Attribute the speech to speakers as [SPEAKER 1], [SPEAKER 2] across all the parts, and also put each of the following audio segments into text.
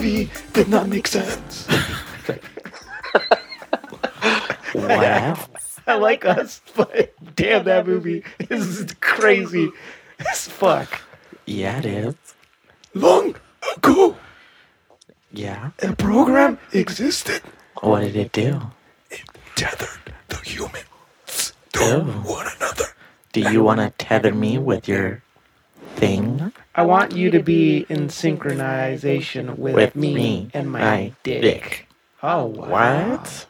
[SPEAKER 1] did not make sense.
[SPEAKER 2] Wow.
[SPEAKER 1] I like us, but damn, that movie is crazy as fuck.
[SPEAKER 2] Yeah, it is.
[SPEAKER 1] Long ago,
[SPEAKER 2] Yeah.
[SPEAKER 1] a program existed
[SPEAKER 2] What did it do?
[SPEAKER 1] tethered the humans to
[SPEAKER 2] Oh.
[SPEAKER 1] one another.
[SPEAKER 2] Do you want to tether me with your thing?
[SPEAKER 1] I want you to be in synchronization with,
[SPEAKER 2] With
[SPEAKER 1] me,
[SPEAKER 2] me
[SPEAKER 1] and my,
[SPEAKER 2] my
[SPEAKER 1] dick.
[SPEAKER 2] dick.
[SPEAKER 1] Oh, wow.
[SPEAKER 2] What?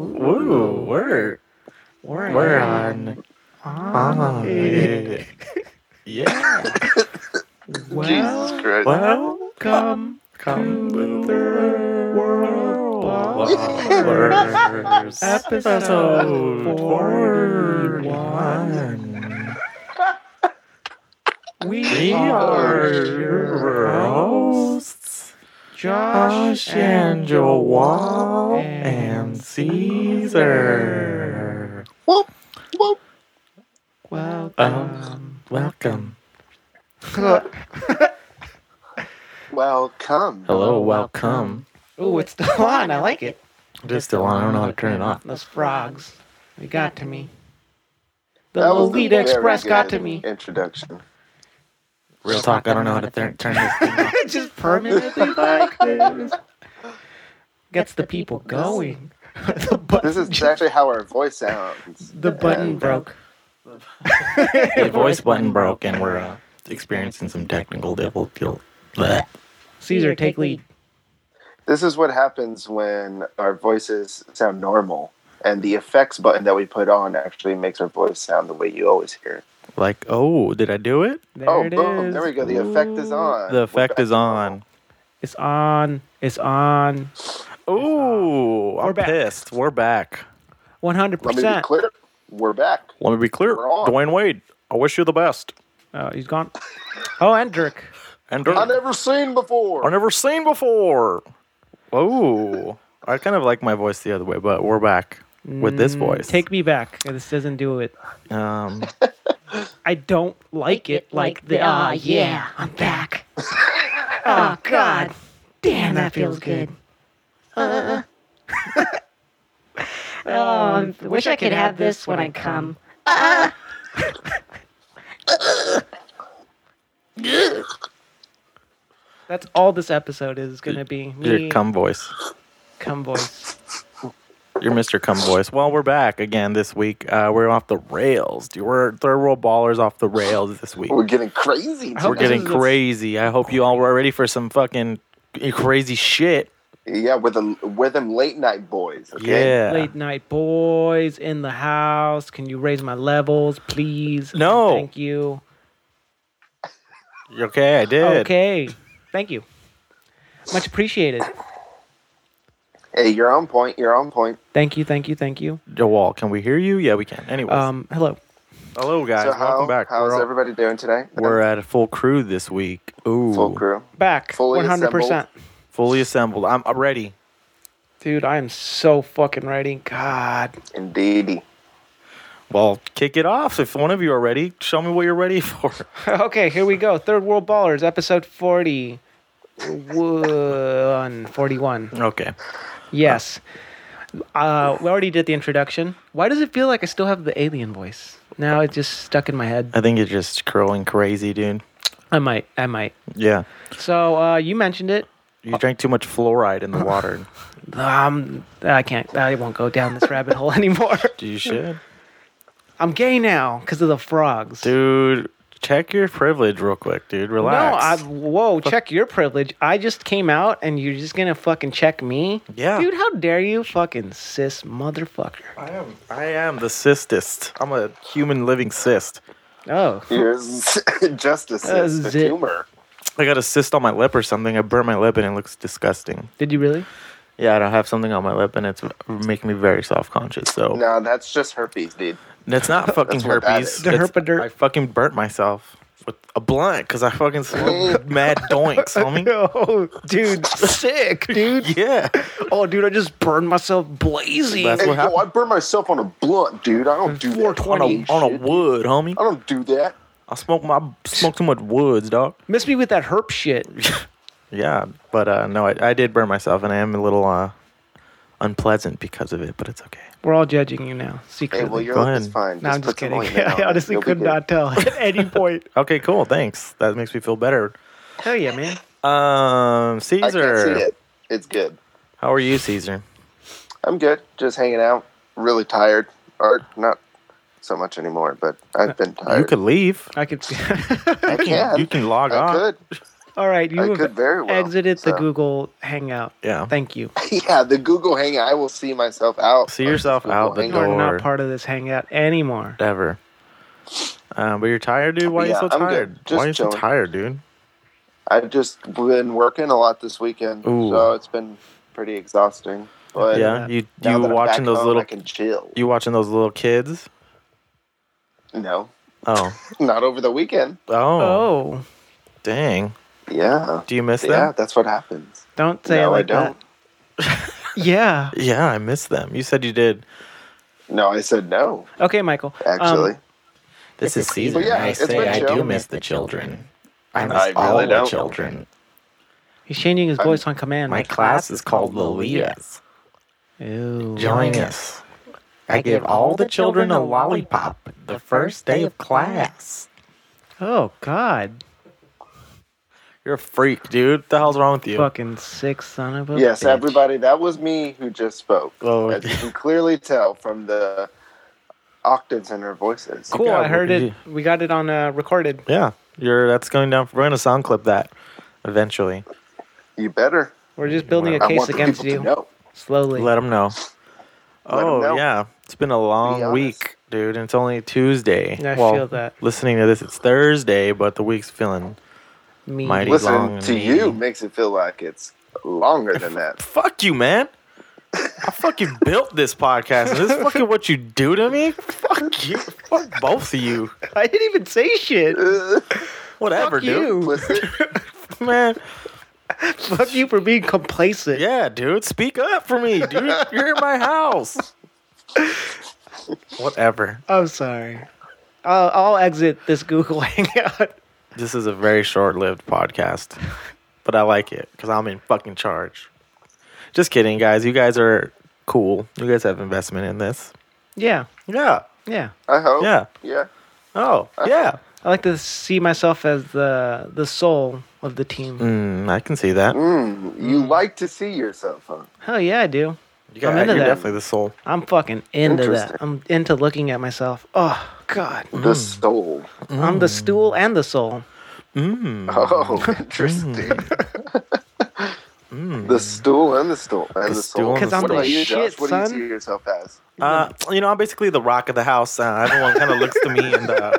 [SPEAKER 2] Ooh, we're
[SPEAKER 1] We're,
[SPEAKER 2] we're on. on it. Yeah.
[SPEAKER 3] Jesus Christ.
[SPEAKER 2] Well,
[SPEAKER 1] Welcome
[SPEAKER 2] come
[SPEAKER 1] to
[SPEAKER 2] with
[SPEAKER 1] the world boss
[SPEAKER 2] Wars.
[SPEAKER 1] episode 41.
[SPEAKER 2] 41.
[SPEAKER 1] We
[SPEAKER 2] We
[SPEAKER 1] are
[SPEAKER 2] are
[SPEAKER 1] your
[SPEAKER 2] your
[SPEAKER 1] hosts,
[SPEAKER 2] hosts,
[SPEAKER 1] Josh
[SPEAKER 2] Josh and
[SPEAKER 1] and
[SPEAKER 2] Joel
[SPEAKER 1] Joel
[SPEAKER 2] and Caesar.
[SPEAKER 1] Welcome.
[SPEAKER 2] Um, Welcome.
[SPEAKER 3] Welcome.
[SPEAKER 2] Hello, welcome.
[SPEAKER 1] oh, it's still on. I like it.
[SPEAKER 2] Just still on. I don't know how to turn it off.
[SPEAKER 1] Those frogs. They got to me. The
[SPEAKER 3] That was a
[SPEAKER 1] Lolita
[SPEAKER 3] very
[SPEAKER 1] Express got
[SPEAKER 3] good
[SPEAKER 1] to me.
[SPEAKER 3] Introduction.
[SPEAKER 2] Real talk. I don't know how to th- turn this thing off.
[SPEAKER 1] Just permanently like this. Gets the people going. the button,
[SPEAKER 3] This is exactly how our voice sounds.
[SPEAKER 1] the button
[SPEAKER 3] And
[SPEAKER 1] broke.
[SPEAKER 2] The voice button broke, and we're uh, experiencing some technical difficulty. Blech.
[SPEAKER 1] Caesar, take lead.
[SPEAKER 3] This is what happens when our voices sound normal, and the effects button that we put on actually makes our voice sound the way you always hear. it.
[SPEAKER 2] Like, oh, did I do it?
[SPEAKER 1] There
[SPEAKER 3] oh,
[SPEAKER 1] it
[SPEAKER 3] boom!
[SPEAKER 1] is.
[SPEAKER 3] There we go. The effect is on.
[SPEAKER 2] The effect is on.
[SPEAKER 1] It's on. It's on.
[SPEAKER 2] Ooh,
[SPEAKER 1] We're
[SPEAKER 2] I'm
[SPEAKER 1] back.
[SPEAKER 2] pissed. We're back.
[SPEAKER 3] Let me be
[SPEAKER 1] 100%.
[SPEAKER 3] clear. We're back.
[SPEAKER 2] Let me be clear.
[SPEAKER 3] We're on.
[SPEAKER 2] Dwayne Wade, I wish you the best.
[SPEAKER 1] Oh, he's gone. Oh, and Dirk.
[SPEAKER 2] And
[SPEAKER 3] I
[SPEAKER 2] I've
[SPEAKER 3] never seen before.
[SPEAKER 2] never seen before. Oh, I kind of like my voice the other way, but we're back with this
[SPEAKER 1] Mm,
[SPEAKER 2] voice.
[SPEAKER 1] Take me back. This doesn't do it.
[SPEAKER 2] um,
[SPEAKER 1] I don't like it like the. Ah, yeah, I'm back. oh, God. Damn, that feels good. Uh-uh. Um,
[SPEAKER 4] Oh, I wish I could have this when I come.
[SPEAKER 1] That's all this episode is going to be. Me,
[SPEAKER 2] your cum voice.
[SPEAKER 1] come voice.
[SPEAKER 2] Your Mr. Cum voice. Well, we're back again this week. Uh, we're off the rails. dude. We're third world ballers off the rails this week.
[SPEAKER 3] We're getting crazy.
[SPEAKER 1] I hope
[SPEAKER 2] We're getting
[SPEAKER 1] this is-
[SPEAKER 2] crazy. I hope you all were ready for some fucking crazy shit.
[SPEAKER 3] Yeah, with the with them late night boys. Okay?
[SPEAKER 2] Yeah.
[SPEAKER 1] Late night boys in the house. Can you raise my levels, please?
[SPEAKER 2] No.
[SPEAKER 1] Thank you.
[SPEAKER 2] You're Okay, I did.
[SPEAKER 1] Okay. Thank you. Much appreciated.
[SPEAKER 3] Hey, you're on point. You're on point.
[SPEAKER 1] Thank you, thank you, thank you.
[SPEAKER 2] Joel, can we hear you? Yeah, we can. Anyways,
[SPEAKER 1] Um, hello.
[SPEAKER 2] hello guys,
[SPEAKER 3] so how,
[SPEAKER 2] welcome back.
[SPEAKER 3] How's
[SPEAKER 2] we're, all-
[SPEAKER 3] everybody doing today?
[SPEAKER 2] we're at a full crew this week. Ooh,
[SPEAKER 3] full crew.
[SPEAKER 1] Back.
[SPEAKER 3] Fully
[SPEAKER 1] 100%.
[SPEAKER 2] fully assembled. I'm, I'm ready.
[SPEAKER 1] Dude, I am so fucking ready. God.
[SPEAKER 3] Indeedy.
[SPEAKER 2] Well, kick it off. If one of you are ready, show me what you're ready for.
[SPEAKER 1] Okay, here we go. Third World Ballers, episode 40. One, 41.
[SPEAKER 2] okay,
[SPEAKER 1] Yes. Uh, we already did the introduction. Why does it feel like I still have the alien voice? Now it's just stuck in my head.
[SPEAKER 2] I think you're just curling crazy, dude.
[SPEAKER 1] I might. I might.
[SPEAKER 2] Yeah,
[SPEAKER 1] So uh, you mentioned it.
[SPEAKER 2] you drank too much fluoride in the water.
[SPEAKER 1] Um, I can't. I won't go down this rabbit hole anymore.
[SPEAKER 2] you should,
[SPEAKER 1] I'm gay now because of the frogs.
[SPEAKER 2] dude. Check your privilege real quick, dude.
[SPEAKER 1] no, I,
[SPEAKER 2] Relax.
[SPEAKER 1] whoa, check your privilege. I just came out and you're just gonna fucking check me?
[SPEAKER 2] Yeah.
[SPEAKER 1] Dude, how dare you fucking cis motherfucker.
[SPEAKER 2] I am. I am the cystist. I'm a human living cyst.
[SPEAKER 1] Oh.
[SPEAKER 3] Here's justice.
[SPEAKER 1] Uh,
[SPEAKER 3] is the
[SPEAKER 1] zit.
[SPEAKER 3] humor.
[SPEAKER 2] I got a cyst on my lip or something. I burn my lip and it looks disgusting.
[SPEAKER 1] Did you really?
[SPEAKER 2] Yeah, I don't have something on my lip and it's making me very self conscious. So
[SPEAKER 3] No, that's just herpes, dude.
[SPEAKER 2] that's not fucking
[SPEAKER 3] what that
[SPEAKER 2] herpes.
[SPEAKER 3] is.
[SPEAKER 1] The
[SPEAKER 2] It's-
[SPEAKER 1] herpaderp.
[SPEAKER 2] I fucking burnt myself with a blunt because I fucking smoked mad doinks, homie.
[SPEAKER 1] Oh, dude, sick, dude.
[SPEAKER 2] Yeah,
[SPEAKER 1] Oh, dude, I just burned myself blazing.
[SPEAKER 2] That's
[SPEAKER 3] Hey,
[SPEAKER 2] what
[SPEAKER 3] yo,
[SPEAKER 2] happened.
[SPEAKER 3] I burn myself on a blunt, dude. I don't do that.
[SPEAKER 2] on a, on a wood, homie.
[SPEAKER 3] I don't do that.
[SPEAKER 2] I smoke my smoke too much woods, dog.
[SPEAKER 1] Miss me with that herp shit.
[SPEAKER 2] Yeah, but uh, no, I, I did burn myself, and I am a little uh, unpleasant because of it, but it's okay.
[SPEAKER 1] We're all judging you now, secretly.
[SPEAKER 3] Hey, well, your
[SPEAKER 2] Go
[SPEAKER 3] lip is
[SPEAKER 2] ahead.
[SPEAKER 3] fine.
[SPEAKER 1] no, I'm just
[SPEAKER 3] put some
[SPEAKER 1] kidding.
[SPEAKER 3] ointment on
[SPEAKER 1] I
[SPEAKER 3] it.
[SPEAKER 1] honestly
[SPEAKER 3] You'll be
[SPEAKER 1] could
[SPEAKER 3] good.
[SPEAKER 1] not tell at any point.
[SPEAKER 2] Okay, cool. Thanks. That makes me feel better.
[SPEAKER 1] Hell yeah, man.
[SPEAKER 2] Um,
[SPEAKER 3] I can't see
[SPEAKER 2] Caesar,
[SPEAKER 3] it. It's good.
[SPEAKER 2] how are you, Caesar?
[SPEAKER 3] I'm good. Just hanging out. Really tired. Or not so much anymore, but I've been tired.
[SPEAKER 2] You could leave.
[SPEAKER 1] I could.
[SPEAKER 3] I can.
[SPEAKER 2] You can log
[SPEAKER 3] I
[SPEAKER 2] off.
[SPEAKER 3] could.
[SPEAKER 1] all right, you
[SPEAKER 3] I
[SPEAKER 1] have
[SPEAKER 3] could very well.
[SPEAKER 1] exited the
[SPEAKER 3] so.
[SPEAKER 1] Google Hangout.
[SPEAKER 2] Yeah.
[SPEAKER 1] Thank you.
[SPEAKER 3] yeah, the Google Hangout. I will see myself out.
[SPEAKER 2] See
[SPEAKER 3] of
[SPEAKER 2] yourself
[SPEAKER 3] Google
[SPEAKER 2] out the
[SPEAKER 1] You
[SPEAKER 3] Hangout.
[SPEAKER 1] are
[SPEAKER 2] Lord.
[SPEAKER 1] not part of this Hangout anymore.
[SPEAKER 2] Ever. Um, but you're tired, dude. Why are you
[SPEAKER 3] Yeah,
[SPEAKER 2] so
[SPEAKER 3] I'm good.
[SPEAKER 2] tired?
[SPEAKER 3] Just
[SPEAKER 2] Why are you so
[SPEAKER 3] chilling.
[SPEAKER 2] tired, dude?
[SPEAKER 3] I've just been working a lot this weekend,
[SPEAKER 2] Ooh.
[SPEAKER 3] so it's been pretty exhausting. But uh,
[SPEAKER 2] yeah, you
[SPEAKER 3] now
[SPEAKER 2] you
[SPEAKER 3] that I'm
[SPEAKER 2] watching
[SPEAKER 3] back
[SPEAKER 2] those
[SPEAKER 3] home,
[SPEAKER 2] little
[SPEAKER 3] I can chill.
[SPEAKER 2] you watching those little kids?
[SPEAKER 3] no,
[SPEAKER 2] Oh,
[SPEAKER 3] not over the weekend.
[SPEAKER 2] oh,
[SPEAKER 1] Oh,
[SPEAKER 2] dang!
[SPEAKER 3] Yeah,
[SPEAKER 2] Do you miss
[SPEAKER 3] yeah,
[SPEAKER 2] them?
[SPEAKER 3] that's what happens.
[SPEAKER 1] don't say
[SPEAKER 3] no,
[SPEAKER 1] it like
[SPEAKER 3] I don't.
[SPEAKER 1] that. Yeah.
[SPEAKER 2] Yeah, I miss them. You said you did.
[SPEAKER 3] No, I said no.
[SPEAKER 1] Okay, Michael. Um,
[SPEAKER 3] Actually,
[SPEAKER 2] This is Caesar.
[SPEAKER 3] But yeah,
[SPEAKER 2] and I
[SPEAKER 3] it's been
[SPEAKER 2] say I
[SPEAKER 3] chill.
[SPEAKER 2] do miss the children. I miss
[SPEAKER 3] I really
[SPEAKER 2] all the
[SPEAKER 3] don't.
[SPEAKER 2] children.
[SPEAKER 1] he's changing his
[SPEAKER 3] I'm-
[SPEAKER 1] voice on command.
[SPEAKER 2] My class is called Lolitas.
[SPEAKER 1] Ew.
[SPEAKER 2] Join us. I give all the children a lollipop the first day of class.
[SPEAKER 1] Oh God.
[SPEAKER 2] You're a freak, dude. What the hell's wrong with you?
[SPEAKER 1] Fucking sick son of a.
[SPEAKER 3] yes,
[SPEAKER 1] bitch.
[SPEAKER 3] everybody. That was me who just spoke.
[SPEAKER 2] Oh,
[SPEAKER 3] As you can clearly tell from the octaves in her voices.
[SPEAKER 1] Cool.
[SPEAKER 2] Yeah,
[SPEAKER 1] I heard
[SPEAKER 2] we-
[SPEAKER 1] it. We got it on uh, recorded.
[SPEAKER 2] Yeah, you're. That's going down. We're gonna sound clip that eventually.
[SPEAKER 3] You better.
[SPEAKER 1] We're just building a
[SPEAKER 3] I
[SPEAKER 1] case
[SPEAKER 3] want the
[SPEAKER 1] against
[SPEAKER 3] people
[SPEAKER 1] you
[SPEAKER 3] to know.
[SPEAKER 1] slowly.
[SPEAKER 2] Let them know.
[SPEAKER 3] Let 'em
[SPEAKER 2] oh
[SPEAKER 3] know.
[SPEAKER 2] yeah, it's been a
[SPEAKER 3] Be
[SPEAKER 2] long
[SPEAKER 3] honest.
[SPEAKER 2] week, dude. And it's only Tuesday.
[SPEAKER 1] I feel that.
[SPEAKER 2] Listening to this, it's Thursday, but the week's feeling
[SPEAKER 1] Me.
[SPEAKER 2] Mighty.
[SPEAKER 1] Listen-
[SPEAKER 2] long
[SPEAKER 3] Listen
[SPEAKER 2] and
[SPEAKER 3] to
[SPEAKER 2] mean.
[SPEAKER 3] you makes it feel like it's longer than that.
[SPEAKER 2] Fuck you, man. I fucking built this podcast. And this is fucking what you do to me. Fuck you. Fuck both of you.
[SPEAKER 1] I didn't even say shit.
[SPEAKER 2] Whatever, dude.
[SPEAKER 1] Fuck you.
[SPEAKER 3] Listen,
[SPEAKER 2] Man.
[SPEAKER 1] Fuck you for being complacent.
[SPEAKER 2] Yeah, dude. Speak up for me, dude. You're in my house. Whatever.
[SPEAKER 1] I'm sorry. I'll, I'll exit this Google Hangout.
[SPEAKER 2] This is a very short-lived podcast, but I like it because I'm in fucking charge. Just kidding, guys. You guys are cool. You guys have investment in this.
[SPEAKER 1] Yeah.
[SPEAKER 2] Yeah.
[SPEAKER 1] Yeah.
[SPEAKER 3] I hope.
[SPEAKER 2] Yeah.
[SPEAKER 3] Yeah.
[SPEAKER 2] Oh, yeah.
[SPEAKER 1] I like to see myself as the the soul of the team.
[SPEAKER 2] Mm, I can see that.
[SPEAKER 3] Mm, you like to see yourself, huh?
[SPEAKER 1] Hell yeah, I do.
[SPEAKER 2] You got,
[SPEAKER 1] I'm into
[SPEAKER 2] you're
[SPEAKER 1] that.
[SPEAKER 2] definitely the soul.
[SPEAKER 1] I'm fucking into that.
[SPEAKER 3] Interesting.
[SPEAKER 1] I'm into looking at myself. Oh God.
[SPEAKER 3] The soul.
[SPEAKER 1] I'm the stool and the soul.
[SPEAKER 2] Mm. Mm.
[SPEAKER 3] Oh, interesting. The stool and the stool and the,
[SPEAKER 2] The
[SPEAKER 3] soul.
[SPEAKER 2] stool and the 'Cause I'm
[SPEAKER 3] what
[SPEAKER 2] the
[SPEAKER 3] about you,
[SPEAKER 1] shit,
[SPEAKER 3] Josh? What do
[SPEAKER 1] son.
[SPEAKER 3] you see yourself as?
[SPEAKER 2] Uh, you know, I'm basically the rock of the house. Uh, everyone kind of looks to me, and uh,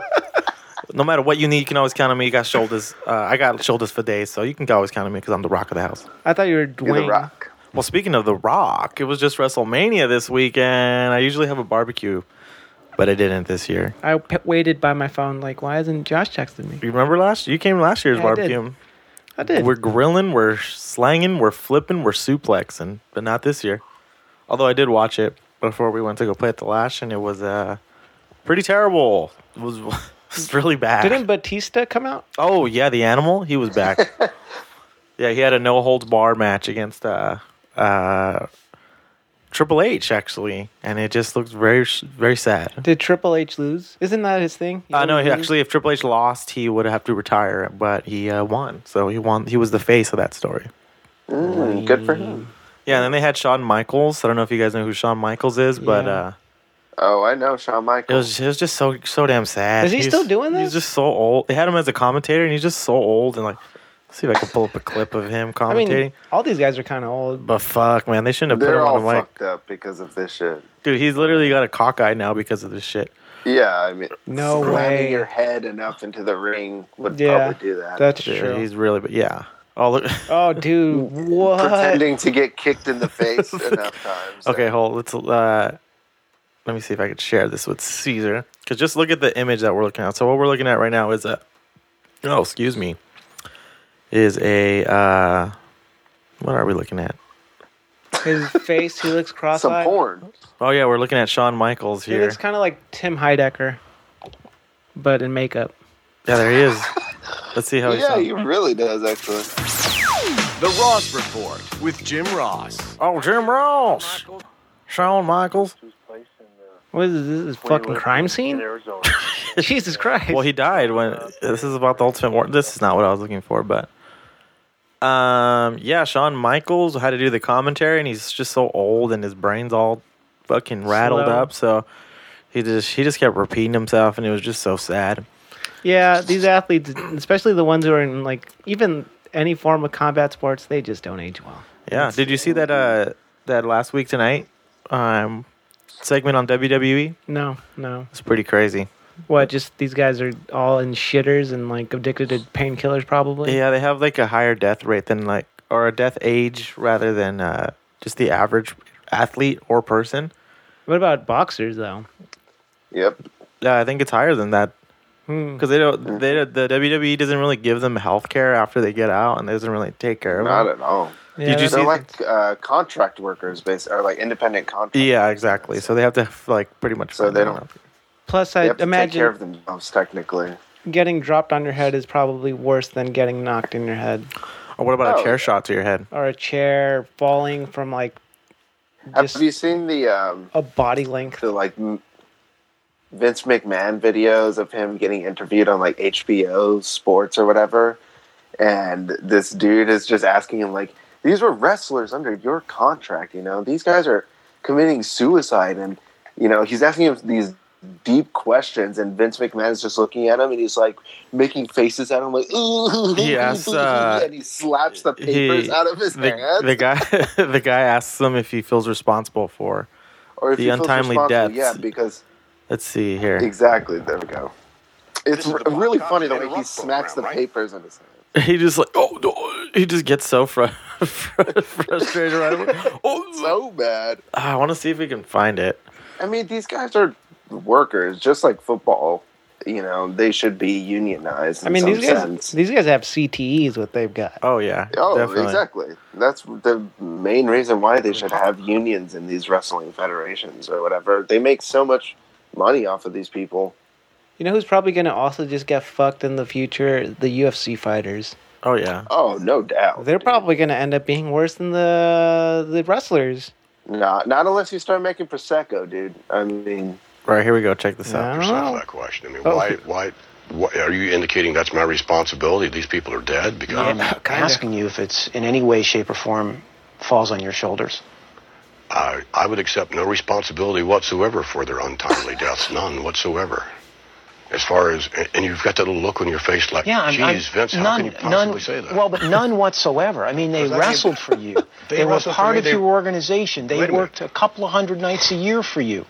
[SPEAKER 2] no matter what you need, you can always count on me. You got shoulders. Uh, I got shoulders for days, so you can always count on me because I'm the rock of the house.
[SPEAKER 1] I thought you were Dwayne.
[SPEAKER 3] You're the rock.
[SPEAKER 2] Well, speaking of the Rock, it was just WrestleMania this weekend. I usually have a barbecue, but I didn't this year.
[SPEAKER 1] I p- waited by my phone. Like, why isn't Josh texting me?
[SPEAKER 2] You remember last? You came last year's
[SPEAKER 1] Yeah, I did.
[SPEAKER 2] barbecue.
[SPEAKER 1] I did.
[SPEAKER 2] We're grilling, we're slanging, we're flipping, we're suplexing, but not this year. Although I did watch it before we went to go play at the Lash, and it was uh, pretty terrible. It was, it was really bad.
[SPEAKER 1] Didn't Batista come out?
[SPEAKER 2] oh yeah, the animal, he was back. yeah, he had a no holds bar match against uh, uh, Triple H actually, and it just looked very sh- very sad.
[SPEAKER 1] Did Triple H lose? Isn't that his thing?
[SPEAKER 2] Uh, no, he
[SPEAKER 1] lose?
[SPEAKER 2] actually, if Triple H lost, he would have to retire, but he uh, won, so he won. He was the face of that story.
[SPEAKER 3] Mm, good for him.
[SPEAKER 2] Yeah, and then they had Shawn Michaels. I don't know if you guys know who Shawn Michaels is, but
[SPEAKER 1] Yeah.
[SPEAKER 2] uh,
[SPEAKER 3] Oh, I know, Shawn
[SPEAKER 2] it
[SPEAKER 3] Michaels.
[SPEAKER 2] was it was just so so damn sad.
[SPEAKER 1] Is he still doing
[SPEAKER 2] He's
[SPEAKER 1] this?
[SPEAKER 2] just so old. They had him as a commentator, and he's just so old. And like, let's see if I can pull up a clip of him
[SPEAKER 1] I
[SPEAKER 2] commentating.
[SPEAKER 1] mean, all these guys are kind of old.
[SPEAKER 2] but fuck, man, they shouldn't have put
[SPEAKER 3] They're
[SPEAKER 2] him
[SPEAKER 3] all
[SPEAKER 2] on the mic.
[SPEAKER 3] fucked up because of this shit.
[SPEAKER 2] Dude, he's literally got a cockeye now because of this shit.
[SPEAKER 3] Yeah, I mean,
[SPEAKER 1] No
[SPEAKER 3] slamming
[SPEAKER 1] way.
[SPEAKER 3] your head enough into the ring would
[SPEAKER 1] Yeah,
[SPEAKER 3] probably do that.
[SPEAKER 1] That's
[SPEAKER 2] Dude,
[SPEAKER 1] true.
[SPEAKER 2] He's really, but yeah. Oh, look.
[SPEAKER 1] Oh, dude, what?
[SPEAKER 3] Pretending to get kicked in the face enough times.
[SPEAKER 2] Okay, hold. Let's uh, let me see if I can share this with Caesar. Cause just look at the image that we're looking at. So what we're looking at right now is a oh, excuse me, is a uh, what are we looking at?
[SPEAKER 1] His face, he looks
[SPEAKER 3] Some
[SPEAKER 1] cross-eyed.
[SPEAKER 3] porn.
[SPEAKER 2] Oh yeah, we're looking at Shawn Michaels
[SPEAKER 1] He
[SPEAKER 2] here.
[SPEAKER 1] looks kind of like Tim Heidecker, but in makeup.
[SPEAKER 2] yeah, there he is. Let's see how he
[SPEAKER 3] Yeah,
[SPEAKER 2] sounds.
[SPEAKER 3] he really does, actually.
[SPEAKER 5] The Ross Report with Jim Ross.
[SPEAKER 6] Oh, Jim Ross. Shawn Michaels.
[SPEAKER 1] What is this? this is fucking crime scene? Jesus Christ.
[SPEAKER 6] Well, he died when this is about the Ultimate War. This is not what I was looking for, but um, yeah, Shawn Michaels had to do the commentary, and he's just so old, and his brain's all fucking rattled
[SPEAKER 1] Slow.
[SPEAKER 6] up. So he just he just kept repeating himself, and it was just so sad.
[SPEAKER 1] yeah, these athletes, especially the ones who are in like even any form of combat sports, they just don't age well.
[SPEAKER 6] Yeah. Did you see that uh that last week tonight um segment on WWE?
[SPEAKER 1] No, no.
[SPEAKER 6] It's pretty crazy.
[SPEAKER 1] What? Just these guys are all in shitters and like addicted to painkillers, probably.
[SPEAKER 6] Yeah, they have like a higher death rate than like or a death age rather than uh just the average athlete or person.
[SPEAKER 1] What about boxers though?
[SPEAKER 3] Yep.
[SPEAKER 6] Yeah, I think it's higher than that
[SPEAKER 1] Hmm.
[SPEAKER 6] because they don't. They
[SPEAKER 3] Mm-hmm.
[SPEAKER 6] don't- the WWE doesn't really give them health care after they get out, and doesn't really take care of
[SPEAKER 3] Not at
[SPEAKER 6] them.
[SPEAKER 3] all.
[SPEAKER 1] Yeah,
[SPEAKER 6] you
[SPEAKER 1] that-
[SPEAKER 6] see-
[SPEAKER 3] They're like uh, contract workers, based or like independent contract.
[SPEAKER 6] Yeah, exactly. So they have to like pretty much.
[SPEAKER 3] So
[SPEAKER 6] find
[SPEAKER 3] they
[SPEAKER 6] their own
[SPEAKER 3] don't-
[SPEAKER 1] Plus,
[SPEAKER 3] They
[SPEAKER 1] I
[SPEAKER 3] have to take care
[SPEAKER 1] imagine
[SPEAKER 3] of themselves technically.
[SPEAKER 1] getting dropped on your head is probably worse than getting knocked in your head
[SPEAKER 6] health- Or what about
[SPEAKER 3] Oh,
[SPEAKER 6] a chair
[SPEAKER 3] yeah.
[SPEAKER 6] shot to your head?
[SPEAKER 1] or a chair falling from like
[SPEAKER 3] Have
[SPEAKER 1] just
[SPEAKER 3] you seen the um,
[SPEAKER 1] a body length.
[SPEAKER 3] the like m- Vince McMahon videos of him getting interviewed on like HBO Sports or whatever, and this dude is just asking him like, "These were wrestlers under your contract, you know? These guys are committing suicide, and you know he's asking him these." Deep questions, and Vince McMahon is just looking at him, and he's like making faces at him, like ooh,
[SPEAKER 6] He asks, uh,
[SPEAKER 3] and he slaps the
[SPEAKER 6] he-
[SPEAKER 3] papers out of his
[SPEAKER 6] The,
[SPEAKER 3] hands.
[SPEAKER 6] the guy, the guy asks him if he feels responsible for.
[SPEAKER 3] or if
[SPEAKER 6] the
[SPEAKER 3] he feels
[SPEAKER 6] untimely
[SPEAKER 3] responsible,
[SPEAKER 6] deaths.
[SPEAKER 3] Yeah, because
[SPEAKER 6] Let's see here.
[SPEAKER 3] Exactly. There we go. It's
[SPEAKER 5] This is
[SPEAKER 3] r-
[SPEAKER 5] the
[SPEAKER 3] really
[SPEAKER 5] podcast
[SPEAKER 3] funny the way he
[SPEAKER 5] interrupt
[SPEAKER 3] smacks the
[SPEAKER 5] program, right?
[SPEAKER 3] papers in his hand.
[SPEAKER 6] He just like oh, no. he just gets so fr- fr- frustrated right away. Oh,
[SPEAKER 5] Mm.
[SPEAKER 3] So bad.
[SPEAKER 6] I want to see if we can find it.
[SPEAKER 3] I mean, these guys are workers, just like football. You know, they should be unionized. In
[SPEAKER 1] I mean,
[SPEAKER 3] some
[SPEAKER 1] these guys
[SPEAKER 3] sense.
[SPEAKER 1] these guys have CTEs. What they've got.
[SPEAKER 6] Oh yeah,
[SPEAKER 3] Oh,
[SPEAKER 6] definitely.
[SPEAKER 3] exactly. That's the main reason why they should have unions in these wrestling federations or whatever. They make so much money off of these people.
[SPEAKER 1] You know who's probably going to also just get fucked in the future? The UFC fighters.
[SPEAKER 6] Oh yeah.
[SPEAKER 3] Oh, no doubt.
[SPEAKER 1] They're probably going to end up being worse than the the wrestlers.
[SPEAKER 3] not not unless you start making prosecco, dude. I mean,
[SPEAKER 6] Right here we go. Check this out.
[SPEAKER 1] I don't
[SPEAKER 7] yourself
[SPEAKER 1] know.
[SPEAKER 7] that question. I mean,
[SPEAKER 1] Oh.
[SPEAKER 7] why, why, why are you indicating that's my responsibility? These people are dead because
[SPEAKER 8] I'm asking you if it's in any way, shape, or form falls on your shoulders.
[SPEAKER 7] I, I would accept no responsibility whatsoever for their untimely deaths, none whatsoever. As far as, and- and you've got that little look on your face like,
[SPEAKER 8] Yeah, I'm,
[SPEAKER 7] geez,
[SPEAKER 8] I'm-
[SPEAKER 7] Vince, how
[SPEAKER 8] none,
[SPEAKER 7] can you possibly
[SPEAKER 8] none,
[SPEAKER 7] say that?
[SPEAKER 8] Well, but none whatsoever. I mean, they
[SPEAKER 7] Because I mean,
[SPEAKER 8] wrestled for you.
[SPEAKER 7] they
[SPEAKER 8] They, were
[SPEAKER 7] wrestled for
[SPEAKER 8] part
[SPEAKER 7] me,
[SPEAKER 8] of
[SPEAKER 7] they-
[SPEAKER 8] your organization. They
[SPEAKER 7] Wait a minute.
[SPEAKER 8] worked a couple of hundred nights a year for you.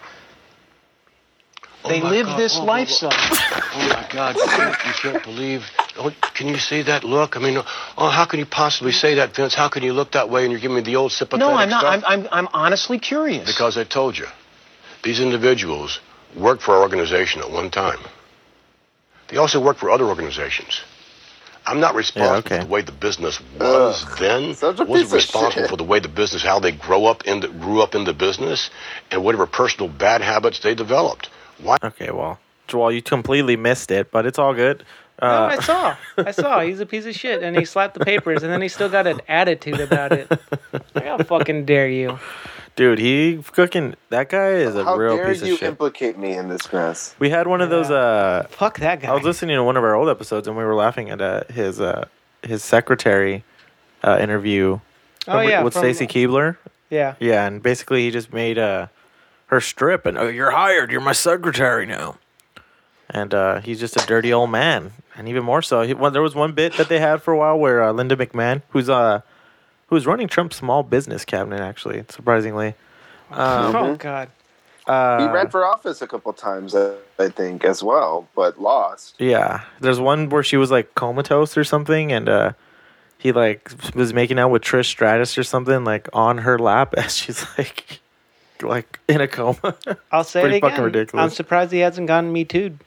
[SPEAKER 8] They
[SPEAKER 7] my
[SPEAKER 8] lived
[SPEAKER 7] God.
[SPEAKER 8] this
[SPEAKER 7] Oh, oh, oh.
[SPEAKER 8] lifestyle.
[SPEAKER 7] Oh my God! You can't, you can't believe. Oh, can you see that look? I mean, oh, how can you possibly say that, Vince? How can you look that way and you're giving me the old sympathetic
[SPEAKER 8] No, I'm not.
[SPEAKER 7] stuff?
[SPEAKER 8] I'm, I'm, I'm honestly curious.
[SPEAKER 7] Because I told you, these individuals worked for our organization at one time. They also worked for other organizations. I'm not responsible
[SPEAKER 6] okay.
[SPEAKER 7] for the way the business was then.
[SPEAKER 3] Such a piece
[SPEAKER 7] wasn't
[SPEAKER 3] of
[SPEAKER 7] responsible
[SPEAKER 3] shit.
[SPEAKER 7] for the way the business, how they grow up in the, grew up in the business, and whatever personal bad habits they developed. Why?
[SPEAKER 6] Okay, well, Joel, you completely missed it, but it's all good.
[SPEAKER 1] No,
[SPEAKER 6] Uh,
[SPEAKER 1] I saw. I saw. He's a piece of shit, and he slapped the papers, and then he still got an attitude about it. Like, How fucking dare you?
[SPEAKER 6] dude, he fucking that guy is a
[SPEAKER 3] how
[SPEAKER 6] real
[SPEAKER 3] dare
[SPEAKER 6] piece of
[SPEAKER 3] you
[SPEAKER 6] shit.
[SPEAKER 3] implicate me in this mess?
[SPEAKER 6] we had one of those. Uh,
[SPEAKER 1] Fuck that guy.
[SPEAKER 6] I was listening to one of our old episodes, and we were laughing at uh, his uh, his secretary uh, interview.
[SPEAKER 1] oh
[SPEAKER 6] with-
[SPEAKER 1] yeah,
[SPEAKER 6] with
[SPEAKER 1] from-
[SPEAKER 6] Stacy Keebler.
[SPEAKER 1] Yeah.
[SPEAKER 6] Yeah, and basically he just made uh, her strip, and oh, you're hired. You're my secretary now. And uh, he's just a dirty old man, and even more so. He, well, there was one bit that they had for a while where uh, Linda McMahon, who's uh, who's running Trump's small business cabinet, actually surprisingly, Um,
[SPEAKER 1] oh god.
[SPEAKER 3] he
[SPEAKER 6] Uh,
[SPEAKER 3] ran for office a couple times, I, I think, as well, but lost.
[SPEAKER 6] Yeah, there's one where she was like comatose or something, and uh, he like was making out with Trish Stratus or something, like on her lap as she's like, like in a coma.
[SPEAKER 1] I'll say
[SPEAKER 6] Pretty
[SPEAKER 1] it again.
[SPEAKER 6] fucking ridiculous.
[SPEAKER 1] I'm surprised he hasn't gotten me too.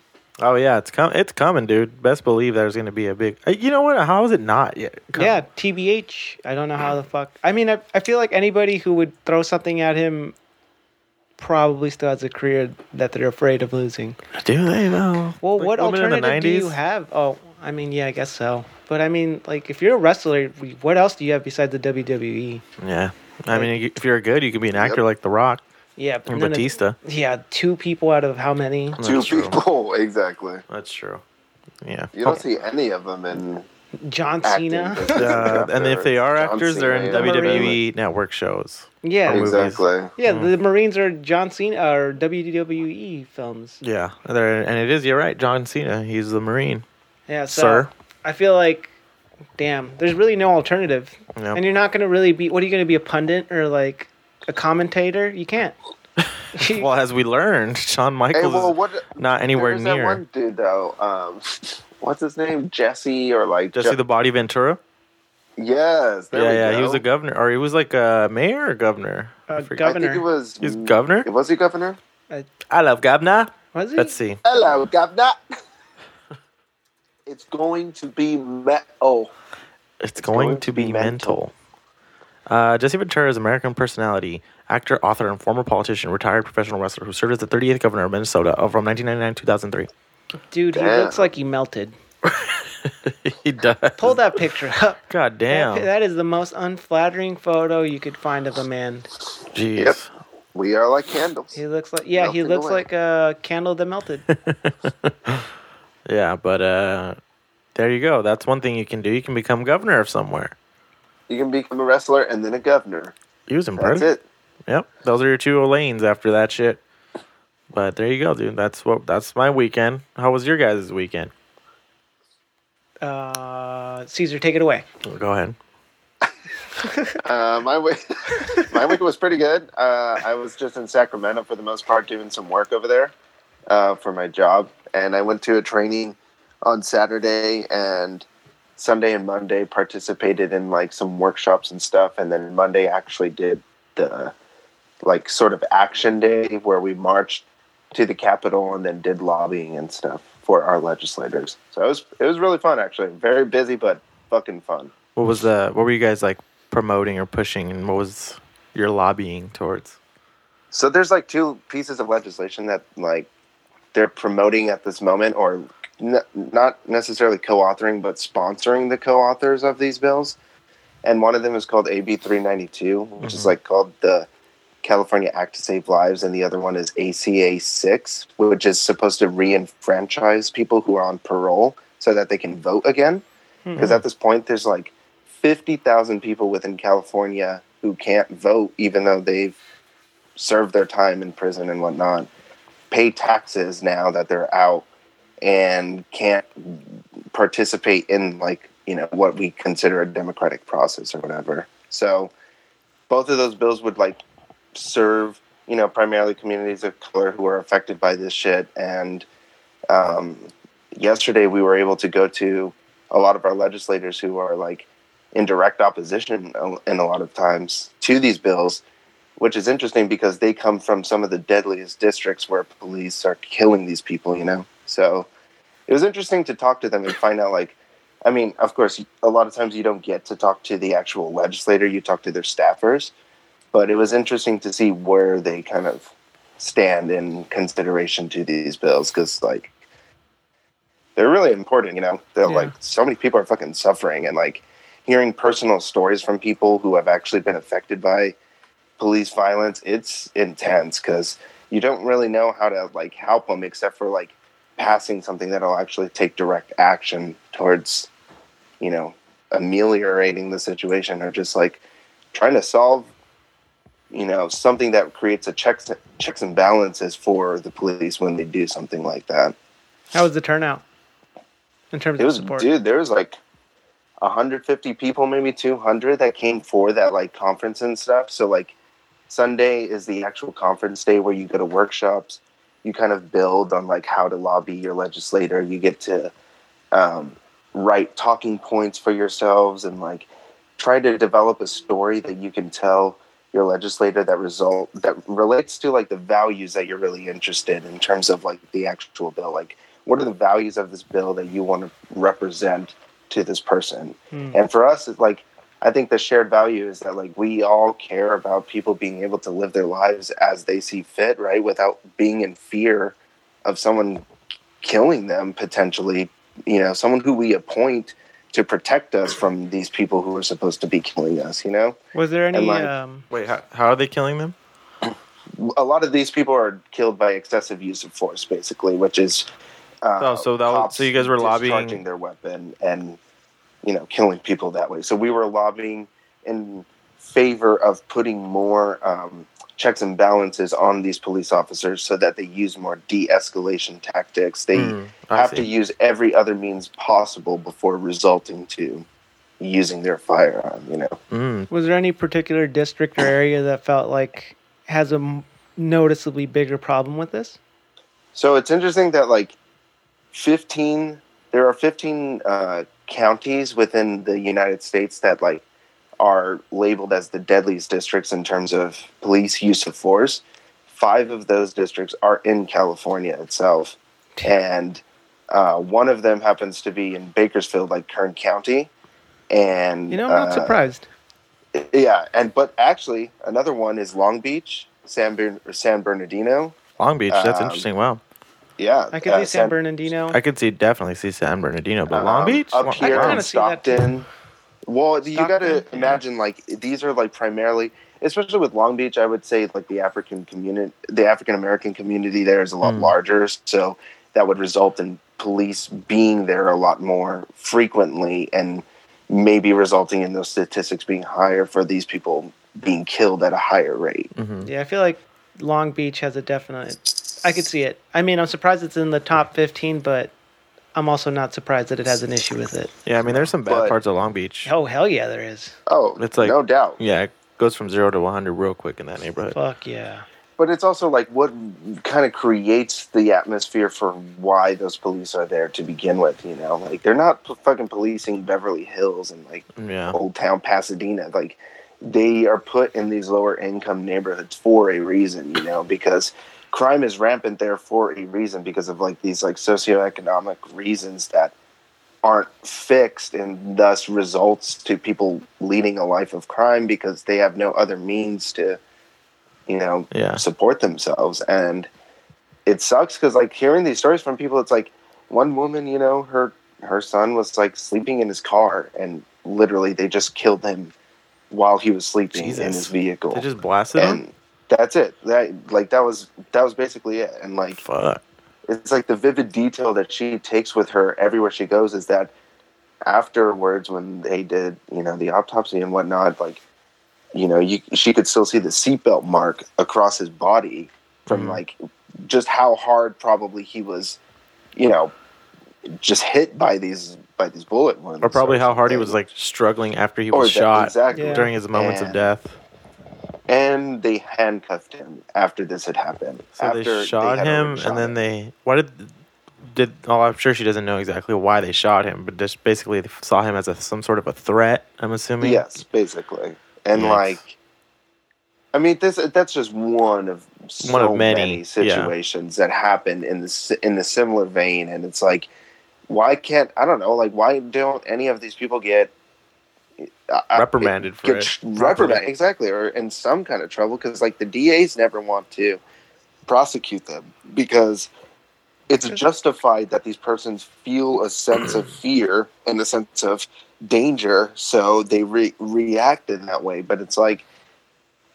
[SPEAKER 6] oh yeah, it's com- it's coming, dude. Best believe there's gonna be a big. Uh, You know what? How is it not yet? coming?
[SPEAKER 1] Yeah, TBH. I don't know how the fuck. I mean, I, I feel like anybody who would throw something at him probably still has a career that they're afraid of losing.
[SPEAKER 6] do they though?
[SPEAKER 1] Well,
[SPEAKER 6] Like,
[SPEAKER 1] what
[SPEAKER 6] women in the
[SPEAKER 1] alternative do you
[SPEAKER 6] 90s?
[SPEAKER 1] have? Oh, I mean, yeah, I guess so. But I mean, like, if you're a wrestler, what else do you have besides the E? WWE?
[SPEAKER 6] Yeah. I mean, if you're good, you could be an actor like The Rock
[SPEAKER 1] Yeah, but
[SPEAKER 6] and
[SPEAKER 1] none of-
[SPEAKER 6] Batista.
[SPEAKER 1] yeah, two people out of how many?
[SPEAKER 6] That's
[SPEAKER 3] Two
[SPEAKER 6] true. Oh.
[SPEAKER 3] people, exactly.
[SPEAKER 6] That's true. Yeah.
[SPEAKER 3] You don't see any of them in
[SPEAKER 1] John
[SPEAKER 3] acting.
[SPEAKER 1] Cena.
[SPEAKER 6] Uh, and if they are
[SPEAKER 3] John
[SPEAKER 6] actors, they're in
[SPEAKER 3] Cena, yeah.
[SPEAKER 6] WWE network shows.
[SPEAKER 1] Yeah,
[SPEAKER 6] movies.
[SPEAKER 3] exactly.
[SPEAKER 1] yeah.
[SPEAKER 6] Mm.
[SPEAKER 1] The Marines are John Cena or WWE films.
[SPEAKER 6] Yeah, they're, and it is. You're right, John Cena. He's the Marine,
[SPEAKER 1] Yeah, so
[SPEAKER 6] sir.
[SPEAKER 1] I feel like, damn, there's really no alternative.
[SPEAKER 6] Yeah.
[SPEAKER 1] And you're not gonna really be. What are you gonna be a pundit or like a commentator? You can't.
[SPEAKER 6] Well, as we learned, Shawn
[SPEAKER 3] Hey,
[SPEAKER 6] Michaels
[SPEAKER 3] well,
[SPEAKER 6] is
[SPEAKER 3] what?
[SPEAKER 6] not anywhere
[SPEAKER 3] there's that
[SPEAKER 6] near
[SPEAKER 3] one dude though. Um, what's his name? Jesse or like
[SPEAKER 6] Jesse
[SPEAKER 3] Je-
[SPEAKER 6] the Body Ventura.
[SPEAKER 3] Yes. There
[SPEAKER 6] yeah,
[SPEAKER 3] we
[SPEAKER 6] yeah,
[SPEAKER 3] go.
[SPEAKER 6] he was a governor, or he was like a mayor or governor.
[SPEAKER 1] Uh,
[SPEAKER 6] I
[SPEAKER 3] I
[SPEAKER 6] forget.
[SPEAKER 1] governor.
[SPEAKER 3] think Mm, it was.
[SPEAKER 6] He's governor?
[SPEAKER 3] Was he governor?
[SPEAKER 6] I love governor.
[SPEAKER 1] Was he?
[SPEAKER 6] Let's see.
[SPEAKER 3] Hello, governor. it's going to be metal.
[SPEAKER 6] It's going, to be mental. Uh, Jesse Ventura is an American personality, actor, author, and former politician, retired professional wrestler who served as the 38th governor of Minnesota uh, from 1999 to 2003.
[SPEAKER 1] Dude, he
[SPEAKER 3] Damn.
[SPEAKER 1] looks like he melted.
[SPEAKER 6] he does.
[SPEAKER 1] Pull that picture up.
[SPEAKER 6] God damn.
[SPEAKER 1] That, that is the most unflattering photo you could find of a man.
[SPEAKER 6] Jeez.
[SPEAKER 3] Yep. We are like candles.
[SPEAKER 1] He looks like yeah, he
[SPEAKER 3] Melting
[SPEAKER 1] looks
[SPEAKER 3] away.
[SPEAKER 1] like a candle that melted.
[SPEAKER 6] Yeah, but uh, there you go. That's one thing you can do. You can become governor of somewhere.
[SPEAKER 3] You can become a wrestler and then a governor.
[SPEAKER 6] He was
[SPEAKER 3] That's
[SPEAKER 6] impressive.
[SPEAKER 3] it.
[SPEAKER 6] Yep. Those are your two lanes after that shit. But there you go, dude. That's what. That's my weekend. How was your guys' weekend?
[SPEAKER 1] Uh, Caesar, take it away.
[SPEAKER 6] Go ahead.
[SPEAKER 3] Uh, my week, my week was pretty good. Uh, I was just in Sacramento for the most part, doing some work over there uh, for my job, and I went to a training on Saturday and Sunday and Monday. Participated in like some workshops and stuff, and then Monday actually did the like sort of action day where we marched to the Capitol and then did lobbying and stuff for our legislators. So it was it was really fun actually. Very busy, but fucking fun.
[SPEAKER 6] What was the? What were you guys like promoting or pushing, and what was your lobbying towards?
[SPEAKER 3] So there's like two pieces of legislation that like they're promoting at this moment, or n- not necessarily co-authoring, but sponsoring the co-authors of these bills. And one of them is called AB 392, which is like called the California Act to Save Lives, and the other one is ACA 6, which is supposed to re-enfranchise people who are on parole so that they can vote again. Because at this point, there's like 50,000 people within California who can't vote, even though they've serve their time in prison and whatnot, pay taxes now that they're out and can't participate in like you know what we consider a democratic process or whatever. So both of those bills would like serve you know primarily communities of color who are affected by this shit. And um, yesterday we were able to go to a lot of our legislators who are like in direct opposition uh, in a lot of times to these bills which is interesting because they come from some of the deadliest districts where police are killing these people, you know? So it was interesting to talk to them and find out, like, I mean, of course, a lot of times you don't get to talk to the actual legislator, you talk to their staffers, but it was interesting to see where they kind of stand in consideration to these bills because, like, they're really important, you know? They're
[SPEAKER 1] Yeah.
[SPEAKER 3] like, so many people are fucking suffering and, like, hearing personal stories from people who have actually been affected by police violence it's intense because you don't really know how to like help them except for like passing something that'll actually take direct action towards you know ameliorating the situation or just like trying to solve you know something that creates a checks checks and balances for the police when they do something like that
[SPEAKER 1] How was the turnout? In terms
[SPEAKER 3] it
[SPEAKER 1] of
[SPEAKER 3] was
[SPEAKER 1] support,
[SPEAKER 3] dude there was like 150 people maybe 200 that came for that like conference and stuff so like sunday is the actual conference day where you go to workshops you kind of build on like how to lobby your legislator you get to um, write talking points for yourselves and like try to develop a story that you can tell your legislator that result that relates to like the values that you're really interested in terms of like the actual bill like what are the values of this bill that you want to represent to this person
[SPEAKER 1] Hmm.
[SPEAKER 3] and for us it's like i think the shared value is that like we all care about people being able to live their lives as they see fit right without being in fear of someone killing them potentially you know, someone who we appoint to protect us from these people who are supposed to be killing us, you know?
[SPEAKER 1] Was there any?
[SPEAKER 3] And, like,
[SPEAKER 1] um,
[SPEAKER 6] Wait, how, how are they killing them?
[SPEAKER 3] A lot of these people are killed by excessive use of force, basically, which is. Uh,
[SPEAKER 6] Oh, so that was-
[SPEAKER 3] cops
[SPEAKER 6] so you guys were lobbying-
[SPEAKER 3] discharging their weapon and, you know, killing people that way. So we were lobbying in favor of putting more um, checks and balances on these police officers so that they use more de escalation tactics. They
[SPEAKER 6] Hmm, I
[SPEAKER 3] have to
[SPEAKER 6] see.
[SPEAKER 3] use every other means possible before resulting to using their firearm you know
[SPEAKER 6] Mm.
[SPEAKER 1] was there any particular district or area that felt like has a m- noticeably bigger problem with this?
[SPEAKER 3] so it's interesting that like 15 there are 15 uh, counties within the united states that like are labeled as the deadliest districts in terms of police use of force five of those districts are in california itself and uh, one of them happens to be in bakersfield like kern county and
[SPEAKER 1] You know, I'm not
[SPEAKER 3] uh,
[SPEAKER 1] surprised.
[SPEAKER 3] Yeah, and but actually, another one is Long Beach, San Bern- or San Bernardino.
[SPEAKER 6] Long Beach. That's
[SPEAKER 3] Um,
[SPEAKER 6] interesting. Wow.
[SPEAKER 3] Yeah,
[SPEAKER 1] I could
[SPEAKER 3] uh,
[SPEAKER 1] see San Bernardino.
[SPEAKER 6] I could see definitely see San Bernardino, but Long
[SPEAKER 3] um,
[SPEAKER 6] Beach. Wow.
[SPEAKER 3] up here
[SPEAKER 1] I
[SPEAKER 3] in
[SPEAKER 1] kinda see that too.
[SPEAKER 3] Stockton. Well, you got to
[SPEAKER 1] Stockton, yeah.
[SPEAKER 3] imagine like these are like primarily, especially with Long Beach. I would say like the African community, the African American community there is a
[SPEAKER 1] Hmm.
[SPEAKER 3] lot
[SPEAKER 6] Mm.
[SPEAKER 3] larger, so that would result in police being there a lot more frequently, and maybe resulting in those statistics being higher for these people being killed at a higher rate.
[SPEAKER 6] Mhm.
[SPEAKER 1] Yeah, I feel like Long Beach has a definite. I could see it. I mean, I'm surprised it's in the top 15, but I'm also not surprised that it has an issue with it.
[SPEAKER 6] Yeah, I mean, there's some bad
[SPEAKER 3] But-
[SPEAKER 6] parts of Long Beach.
[SPEAKER 1] Oh hell yeah, there is.
[SPEAKER 3] Oh,
[SPEAKER 6] It's like-
[SPEAKER 3] no doubt.
[SPEAKER 6] Yeah, it goes from zero to 100 real quick in that neighborhood.
[SPEAKER 1] Fuck yeah.
[SPEAKER 3] But it's also like what kind of creates the atmosphere for why those police are there to begin with. You know, like they're not p- fucking policing Beverly Hills and like
[SPEAKER 6] Yeah.
[SPEAKER 3] old town Pasadena. Like they are put in these lower income neighborhoods for a reason. You know, because crime is rampant there for a reason because of like these like socioeconomic reasons that aren't fixed and thus results to people leading a life of crime because they have no other means to you know
[SPEAKER 6] Yeah.
[SPEAKER 3] support themselves and it sucks because like hearing these stories from people it's like one woman you know her her son was like sleeping in his car and literally they just killed him while he was sleeping in
[SPEAKER 6] Jesus.
[SPEAKER 3] his vehicle
[SPEAKER 6] They just blasted them?
[SPEAKER 3] and that's it that like that was that was basically it and like
[SPEAKER 6] Fuck.
[SPEAKER 3] it's like the vivid detail that she takes with her everywhere she goes is that afterwards when they did you know the autopsy and whatnot like you know you, she could still see the seatbelt mark across his body from
[SPEAKER 6] Mhm.
[SPEAKER 3] like just how hard probably he was you know just hit by these by these bullet wounds
[SPEAKER 6] Or probably how hard he
[SPEAKER 3] something.
[SPEAKER 6] was like struggling after he
[SPEAKER 3] Or
[SPEAKER 6] was
[SPEAKER 3] that-
[SPEAKER 6] shot
[SPEAKER 3] exactly
[SPEAKER 1] Yeah.
[SPEAKER 6] during his moments of
[SPEAKER 3] And-
[SPEAKER 6] death.
[SPEAKER 3] and they handcuffed him after this had happened
[SPEAKER 6] So
[SPEAKER 3] after
[SPEAKER 6] they shot
[SPEAKER 3] had
[SPEAKER 6] him,
[SPEAKER 3] already shot
[SPEAKER 6] and then they. Why did did? Oh, I'm sure she doesn't know exactly why they shot him, but just basically they saw him as a, some sort of a threat. I'm assuming.
[SPEAKER 3] Yes, basically. And
[SPEAKER 6] Yikes.
[SPEAKER 3] like, I mean, this that's just one of so
[SPEAKER 6] One of many,
[SPEAKER 3] many,
[SPEAKER 6] yeah.
[SPEAKER 3] situations that happen in the si- in the similar vein, and it's like, why can't I don't know, like, why don't any of these people get I- I-
[SPEAKER 6] Reprimanded for
[SPEAKER 3] get
[SPEAKER 6] it.
[SPEAKER 3] tr- reprimand exactly, or in some kind of trouble because like the DAs never want to prosecute them because it's justified that these persons feel a sense of fear and a sense of danger, so they re- react in that way. But it's like,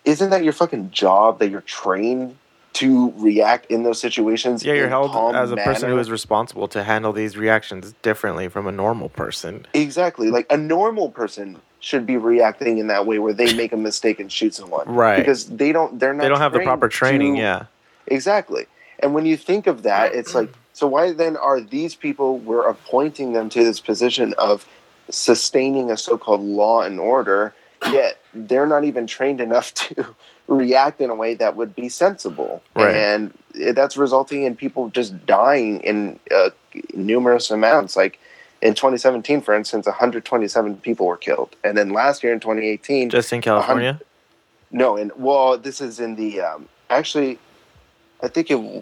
[SPEAKER 3] isn't that your fucking job that you're trained to react in those situations?
[SPEAKER 6] Yeah, you're
[SPEAKER 3] in
[SPEAKER 6] held
[SPEAKER 3] calm
[SPEAKER 6] as a person who
[SPEAKER 3] manner?
[SPEAKER 6] is responsible to handle these reactions differently from a normal person.
[SPEAKER 3] Exactly. Like a normal person should be reacting in that way where they make a mistake and shoot someone.
[SPEAKER 6] Right.
[SPEAKER 3] Because they don't they're not
[SPEAKER 6] They don't have the
[SPEAKER 3] trained
[SPEAKER 6] proper training.
[SPEAKER 3] to-
[SPEAKER 6] Yeah.
[SPEAKER 3] Exactly. And when you think of that, it's like so why then are these people we're appointing them to this position of sustaining a so-called law and order yet they're not even trained enough to react in a way that would be sensible
[SPEAKER 6] Right.
[SPEAKER 3] and that's resulting in people just dying in uh, numerous amounts like in 2017 for instance 127 people were killed and then last year in 2018
[SPEAKER 6] Just in California.
[SPEAKER 3] no, and well, this is in the um, actually, I think it w-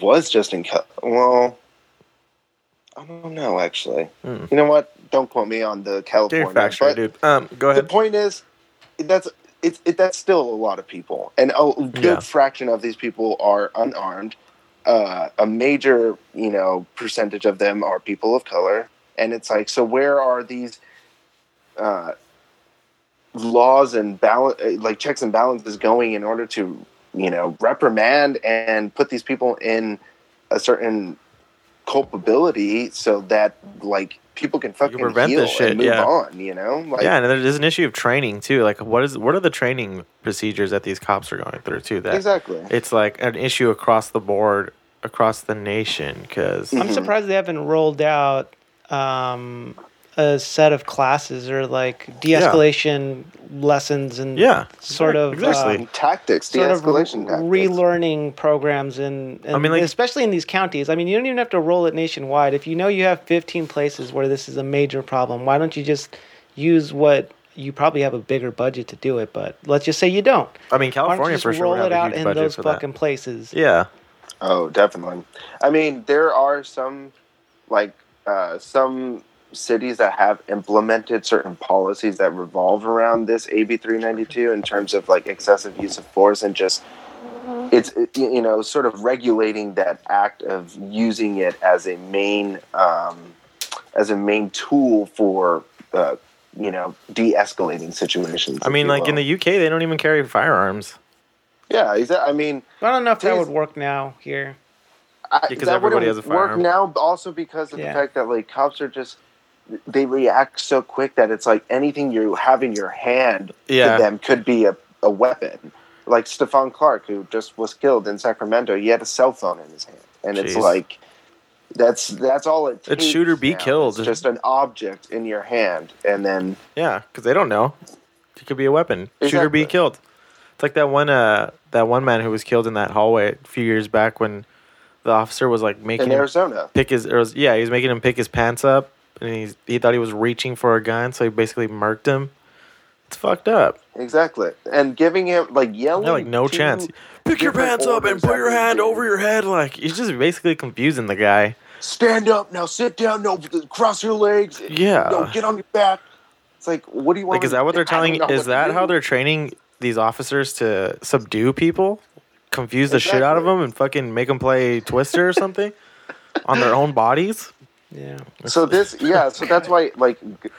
[SPEAKER 3] was just in Cal- well, I don't know actually.
[SPEAKER 6] Hmm.
[SPEAKER 3] You know what? Don't quote me on the
[SPEAKER 6] Do
[SPEAKER 3] California.
[SPEAKER 6] your fact check,
[SPEAKER 3] but
[SPEAKER 6] dude. Um, go
[SPEAKER 3] the
[SPEAKER 6] ahead.
[SPEAKER 3] point is, that's it's it, that's still a lot of people, and a good
[SPEAKER 6] Yeah.
[SPEAKER 3] fraction of these people are unarmed. uh, a major you know percentage of them are people of color and it's like so where are these uh, laws and balance like checks and balances going in order to you know reprimand and put these people in a certain culpability so that like people can fucking
[SPEAKER 6] prevent
[SPEAKER 3] heal
[SPEAKER 6] this shit,
[SPEAKER 3] and move
[SPEAKER 6] yeah.
[SPEAKER 3] on you know like
[SPEAKER 6] yeah, and there's an issue of training too. Like, what is what are the training procedures that these cops are going through too? That
[SPEAKER 3] exactly
[SPEAKER 6] it's like an issue across the board, across the nation. Because
[SPEAKER 1] I'm surprised they haven't rolled out um, a set of classes or like de-escalation lessons and
[SPEAKER 6] Yeah,
[SPEAKER 1] sort of
[SPEAKER 6] exactly.
[SPEAKER 1] um,
[SPEAKER 3] tactics
[SPEAKER 1] sort of
[SPEAKER 3] de-escalation tactics
[SPEAKER 1] relearning programs in, in-
[SPEAKER 6] I mean, like-
[SPEAKER 1] especially in these counties. I mean, you don't even have to roll it nationwide. If you know you have 15 places where this is a major problem, why don't you just use what you probably have a bigger budget to do it, but let's just say you don't. Why
[SPEAKER 6] I mean,
[SPEAKER 1] don't you
[SPEAKER 6] California
[SPEAKER 1] just
[SPEAKER 6] for sure
[SPEAKER 1] roll
[SPEAKER 6] would have
[SPEAKER 1] it
[SPEAKER 6] a
[SPEAKER 1] out
[SPEAKER 6] huge
[SPEAKER 1] in
[SPEAKER 6] budget
[SPEAKER 1] those
[SPEAKER 6] for
[SPEAKER 1] fucking places?
[SPEAKER 6] that. Yeah,
[SPEAKER 3] Oh, definitely. I mean, there are some like uh, some cities that have implemented certain policies that revolve around this AB 392 in terms of like excessive use of force and just it's it- you know sort of regulating that act of using it as a main um, as a main tool for uh, you know de-escalating situations.
[SPEAKER 6] I mean, like in the UK, they don't even carry firearms.
[SPEAKER 3] yeah, exactly. I mean,
[SPEAKER 1] I don't know if that
[SPEAKER 3] Please.
[SPEAKER 1] would work now here.
[SPEAKER 3] I,
[SPEAKER 6] Because
[SPEAKER 3] that
[SPEAKER 6] everybody
[SPEAKER 3] wouldn't
[SPEAKER 6] has a
[SPEAKER 3] work
[SPEAKER 6] firearm.
[SPEAKER 3] now. but Also because of
[SPEAKER 1] Yeah.
[SPEAKER 3] the fact that like cops are just they react so quick that it's like anything you have in your hand
[SPEAKER 6] Yeah.
[SPEAKER 3] to them could be a, a weapon. Like Stefan Clark, who just was killed in Sacramento, he had a cell phone in his hand, and it's
[SPEAKER 6] Jeez.
[SPEAKER 3] like that's that's all it.
[SPEAKER 6] It's
[SPEAKER 3] Takes
[SPEAKER 6] shoot or be
[SPEAKER 3] now.
[SPEAKER 6] killed.
[SPEAKER 3] It's just an object in your hand, and then
[SPEAKER 6] Yeah, because they don't know. It could be a weapon. Shoot or be
[SPEAKER 3] Exactly.
[SPEAKER 6] killed. It's like that one uh that one man who was killed in that hallway a few years back when the officer was like making
[SPEAKER 3] in
[SPEAKER 6] him
[SPEAKER 3] Arizona,
[SPEAKER 6] pick his or was, yeah, he was making him pick his pants up and he he thought he was reaching for a gun, so he basically murked him. It's fucked up.
[SPEAKER 3] exactly, and giving him like yelling,
[SPEAKER 6] Yeah, like no
[SPEAKER 3] to-
[SPEAKER 6] chance. Pick your
[SPEAKER 3] different
[SPEAKER 6] pants up and
[SPEAKER 3] orders
[SPEAKER 6] put
[SPEAKER 3] that
[SPEAKER 6] your
[SPEAKER 3] we
[SPEAKER 6] hand
[SPEAKER 3] do.
[SPEAKER 6] over your head like he's just basically confusing the guy.
[SPEAKER 3] stand up now sit down no cross your legs
[SPEAKER 6] Yeah.
[SPEAKER 3] no get on your back it's like what do you want
[SPEAKER 6] Like is that what they're telling is that how they're training theyese officers to subdue people? Confuse the shit out of
[SPEAKER 3] Exactly.
[SPEAKER 6] them and fucking make them play Twister or something on their own bodies?
[SPEAKER 1] Yeah.
[SPEAKER 3] so this yeah so that's why like g-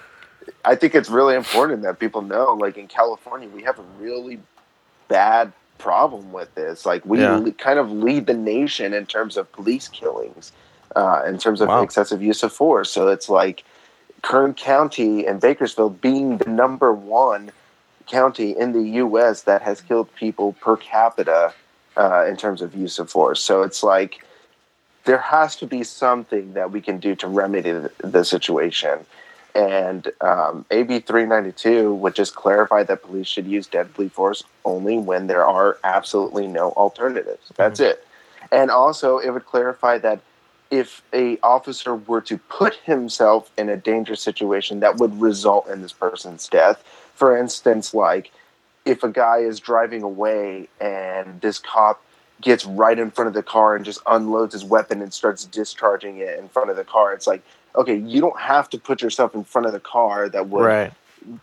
[SPEAKER 3] i think it's really important that people know like in california we have a really bad problem with this like we
[SPEAKER 6] Yeah.
[SPEAKER 3] le- kind of lead the nation in terms of police killings uh, in terms of
[SPEAKER 6] Wow.
[SPEAKER 3] excessive use of force so it's like kern county and bakersfield being the number one county in the U.S. that has killed people per capita uh, in terms of use of force. So it's like there has to be something that we can do to remedy the, the situation. And um, AB 392 would just clarify that police should use deadly force only when there are absolutely no alternatives. That's it. And also, it would clarify that if a officer were to put himself in a dangerous situation that would result in this person's death, for instance, like if a guy is driving away and this cop gets right in front of the car and just unloads his weapon and starts discharging it in front of the car, it's like, okay, you don't have to put yourself in front of the car that would
[SPEAKER 6] Right.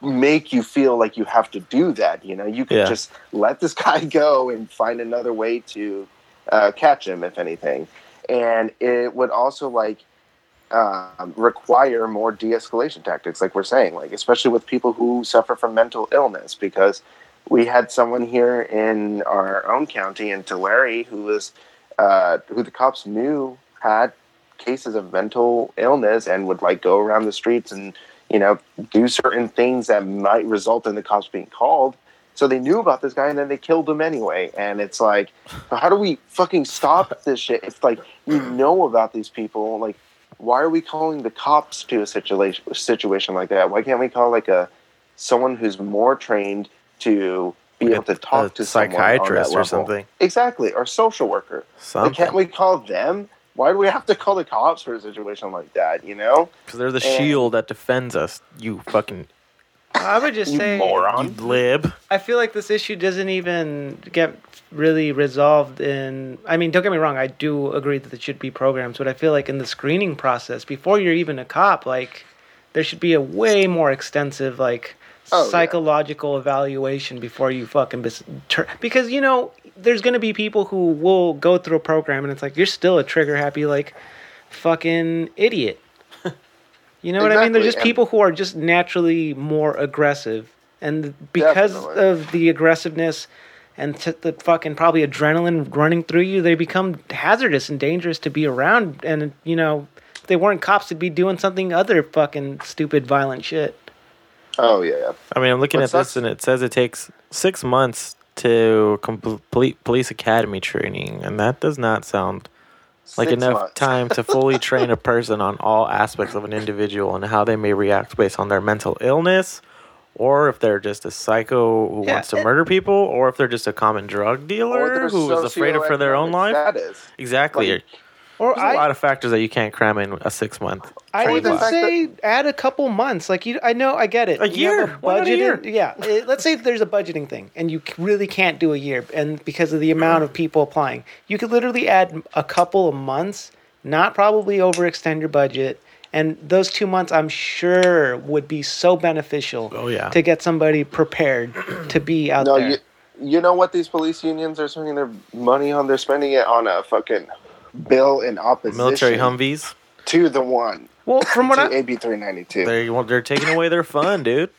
[SPEAKER 3] make you feel like you have to do that. You know, you can
[SPEAKER 6] Yeah.
[SPEAKER 3] just let this guy go and find another way to uh, catch him, if anything. And it would also like um, require more de-escalation tactics, like we're saying, like especially with people who suffer from mental illness, because we had someone here in our own county in Tulare who was uh, who the cops knew had cases of mental illness and would like go around the streets and you know do certain things that might result in the cops being called. So they knew about this guy and then they killed him anyway. And it's like, how do we fucking stop this shit? It's like you
[SPEAKER 6] Hmm.
[SPEAKER 3] know about these people. Like, why are we calling the cops to a situation situation like that? Why can't we call like a someone who's more trained to be able to talk
[SPEAKER 6] A
[SPEAKER 3] to someone on that
[SPEAKER 6] psychiatrist or
[SPEAKER 3] level?
[SPEAKER 6] something.
[SPEAKER 3] Exactly, or social worker. Like, can't
[SPEAKER 6] Something.
[SPEAKER 3] we call them? Why do we have to call the cops for a situation like that? You know,
[SPEAKER 6] Because they're the
[SPEAKER 3] and-
[SPEAKER 6] shield that defends us. You fucking
[SPEAKER 1] I would just
[SPEAKER 3] you
[SPEAKER 1] say
[SPEAKER 6] you
[SPEAKER 3] moron.
[SPEAKER 6] lib.
[SPEAKER 1] I feel like this issue doesn't even get really resolved in I mean, don't get me wrong, I do agree that it should be programs, but I feel like in the screening process, before you're even a cop, like there should be a way more extensive like
[SPEAKER 3] Oh, yeah.
[SPEAKER 1] psychological evaluation before you fucking bis- tur- because you know there's gonna be people who will go through a program and it's like you're still a trigger happy like fucking idiot. you know what I mean? They're
[SPEAKER 3] Exactly,
[SPEAKER 1] just
[SPEAKER 3] and-
[SPEAKER 1] people who are just naturally more aggressive, and because
[SPEAKER 3] Definitely.
[SPEAKER 1] of the aggressiveness and t- the fucking probably adrenaline running through you, they become hazardous and dangerous to be around. And you know, if they weren't cops, they'd be doing something other fucking stupid, violent shit.
[SPEAKER 3] Oh yeah, yeah.
[SPEAKER 6] I mean, I'm looking
[SPEAKER 3] What
[SPEAKER 6] at
[SPEAKER 3] sucks-
[SPEAKER 6] this and it says it takes six months to complete police academy training, and that does not sound like
[SPEAKER 3] Six
[SPEAKER 6] enough
[SPEAKER 3] months.
[SPEAKER 6] time to fully train a person on all aspects of an individual and how they may react based on their mental illness, or if they're just a psycho who
[SPEAKER 1] Yeah,
[SPEAKER 6] wants to
[SPEAKER 1] it-
[SPEAKER 6] murder people, or if they're just a common drug
[SPEAKER 3] Or
[SPEAKER 6] dealer
[SPEAKER 3] their
[SPEAKER 6] who is afraid of for their own
[SPEAKER 3] socioeconomic
[SPEAKER 6] life.
[SPEAKER 3] Status.
[SPEAKER 6] exactly.
[SPEAKER 3] Like,
[SPEAKER 1] Or
[SPEAKER 6] There's a
[SPEAKER 1] I,
[SPEAKER 6] lot of factors that you can't cram in a six month.
[SPEAKER 1] I'd
[SPEAKER 3] Or the
[SPEAKER 1] even
[SPEAKER 3] fact
[SPEAKER 1] say add a couple months. Like you, I know, I get it.
[SPEAKER 6] A
[SPEAKER 1] You have
[SPEAKER 6] year. Why not a year?
[SPEAKER 1] budgeted- Yeah. It- let's say there's a budgeting thing, and you c- really can't do a year, and because of the amount of people applying, you could literally add a couple of months. Not probably overextend your budget, and those two months, I'm sure, would be so beneficial.
[SPEAKER 6] Oh, yeah.
[SPEAKER 1] To get somebody prepared to be out
[SPEAKER 3] No,
[SPEAKER 1] there.
[SPEAKER 3] you, you know what these police unions are spending their money on? They're spending it on a fucking bill in opposition
[SPEAKER 6] Military Humvees.
[SPEAKER 3] to the one
[SPEAKER 1] well, from what
[SPEAKER 3] to
[SPEAKER 1] I,
[SPEAKER 3] AB three ninety two.
[SPEAKER 6] They want. They're taking away their fun, dude.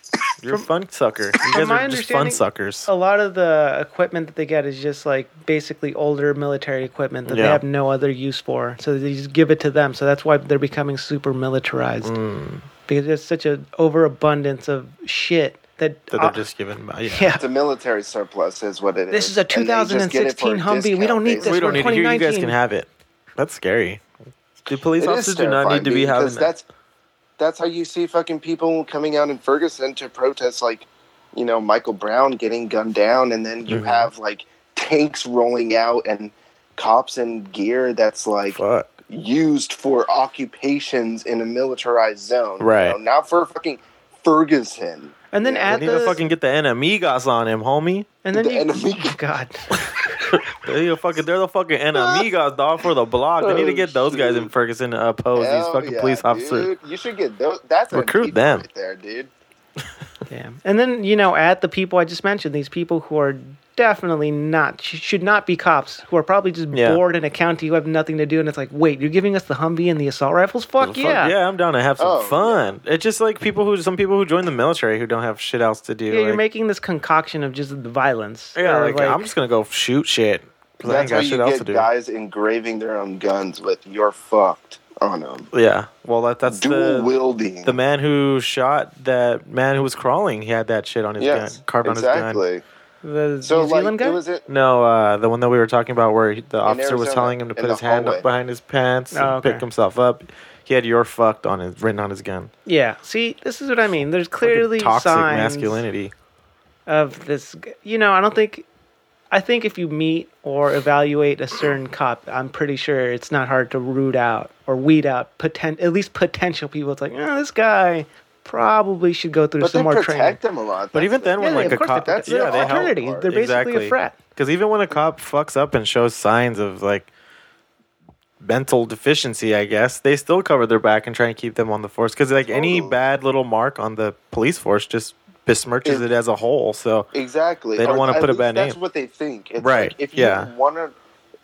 [SPEAKER 6] You're a fun sucker. You guys
[SPEAKER 1] my
[SPEAKER 6] are just fun
[SPEAKER 1] understanding-
[SPEAKER 6] suckers.
[SPEAKER 1] a lot of the equipment that they get is just like basically older military equipment that they
[SPEAKER 6] Yeah.
[SPEAKER 1] have no other use for. So they just give it to them. So that's why they're becoming super militarized because there's such an overabundance of shit that,
[SPEAKER 6] That they're
[SPEAKER 1] uh,
[SPEAKER 6] just giving. Yeah.
[SPEAKER 1] yeah.
[SPEAKER 3] It's a military surplus, is what it is.
[SPEAKER 1] This is a
[SPEAKER 3] And they just get it for
[SPEAKER 1] 2016
[SPEAKER 3] a
[SPEAKER 1] Humvee. We
[SPEAKER 3] discount,
[SPEAKER 1] don't need
[SPEAKER 3] basically.
[SPEAKER 6] we
[SPEAKER 1] this.
[SPEAKER 6] don't need
[SPEAKER 1] we're
[SPEAKER 6] it. You you guys
[SPEAKER 1] 2019.
[SPEAKER 6] can have it. That's scary. The police
[SPEAKER 3] It is
[SPEAKER 6] officers do not
[SPEAKER 3] terrifying,
[SPEAKER 6] need to be
[SPEAKER 3] dude,
[SPEAKER 6] having
[SPEAKER 3] because
[SPEAKER 6] that.
[SPEAKER 3] that's that's how you see fucking people coming out in Ferguson to protest, like you know Michael Brown getting gunned down, and then you
[SPEAKER 6] Mhm.
[SPEAKER 3] have like tanks rolling out and cops in gear that's like
[SPEAKER 6] Fuck.
[SPEAKER 3] used for occupations in a militarized zone, you
[SPEAKER 6] Right.
[SPEAKER 3] know, not for fucking Ferguson.
[SPEAKER 1] And then
[SPEAKER 3] Yeah,
[SPEAKER 1] add
[SPEAKER 6] Don't even
[SPEAKER 1] the
[SPEAKER 6] fucking get the enemigos on him, homie.
[SPEAKER 1] and then
[SPEAKER 3] the
[SPEAKER 1] you, Oh,
[SPEAKER 3] enemy.
[SPEAKER 1] God,
[SPEAKER 6] They're the fucking, they're the fucking enemigos, dog, for the block. They need to
[SPEAKER 3] Oh,
[SPEAKER 6] get those guys in
[SPEAKER 3] shoot.
[SPEAKER 6] Ferguson to oppose these
[SPEAKER 3] Hell
[SPEAKER 6] fucking
[SPEAKER 3] yeah,
[SPEAKER 6] police officers.
[SPEAKER 3] dude. You should get those. That's an
[SPEAKER 6] Recruit
[SPEAKER 3] achievement
[SPEAKER 6] them.
[SPEAKER 3] right there, dude.
[SPEAKER 1] damn. And then you know add the people I just mentioned. These people who are definitely not sh- should not be cops who are probably just
[SPEAKER 6] Yeah.
[SPEAKER 1] bored in a county who have nothing to do and it's like wait you're giving us the humvee and the assault rifles fuck,
[SPEAKER 6] Fuck
[SPEAKER 1] yeah.
[SPEAKER 6] yeah, I'm down to have some
[SPEAKER 3] Oh,
[SPEAKER 6] fun. It's just like people who, some people who join the military who don't have shit else to do.
[SPEAKER 1] Yeah, you're
[SPEAKER 6] like-
[SPEAKER 1] making this concoction of just the violence.
[SPEAKER 6] yeah,
[SPEAKER 1] Or,
[SPEAKER 6] like, I'm just gonna go shoot shit. 'cause I ain't
[SPEAKER 3] That's how
[SPEAKER 6] got
[SPEAKER 3] you
[SPEAKER 6] shit else to
[SPEAKER 3] get
[SPEAKER 6] do.
[SPEAKER 3] guys engraving their own guns with "You're fucked" on them.
[SPEAKER 6] Yeah, well, that, that's
[SPEAKER 3] Dual
[SPEAKER 6] the
[SPEAKER 3] wielding.
[SPEAKER 6] the man who shot that man who was crawling. He had that shit on his
[SPEAKER 3] yes,
[SPEAKER 6] gun, carved on his gun.
[SPEAKER 3] exactly.
[SPEAKER 1] the
[SPEAKER 3] So
[SPEAKER 1] New
[SPEAKER 3] like
[SPEAKER 1] Zealand guy.
[SPEAKER 3] it was it.
[SPEAKER 6] No, uh, the one that we were talking about where he- the officer was
[SPEAKER 3] Arizona,
[SPEAKER 6] telling him
[SPEAKER 3] in
[SPEAKER 6] to put
[SPEAKER 3] the
[SPEAKER 6] his hand
[SPEAKER 3] hallway.
[SPEAKER 6] up behind his pants and
[SPEAKER 1] Oh, okay.
[SPEAKER 6] pick himself up. He had "You're fucked" on his written on his gun.
[SPEAKER 1] yeah. See, this is what I mean. There's
[SPEAKER 6] Fucking
[SPEAKER 1] clearly
[SPEAKER 6] toxic
[SPEAKER 1] signs
[SPEAKER 6] masculinity.
[SPEAKER 1] of this. g- You know, I don't think. I think if you meet or evaluate a certain cop, I'm pretty sure it's not hard to root out or weed out poten- at least potential people. It's like, oh, this guy probably should go through
[SPEAKER 3] But they
[SPEAKER 1] some more
[SPEAKER 3] protect
[SPEAKER 1] training.
[SPEAKER 3] them a lot.
[SPEAKER 6] But even then,
[SPEAKER 1] Yeah,
[SPEAKER 6] when
[SPEAKER 1] they- of
[SPEAKER 6] like a
[SPEAKER 1] course they
[SPEAKER 6] cop,
[SPEAKER 1] protect- they're
[SPEAKER 6] yeah, they help.
[SPEAKER 1] fraternity. They're basically a frat.
[SPEAKER 6] Because even when a cop fucks up and shows signs of like mental deficiency, I guess they still cover their back and try and keep them on the force. Because like any
[SPEAKER 3] Totally.
[SPEAKER 6] bad little mark on the police force just besmirches
[SPEAKER 3] It-
[SPEAKER 6] it, as a whole. So
[SPEAKER 3] exactly.
[SPEAKER 6] They don't
[SPEAKER 3] Or
[SPEAKER 6] wanna
[SPEAKER 3] at
[SPEAKER 6] put a
[SPEAKER 3] least
[SPEAKER 6] bad
[SPEAKER 3] That's
[SPEAKER 6] name.
[SPEAKER 3] what they think. It's
[SPEAKER 6] Right,
[SPEAKER 3] Like if
[SPEAKER 6] yeah.
[SPEAKER 3] you want to,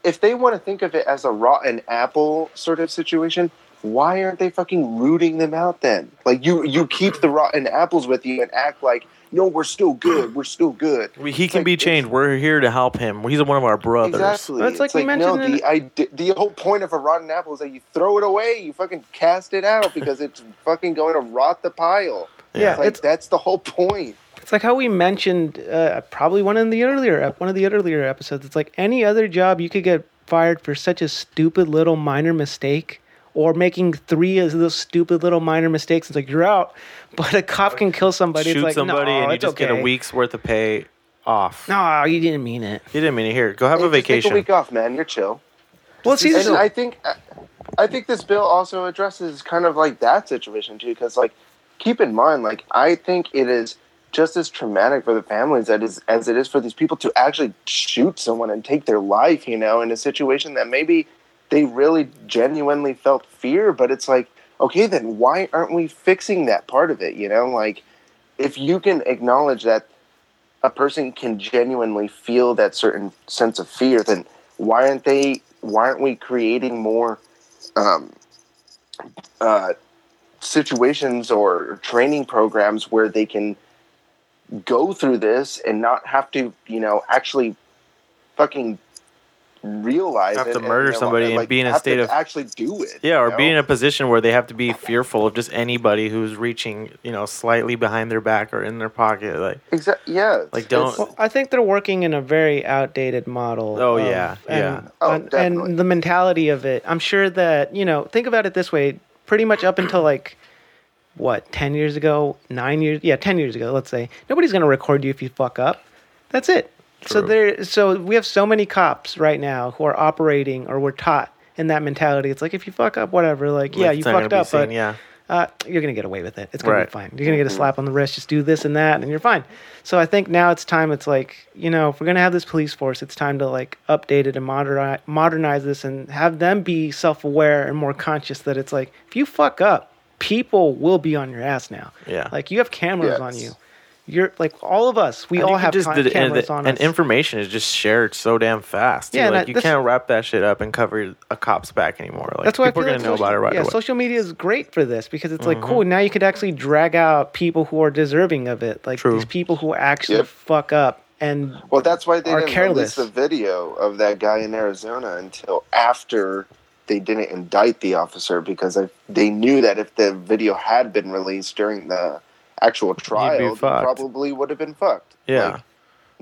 [SPEAKER 3] if they want to think of it as a rotten apple sort of situation, why aren't they fucking rooting them out then? Like you, you keep the rotten apples with you and act like no, we're still good. We're still good.
[SPEAKER 6] we- he
[SPEAKER 3] It's
[SPEAKER 6] can
[SPEAKER 3] like,
[SPEAKER 6] be
[SPEAKER 3] it's-
[SPEAKER 6] changed. We're here to help him. He's one of our brothers.
[SPEAKER 3] Exactly.
[SPEAKER 1] That's like we mentioned
[SPEAKER 3] no,
[SPEAKER 1] in-
[SPEAKER 3] the, ide- the whole point of a rotten apple is that you throw it away, you fucking cast it out because it's fucking going to rot the pile.
[SPEAKER 1] Yeah,
[SPEAKER 3] It's like,
[SPEAKER 1] it's-
[SPEAKER 3] that's the whole point.
[SPEAKER 1] It's like how we mentioned uh, probably one in the earlier ep- one of the earlier episodes. It's like any other job you could get fired for such a stupid little minor mistake or making three of those stupid little minor mistakes. It's like you're out, but a cop can kill somebody.
[SPEAKER 6] Shoot
[SPEAKER 1] it's like,
[SPEAKER 6] somebody
[SPEAKER 1] no,
[SPEAKER 6] and you
[SPEAKER 1] it's
[SPEAKER 6] just
[SPEAKER 1] okay.
[SPEAKER 6] get a week's worth of pay off.
[SPEAKER 1] No, you didn't mean it.
[SPEAKER 6] He didn't mean it. Here, go have
[SPEAKER 3] Hey,
[SPEAKER 6] a
[SPEAKER 3] just Take
[SPEAKER 6] vacation.
[SPEAKER 3] a week off, man. You're chill.
[SPEAKER 1] Well, see, this
[SPEAKER 3] And
[SPEAKER 1] is,
[SPEAKER 3] I think, I think this bill also addresses kind of like that situation too, because like, keep in mind, like I think it is just as traumatic for the families that is as it is for these people to actually shoot someone and take their life, you know, in a situation that maybe they really genuinely felt fear, but it's like, okay, then why aren't we fixing that part of it? You know, like if you can acknowledge that a person can genuinely feel that certain sense of fear, then why aren't they? Why aren't we creating more um, uh, situations or training programs where they can go through this and not have to, you know, actually fucking realize
[SPEAKER 6] Have
[SPEAKER 3] it
[SPEAKER 6] to
[SPEAKER 3] and
[SPEAKER 6] murder
[SPEAKER 3] realize-
[SPEAKER 6] somebody and
[SPEAKER 3] like,
[SPEAKER 6] be in a
[SPEAKER 3] have
[SPEAKER 6] state
[SPEAKER 3] to
[SPEAKER 6] of-
[SPEAKER 3] actually do it.
[SPEAKER 6] Yeah,
[SPEAKER 3] you
[SPEAKER 6] or
[SPEAKER 3] know?
[SPEAKER 6] be in a position where they have to be fearful of just anybody who's reaching, you know, slightly behind their back or in their pocket. Like,
[SPEAKER 3] exactly yeah.
[SPEAKER 6] Like, don't-
[SPEAKER 3] it's-
[SPEAKER 1] I think they're working in a very outdated model.
[SPEAKER 6] Oh,
[SPEAKER 1] of-
[SPEAKER 6] yeah, yeah.
[SPEAKER 1] and-
[SPEAKER 3] Oh,
[SPEAKER 1] and, and
[SPEAKER 3] definitely.
[SPEAKER 1] the mentality of it. I'm sure that you know. Think about it this way: pretty much up until like what ten years ago, nine years, yeah, ten years ago, let's say, nobody's gonna record you if you fuck up. That's it. So there. So we have so many cops right now who are operating or were taught in that mentality. It's like if you fuck up, whatever. Like, yeah,
[SPEAKER 6] it's
[SPEAKER 1] you
[SPEAKER 6] not gonna
[SPEAKER 1] fucked
[SPEAKER 6] be
[SPEAKER 1] up,
[SPEAKER 6] seen,
[SPEAKER 1] but
[SPEAKER 6] yeah.
[SPEAKER 1] uh, you're gonna get away with it. It's gonna
[SPEAKER 6] Right. Mm-hmm.
[SPEAKER 1] be fine. You're gonna get a slap on the wrist. Just do this and that, and you're fine. So I think now it's time. It's like you know, if we're gonna have this police force, it's time to like update it and modernize, modernize this, and have them be self-aware and more conscious that it's like if you fuck up, people will be on your ass now.
[SPEAKER 6] Yeah.
[SPEAKER 1] like you have cameras
[SPEAKER 3] Yes.
[SPEAKER 1] on you. You're like all of us. We
[SPEAKER 6] And you
[SPEAKER 1] all
[SPEAKER 6] can
[SPEAKER 1] have
[SPEAKER 6] just
[SPEAKER 1] con-
[SPEAKER 6] did- and
[SPEAKER 1] cameras
[SPEAKER 6] the-
[SPEAKER 1] on
[SPEAKER 6] and
[SPEAKER 1] us.
[SPEAKER 6] information is just shared so damn fast.
[SPEAKER 1] Yeah,
[SPEAKER 6] Yeah,
[SPEAKER 1] and
[SPEAKER 6] like
[SPEAKER 1] I-
[SPEAKER 6] you
[SPEAKER 1] this-
[SPEAKER 6] can't wrap that shit up and cover a cop's back anymore. Like
[SPEAKER 1] That's why I feel
[SPEAKER 6] people are gonna
[SPEAKER 1] like
[SPEAKER 6] know
[SPEAKER 1] social,
[SPEAKER 6] about it right
[SPEAKER 1] yeah,
[SPEAKER 6] away. Mm-hmm.
[SPEAKER 1] social media is great for this because it's like cool. Now you could actually drag out people who are deserving of it, like
[SPEAKER 6] True.
[SPEAKER 1] these people who actually
[SPEAKER 3] Yep.
[SPEAKER 1] fuck up. And
[SPEAKER 3] Well, that's why they
[SPEAKER 1] are
[SPEAKER 3] didn't
[SPEAKER 1] careless.
[SPEAKER 3] release the video of that guy in Arizona until after they didn't indict the officer because I, they knew that if the video had been released during the actual trial, you
[SPEAKER 6] fucked.
[SPEAKER 3] probably would have been fucked.
[SPEAKER 6] yeah,
[SPEAKER 3] Like, no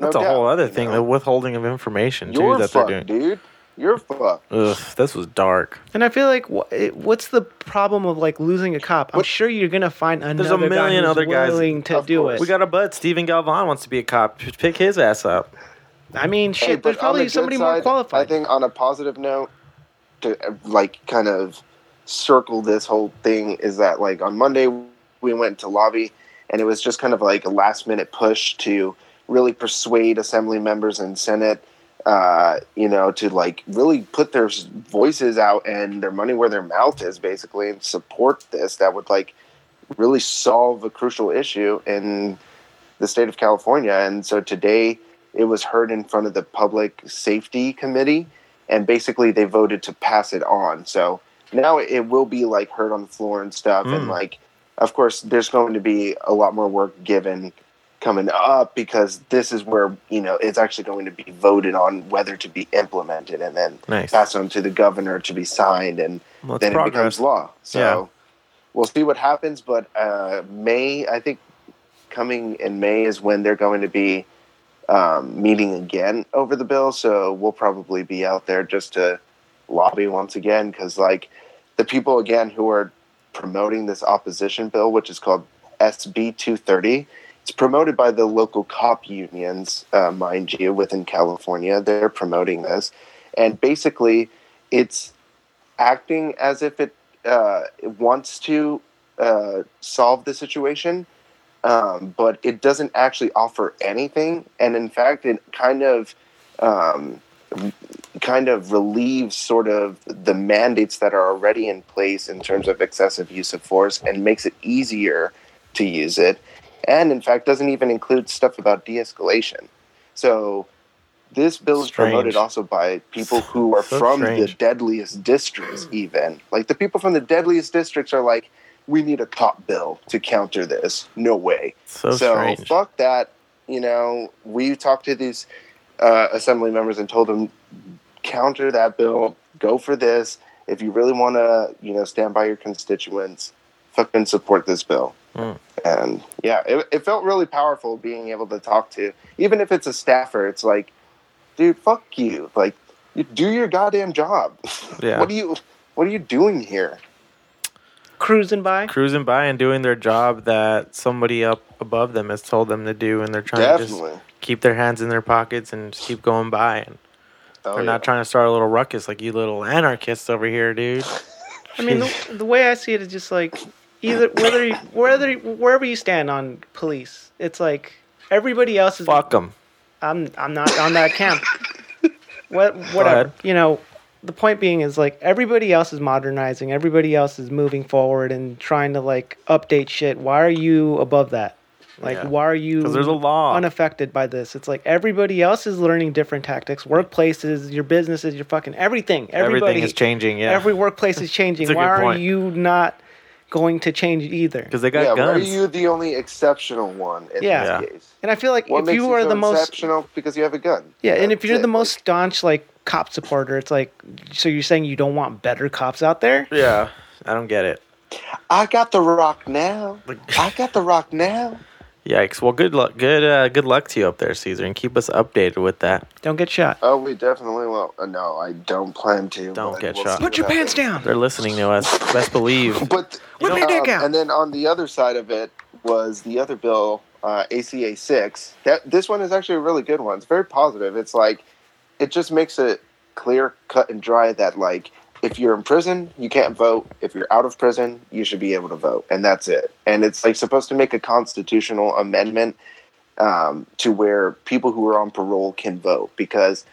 [SPEAKER 6] that's a whole
[SPEAKER 3] doubt,
[SPEAKER 6] other
[SPEAKER 3] you
[SPEAKER 6] thing.
[SPEAKER 3] know?
[SPEAKER 6] The withholding of information too
[SPEAKER 3] You're
[SPEAKER 6] that
[SPEAKER 3] fucked,
[SPEAKER 6] they're doing.
[SPEAKER 3] dude. You're fucked.
[SPEAKER 6] Ugh, this was dark.
[SPEAKER 1] and I feel like wh- it- what's the problem of like losing a cop? I'm
[SPEAKER 3] What-
[SPEAKER 1] sure you're gonna find another.
[SPEAKER 6] There's a million
[SPEAKER 1] guy who's
[SPEAKER 6] other guys.
[SPEAKER 1] willing to
[SPEAKER 3] Of
[SPEAKER 1] do
[SPEAKER 3] course.
[SPEAKER 1] it.
[SPEAKER 6] We got a bud. Steven Galvan wants to be a cop. Just Pick his ass up.
[SPEAKER 1] I mean, shit.
[SPEAKER 3] Hey, but
[SPEAKER 1] there's
[SPEAKER 3] on
[SPEAKER 1] probably
[SPEAKER 3] the good
[SPEAKER 1] somebody more
[SPEAKER 3] side,
[SPEAKER 1] qualified.
[SPEAKER 3] I think on a positive note, to uh, like kind of circle this whole thing is that like on Monday we went to lobby and it was just kind of like a last minute push to really persuade assembly members and Senate, uh, you know, to like really put their s- voices out and their money where their mouth is basically and support this that would like really solve a crucial issue in the state of California. And so today it was heard in front of the Public Safety Committee, and basically they voted to pass it on. So now it will be like heard on the floor and stuff. And
[SPEAKER 6] Mm.
[SPEAKER 3] like, of course, there's going to be a lot more work given coming up because this is where, you know, it's actually going to be voted on whether to be implemented and then
[SPEAKER 6] Nice.
[SPEAKER 3] passed on to the governor to be signed and
[SPEAKER 6] Well, it's
[SPEAKER 3] then it
[SPEAKER 6] progress.
[SPEAKER 3] becomes law. So
[SPEAKER 6] Yeah.
[SPEAKER 3] we'll see what happens. But uh, May, I think, coming in May is when they're going to be um, meeting again over the bill. So we'll probably be out there just to lobby once again because, like, the people again who are promoting this opposition bill, which is called SB 230. It's promoted by the local cop unions, uh, mind you, within California. They're promoting this. And basically, it's acting as if it uh, it wants to uh, solve the situation, um, but it doesn't actually offer anything. And in fact, it kind of um, kind of relieves sort of the mandates that are already in place in terms of excessive use of force and makes it easier to use it. And in fact, doesn't even include stuff about de-escalation. So this bill is
[SPEAKER 6] Strange.
[SPEAKER 3] promoted also by people who are
[SPEAKER 6] So
[SPEAKER 3] from the
[SPEAKER 6] strange.
[SPEAKER 3] deadliest districts even like the people from the deadliest districts are like we need a cop bill to counter this no way
[SPEAKER 6] So,
[SPEAKER 3] so
[SPEAKER 6] strange.
[SPEAKER 3] fuck that you know we talked to these uh, assembly members and told them counter that bill go for this if you really want to you know stand by your constituents fucking support this bill
[SPEAKER 6] Mm.
[SPEAKER 3] and yeah it, it felt really powerful being able to talk to even if it's a staffer it's like dude fuck you like you do your goddamn job
[SPEAKER 6] Yeah.
[SPEAKER 3] what do you what are you doing here
[SPEAKER 1] cruising by.
[SPEAKER 6] Cruising by and doing their job that somebody up above them has told them to do, and they're trying to
[SPEAKER 3] definitely
[SPEAKER 6] just keep their hands in their pockets and just keep going by. And
[SPEAKER 3] Oh,
[SPEAKER 6] they're
[SPEAKER 3] yeah.
[SPEAKER 6] not trying to start a little ruckus like you little anarchists over here, dude.
[SPEAKER 1] I mean, the, the way I see it is just like either whether you, whether wherever you stand on police, it's like everybody else is
[SPEAKER 6] Fuck them.
[SPEAKER 1] I'm I'm not on that camp. what
[SPEAKER 6] ahead.
[SPEAKER 1] whatever you know. The point being is like everybody else is modernizing, everybody else is moving forward and trying to like update shit. Why are you above that? Like,
[SPEAKER 6] Yeah.
[SPEAKER 1] why are you
[SPEAKER 6] 'Cause there's a law.
[SPEAKER 1] unaffected by this? It's like everybody else is learning different tactics. Workplaces, your businesses, your fucking everything. Everybody,
[SPEAKER 6] Everything is changing. Yeah,
[SPEAKER 1] Every workplace is changing.
[SPEAKER 6] It's a
[SPEAKER 1] why
[SPEAKER 6] good
[SPEAKER 1] are
[SPEAKER 6] point.
[SPEAKER 1] you not going to change either?
[SPEAKER 6] because they got
[SPEAKER 3] yeah, why are
[SPEAKER 6] guns.
[SPEAKER 3] you the only exceptional one in
[SPEAKER 1] Yeah.
[SPEAKER 3] this case?
[SPEAKER 1] And I feel like
[SPEAKER 3] What
[SPEAKER 1] if
[SPEAKER 3] makes
[SPEAKER 1] you are
[SPEAKER 3] so
[SPEAKER 1] the most
[SPEAKER 3] exceptional because you have a gun?
[SPEAKER 1] Yeah, and if
[SPEAKER 3] That's
[SPEAKER 1] you're
[SPEAKER 3] it.
[SPEAKER 1] the
[SPEAKER 3] Like,
[SPEAKER 1] most staunch like cop supporter, it's like so you're saying you don't want better cops out there?
[SPEAKER 6] yeah, I don't get it.
[SPEAKER 3] I got the rock now. I got the rock now.
[SPEAKER 6] Yikes! Well, good luck. Good, uh, good luck to you up there, Caesar, and keep us updated with that.
[SPEAKER 1] Don't get shot.
[SPEAKER 3] Oh, we definitely will. Uh, no, I don't plan to.
[SPEAKER 6] Don't
[SPEAKER 3] but
[SPEAKER 6] get
[SPEAKER 3] we'll
[SPEAKER 6] shot.
[SPEAKER 3] see
[SPEAKER 1] Put your
[SPEAKER 3] what
[SPEAKER 1] pants
[SPEAKER 3] happens.
[SPEAKER 1] down.
[SPEAKER 6] They're listening to us. Best believe.
[SPEAKER 3] But um,
[SPEAKER 1] Whip your dick out.
[SPEAKER 3] And then on the other side of it was the other bill, uh, ACA six. That this one is actually a really good one. It's very positive. It's like it just makes it clear, cut and dry that like if you're in prison, you can't vote. If you're out of prison, you should be able to vote, and that's it. And it's like supposed to make a constitutional amendment um, to where people who are on parole can vote because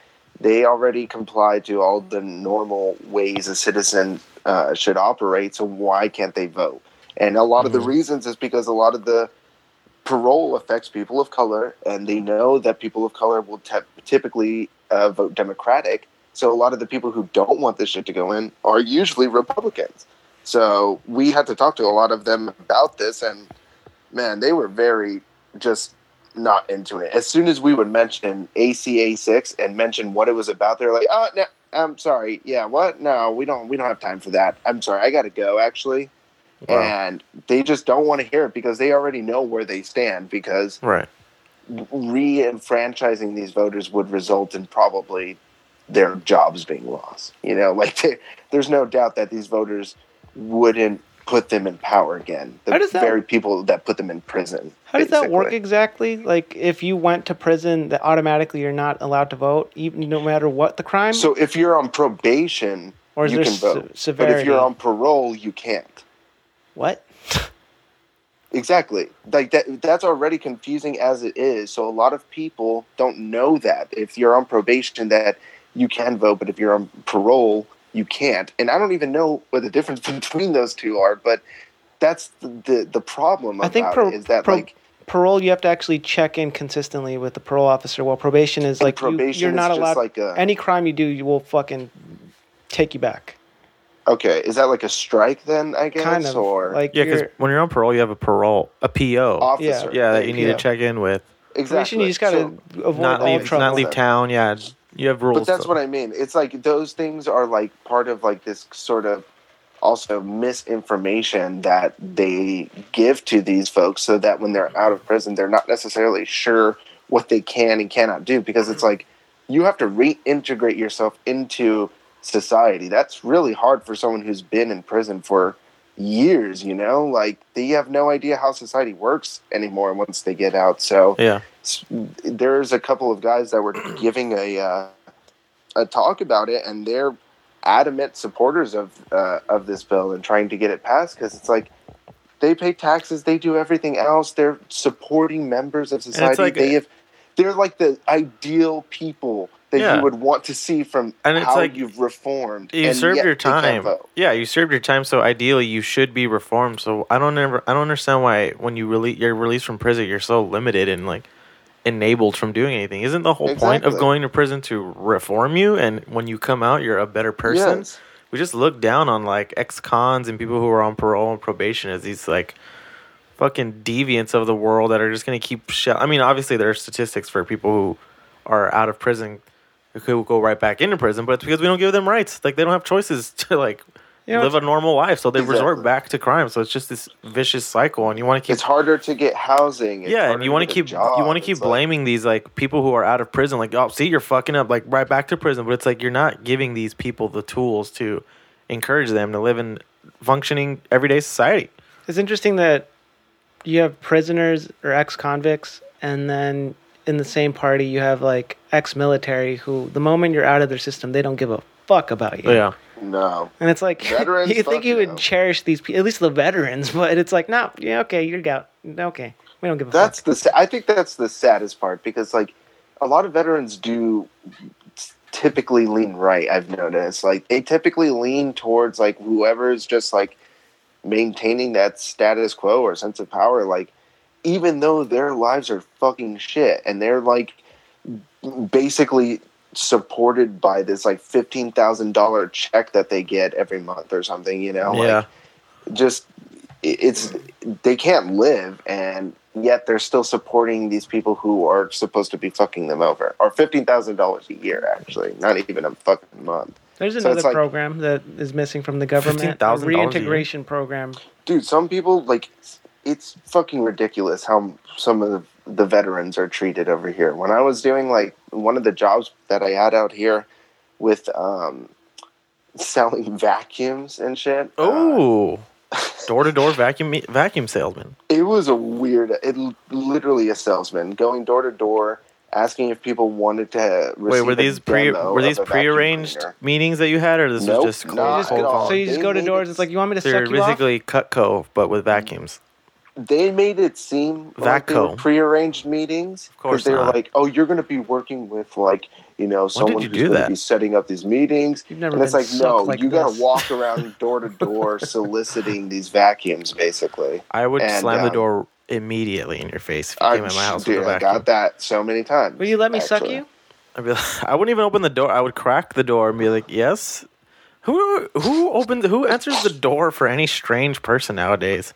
[SPEAKER 3] they already comply to all the normal ways a citizen uh, should operate. So why can't they vote? And a lot of the reasons is because a lot of the parole affects people of color, and they know that people of color will te- typically uh, vote Democratic. So a lot of the people who don't want this shit to go in are usually Republicans. So we had to talk to a lot of them about this, and man, they were very just not into it. As soon as we would mention ACA six and mention what it was about, they're like, "Oh, no, I'm sorry. Yeah, what? No, we don't. We don't have time for that. I'm sorry. I got to go actually."
[SPEAKER 6] Wow.
[SPEAKER 3] And they just don't want to hear it because they already know where they stand. Because
[SPEAKER 6] Right.
[SPEAKER 3] re-enfranchising these voters would result in probably their jobs being lost. You know, like they, there's no doubt that these voters wouldn't put them in power again. The
[SPEAKER 1] How does that-
[SPEAKER 3] very people that put them in prison.
[SPEAKER 1] How does that work
[SPEAKER 3] basically.
[SPEAKER 1] exactly? Like if you went to prison, that automatically you're not allowed to vote, even no matter what the crime.
[SPEAKER 3] So if you're on probation,
[SPEAKER 1] Or is
[SPEAKER 3] you
[SPEAKER 1] there
[SPEAKER 3] can
[SPEAKER 1] se-
[SPEAKER 3] vote. But
[SPEAKER 1] severity?
[SPEAKER 3] if you're on parole, you can't.
[SPEAKER 1] what?
[SPEAKER 3] Exactly. Like that that's already confusing as it is. So a lot of people don't know that if you're on probation that you can vote, but if you're on parole, you can't. And I don't even know what the difference between those two are, but that's the the, the problem about
[SPEAKER 1] I think
[SPEAKER 3] it
[SPEAKER 1] pro-
[SPEAKER 3] is that
[SPEAKER 1] pro-
[SPEAKER 3] like
[SPEAKER 1] parole you have to actually check in consistently with the parole officer. While probation is like you-
[SPEAKER 3] probation
[SPEAKER 1] you're
[SPEAKER 3] is
[SPEAKER 1] not
[SPEAKER 3] just
[SPEAKER 1] allowed
[SPEAKER 3] like a-
[SPEAKER 1] any crime you do, you will fucking take you back.
[SPEAKER 3] okay, is that like a strike then, I guess?
[SPEAKER 1] Kind of
[SPEAKER 3] or
[SPEAKER 1] like
[SPEAKER 6] Yeah, because
[SPEAKER 1] you're,
[SPEAKER 6] when you're on parole, you have a parole, a PO.
[SPEAKER 3] officer.
[SPEAKER 6] yeah, that you need
[SPEAKER 1] Yeah.
[SPEAKER 6] to check in with.
[SPEAKER 3] Exactly.
[SPEAKER 1] probation, you just gotta
[SPEAKER 3] So-
[SPEAKER 1] avoid
[SPEAKER 6] Not
[SPEAKER 1] all
[SPEAKER 6] leave,
[SPEAKER 1] trouble.
[SPEAKER 6] not leave town. Yeah, you have rules.
[SPEAKER 3] But that's what I mean. It's like those things are like part of like this sort of also misinformation that they give to these folks so that when they're out of prison they're not necessarily sure what they can and cannot do because it's like you have to reintegrate yourself into society. That's really hard for someone who's been in prison for years, you know? Like they have no idea how society works anymore once they get out. So
[SPEAKER 6] Yeah.
[SPEAKER 3] s- there's a couple of guys that were giving a uh, a talk about it, and they're adamant supporters of uh, of this bill and trying to get it passed because it's like they pay taxes, they do everything else, they're supporting members of society.
[SPEAKER 6] like-
[SPEAKER 3] they have, they're like the ideal people that
[SPEAKER 6] Yeah.
[SPEAKER 3] you would want to see from
[SPEAKER 6] And it's
[SPEAKER 3] how
[SPEAKER 6] like,
[SPEAKER 3] you've reformed.
[SPEAKER 6] You
[SPEAKER 3] and
[SPEAKER 6] served
[SPEAKER 3] yet
[SPEAKER 6] your
[SPEAKER 3] they can't
[SPEAKER 6] time.
[SPEAKER 3] vote.
[SPEAKER 6] Yeah, you served your time. So ideally, you should be reformed. So I don't ever, I don't understand why when you release, you're released from prison, you're so limited and like enabled from doing anything. Isn't the whole point of
[SPEAKER 3] Exactly.
[SPEAKER 6] going to prison to reform you? And when you come out, you're a better person.
[SPEAKER 3] Yes.
[SPEAKER 6] We just look down on like ex-cons and people who are on parole and probation as these like fucking deviants of the world that are just gonna keep. Shell- I mean, obviously there are statistics for people who are out of prison who go right back into prison, but it's because we don't give them rights. Like they don't have choices to like
[SPEAKER 1] You know,
[SPEAKER 6] live a normal life, so they resort
[SPEAKER 3] Exactly.
[SPEAKER 6] back to crime. So it's just this vicious cycle, and you want to keep
[SPEAKER 3] It's harder to get housing. it's
[SPEAKER 6] yeah, and
[SPEAKER 3] harder
[SPEAKER 6] you want
[SPEAKER 3] get
[SPEAKER 6] to
[SPEAKER 3] a
[SPEAKER 6] keep
[SPEAKER 3] job.
[SPEAKER 6] you want to
[SPEAKER 3] It's
[SPEAKER 6] keep
[SPEAKER 3] like-
[SPEAKER 6] blaming these like people who are out of prison, like oh, see, you're fucking up, like right back to prison. But it's like you're not giving these people the tools to encourage them to live in functioning everyday society.
[SPEAKER 1] It's interesting that you have prisoners or ex convicts, and then in the same party, you have like ex military who, the moment you're out of their system, they don't give a fuck about you.
[SPEAKER 3] no.
[SPEAKER 1] And it's like,
[SPEAKER 3] Veterans,
[SPEAKER 1] you
[SPEAKER 3] fuck
[SPEAKER 1] think you would
[SPEAKER 3] no.
[SPEAKER 1] cherish these people, at least the veterans, but it's like, no, yeah, okay, you're out. Okay, we don't give a
[SPEAKER 3] that's
[SPEAKER 1] fuck.
[SPEAKER 3] the sa- I think that's the saddest part because like a lot of veterans do typically lean right. I've noticed like they typically lean towards like whoever's just like maintaining that status quo or sense of power. Like even though their lives are fucking shit and they're like basically supported by this like $15,000 check that they get every month or something, you know? Like,
[SPEAKER 6] yeah.
[SPEAKER 3] just it- it's they can't live and yet they're still supporting these people who are supposed to be fucking them over or $15,000 a year actually not even a fucking month
[SPEAKER 1] There's
[SPEAKER 3] So
[SPEAKER 1] another
[SPEAKER 3] it's like-
[SPEAKER 1] program that is missing from the government. A
[SPEAKER 6] $15,000 a year.
[SPEAKER 1] reintegration program.
[SPEAKER 3] dude some people like it's fucking ridiculous how some of the, the veterans are treated over here when i was doing like one of the jobs that i had out here with um selling vacuums and shit uh,
[SPEAKER 6] Oh, door to door vacuum vacuum salesman.
[SPEAKER 3] it was a weird it l- literally a salesman going door to door asking if people wanted to receive
[SPEAKER 6] Wait, were
[SPEAKER 3] a
[SPEAKER 6] these pre
[SPEAKER 3] demo
[SPEAKER 6] were
[SPEAKER 3] of
[SPEAKER 6] these
[SPEAKER 3] a vacuum
[SPEAKER 6] prearranged
[SPEAKER 3] cleaner.
[SPEAKER 6] meetings that you had, or this
[SPEAKER 3] Nope,
[SPEAKER 6] was just
[SPEAKER 3] not
[SPEAKER 6] cold,
[SPEAKER 3] at
[SPEAKER 1] So you
[SPEAKER 6] cold
[SPEAKER 1] just,
[SPEAKER 3] all.
[SPEAKER 6] calling?
[SPEAKER 1] so you just
[SPEAKER 3] Uh, They
[SPEAKER 1] go to
[SPEAKER 3] made
[SPEAKER 1] doors.
[SPEAKER 3] it-
[SPEAKER 1] It's like you want me to
[SPEAKER 6] So you're
[SPEAKER 1] suck you off?
[SPEAKER 6] basically Cutco, but
[SPEAKER 3] Mm.
[SPEAKER 6] with vacuums.
[SPEAKER 3] they made it seem like they
[SPEAKER 6] Vaco.
[SPEAKER 3] were prearranged meetings
[SPEAKER 6] Of course
[SPEAKER 3] they were
[SPEAKER 6] not.
[SPEAKER 3] like oh you're going to be working with like you know someone
[SPEAKER 6] you
[SPEAKER 3] who's
[SPEAKER 6] do
[SPEAKER 3] going
[SPEAKER 6] that?
[SPEAKER 3] to be setting up these meetings
[SPEAKER 1] You've never
[SPEAKER 3] and it's
[SPEAKER 1] been
[SPEAKER 3] like no
[SPEAKER 1] sucked like
[SPEAKER 3] you got
[SPEAKER 1] this.
[SPEAKER 3] to walk around door to door soliciting these vacuums basically
[SPEAKER 6] I would
[SPEAKER 3] And,
[SPEAKER 6] slam the
[SPEAKER 3] um,
[SPEAKER 6] door immediately in your face if you
[SPEAKER 3] I,
[SPEAKER 6] came in my house
[SPEAKER 3] dude,
[SPEAKER 6] with a
[SPEAKER 3] I
[SPEAKER 6] vacuum.
[SPEAKER 3] got that so many times
[SPEAKER 1] Will you let me suck
[SPEAKER 3] actually.
[SPEAKER 1] you?
[SPEAKER 6] I'd be like, I wouldn't even open the door. I would crack the door and be like, "Yes." Who who opens who answers the door for any strange person nowadays?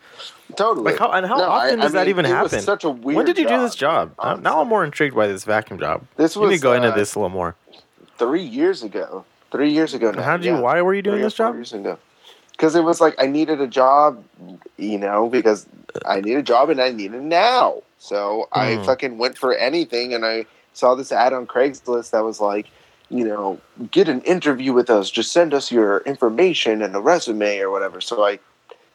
[SPEAKER 3] totally
[SPEAKER 6] Like how and how
[SPEAKER 3] No, I-
[SPEAKER 6] often
[SPEAKER 3] I
[SPEAKER 6] does that
[SPEAKER 3] mean,
[SPEAKER 6] even
[SPEAKER 3] it was
[SPEAKER 6] happen?
[SPEAKER 3] such a weird
[SPEAKER 6] when did you do this job? I'm, now
[SPEAKER 3] honestly.
[SPEAKER 6] I'm more intrigued by this vacuum job.
[SPEAKER 3] This
[SPEAKER 6] you need
[SPEAKER 3] was,
[SPEAKER 6] to go into
[SPEAKER 3] uh,
[SPEAKER 6] this a little more.
[SPEAKER 3] three years ago. Three years ago now.
[SPEAKER 6] How did you?
[SPEAKER 3] yeah.
[SPEAKER 6] Why were you doing
[SPEAKER 3] Three or
[SPEAKER 6] this
[SPEAKER 3] four
[SPEAKER 6] job?
[SPEAKER 3] Years ago. Because it was like I needed a job, you know, because I need a job and I need it now. So I
[SPEAKER 6] Hmm.
[SPEAKER 3] fucking went for anything, and I saw this ad on Craigslist that was like, you know, get an interview with us. Just send us your information and a resume or whatever. So I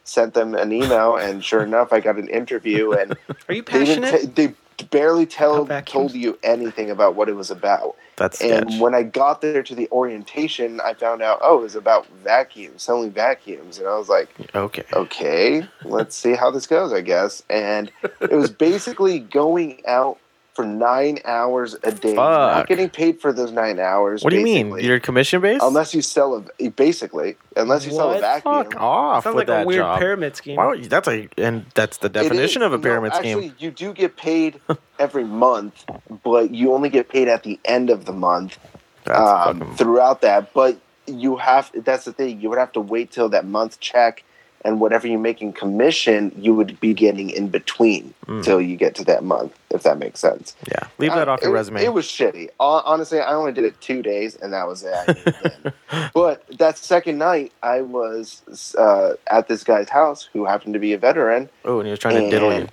[SPEAKER 3] sent them an email, and sure enough, I got an interview, and
[SPEAKER 1] Are you
[SPEAKER 3] they didn't.
[SPEAKER 1] passionate?
[SPEAKER 3] ta- they barely tell
[SPEAKER 1] About vacuums?
[SPEAKER 3] told you anything about what it was about.
[SPEAKER 6] That's sketch.
[SPEAKER 3] And when I got there to the orientation, I found out, oh, it was about vacuums, selling vacuums. And I was like,
[SPEAKER 6] okay.
[SPEAKER 3] okay, let's see how this goes, I guess. And it was basically going out for nine hours a day,
[SPEAKER 6] Fuck.
[SPEAKER 3] not getting paid for those nine hours.
[SPEAKER 6] What do you mean?
[SPEAKER 3] basically.
[SPEAKER 6] You're commission based?
[SPEAKER 3] Unless you sell a, basically, unless you sell
[SPEAKER 1] What?
[SPEAKER 3] a vacuum.
[SPEAKER 6] Fuck Oh, off
[SPEAKER 1] Sounds
[SPEAKER 6] with
[SPEAKER 1] like
[SPEAKER 6] that
[SPEAKER 1] a weird
[SPEAKER 6] job.
[SPEAKER 1] pyramid scheme.
[SPEAKER 6] Why would you, that's a and that's the
[SPEAKER 3] It
[SPEAKER 6] definition
[SPEAKER 3] is.
[SPEAKER 6] of a pyramid
[SPEAKER 3] no,
[SPEAKER 6] scheme.
[SPEAKER 3] Actually, you do get paid every month, but you only get paid at the end of the month.
[SPEAKER 6] That's
[SPEAKER 3] um,
[SPEAKER 6] fucking-
[SPEAKER 3] throughout that. But you have that's the thing. You would have to wait till that month check, and whatever you make in commission, you would be getting in between
[SPEAKER 6] Mm.
[SPEAKER 3] till you get to that month. If that makes sense.
[SPEAKER 6] yeah. Leave that
[SPEAKER 3] I-
[SPEAKER 6] off your
[SPEAKER 3] it-
[SPEAKER 6] resume.
[SPEAKER 3] It was shitty. Hon- Honestly, I only did it two days, and that was it. I knew then. but that second night, I was uh, at this guy's house who happened to be a veteran,
[SPEAKER 6] oh, and he was trying to diddle you.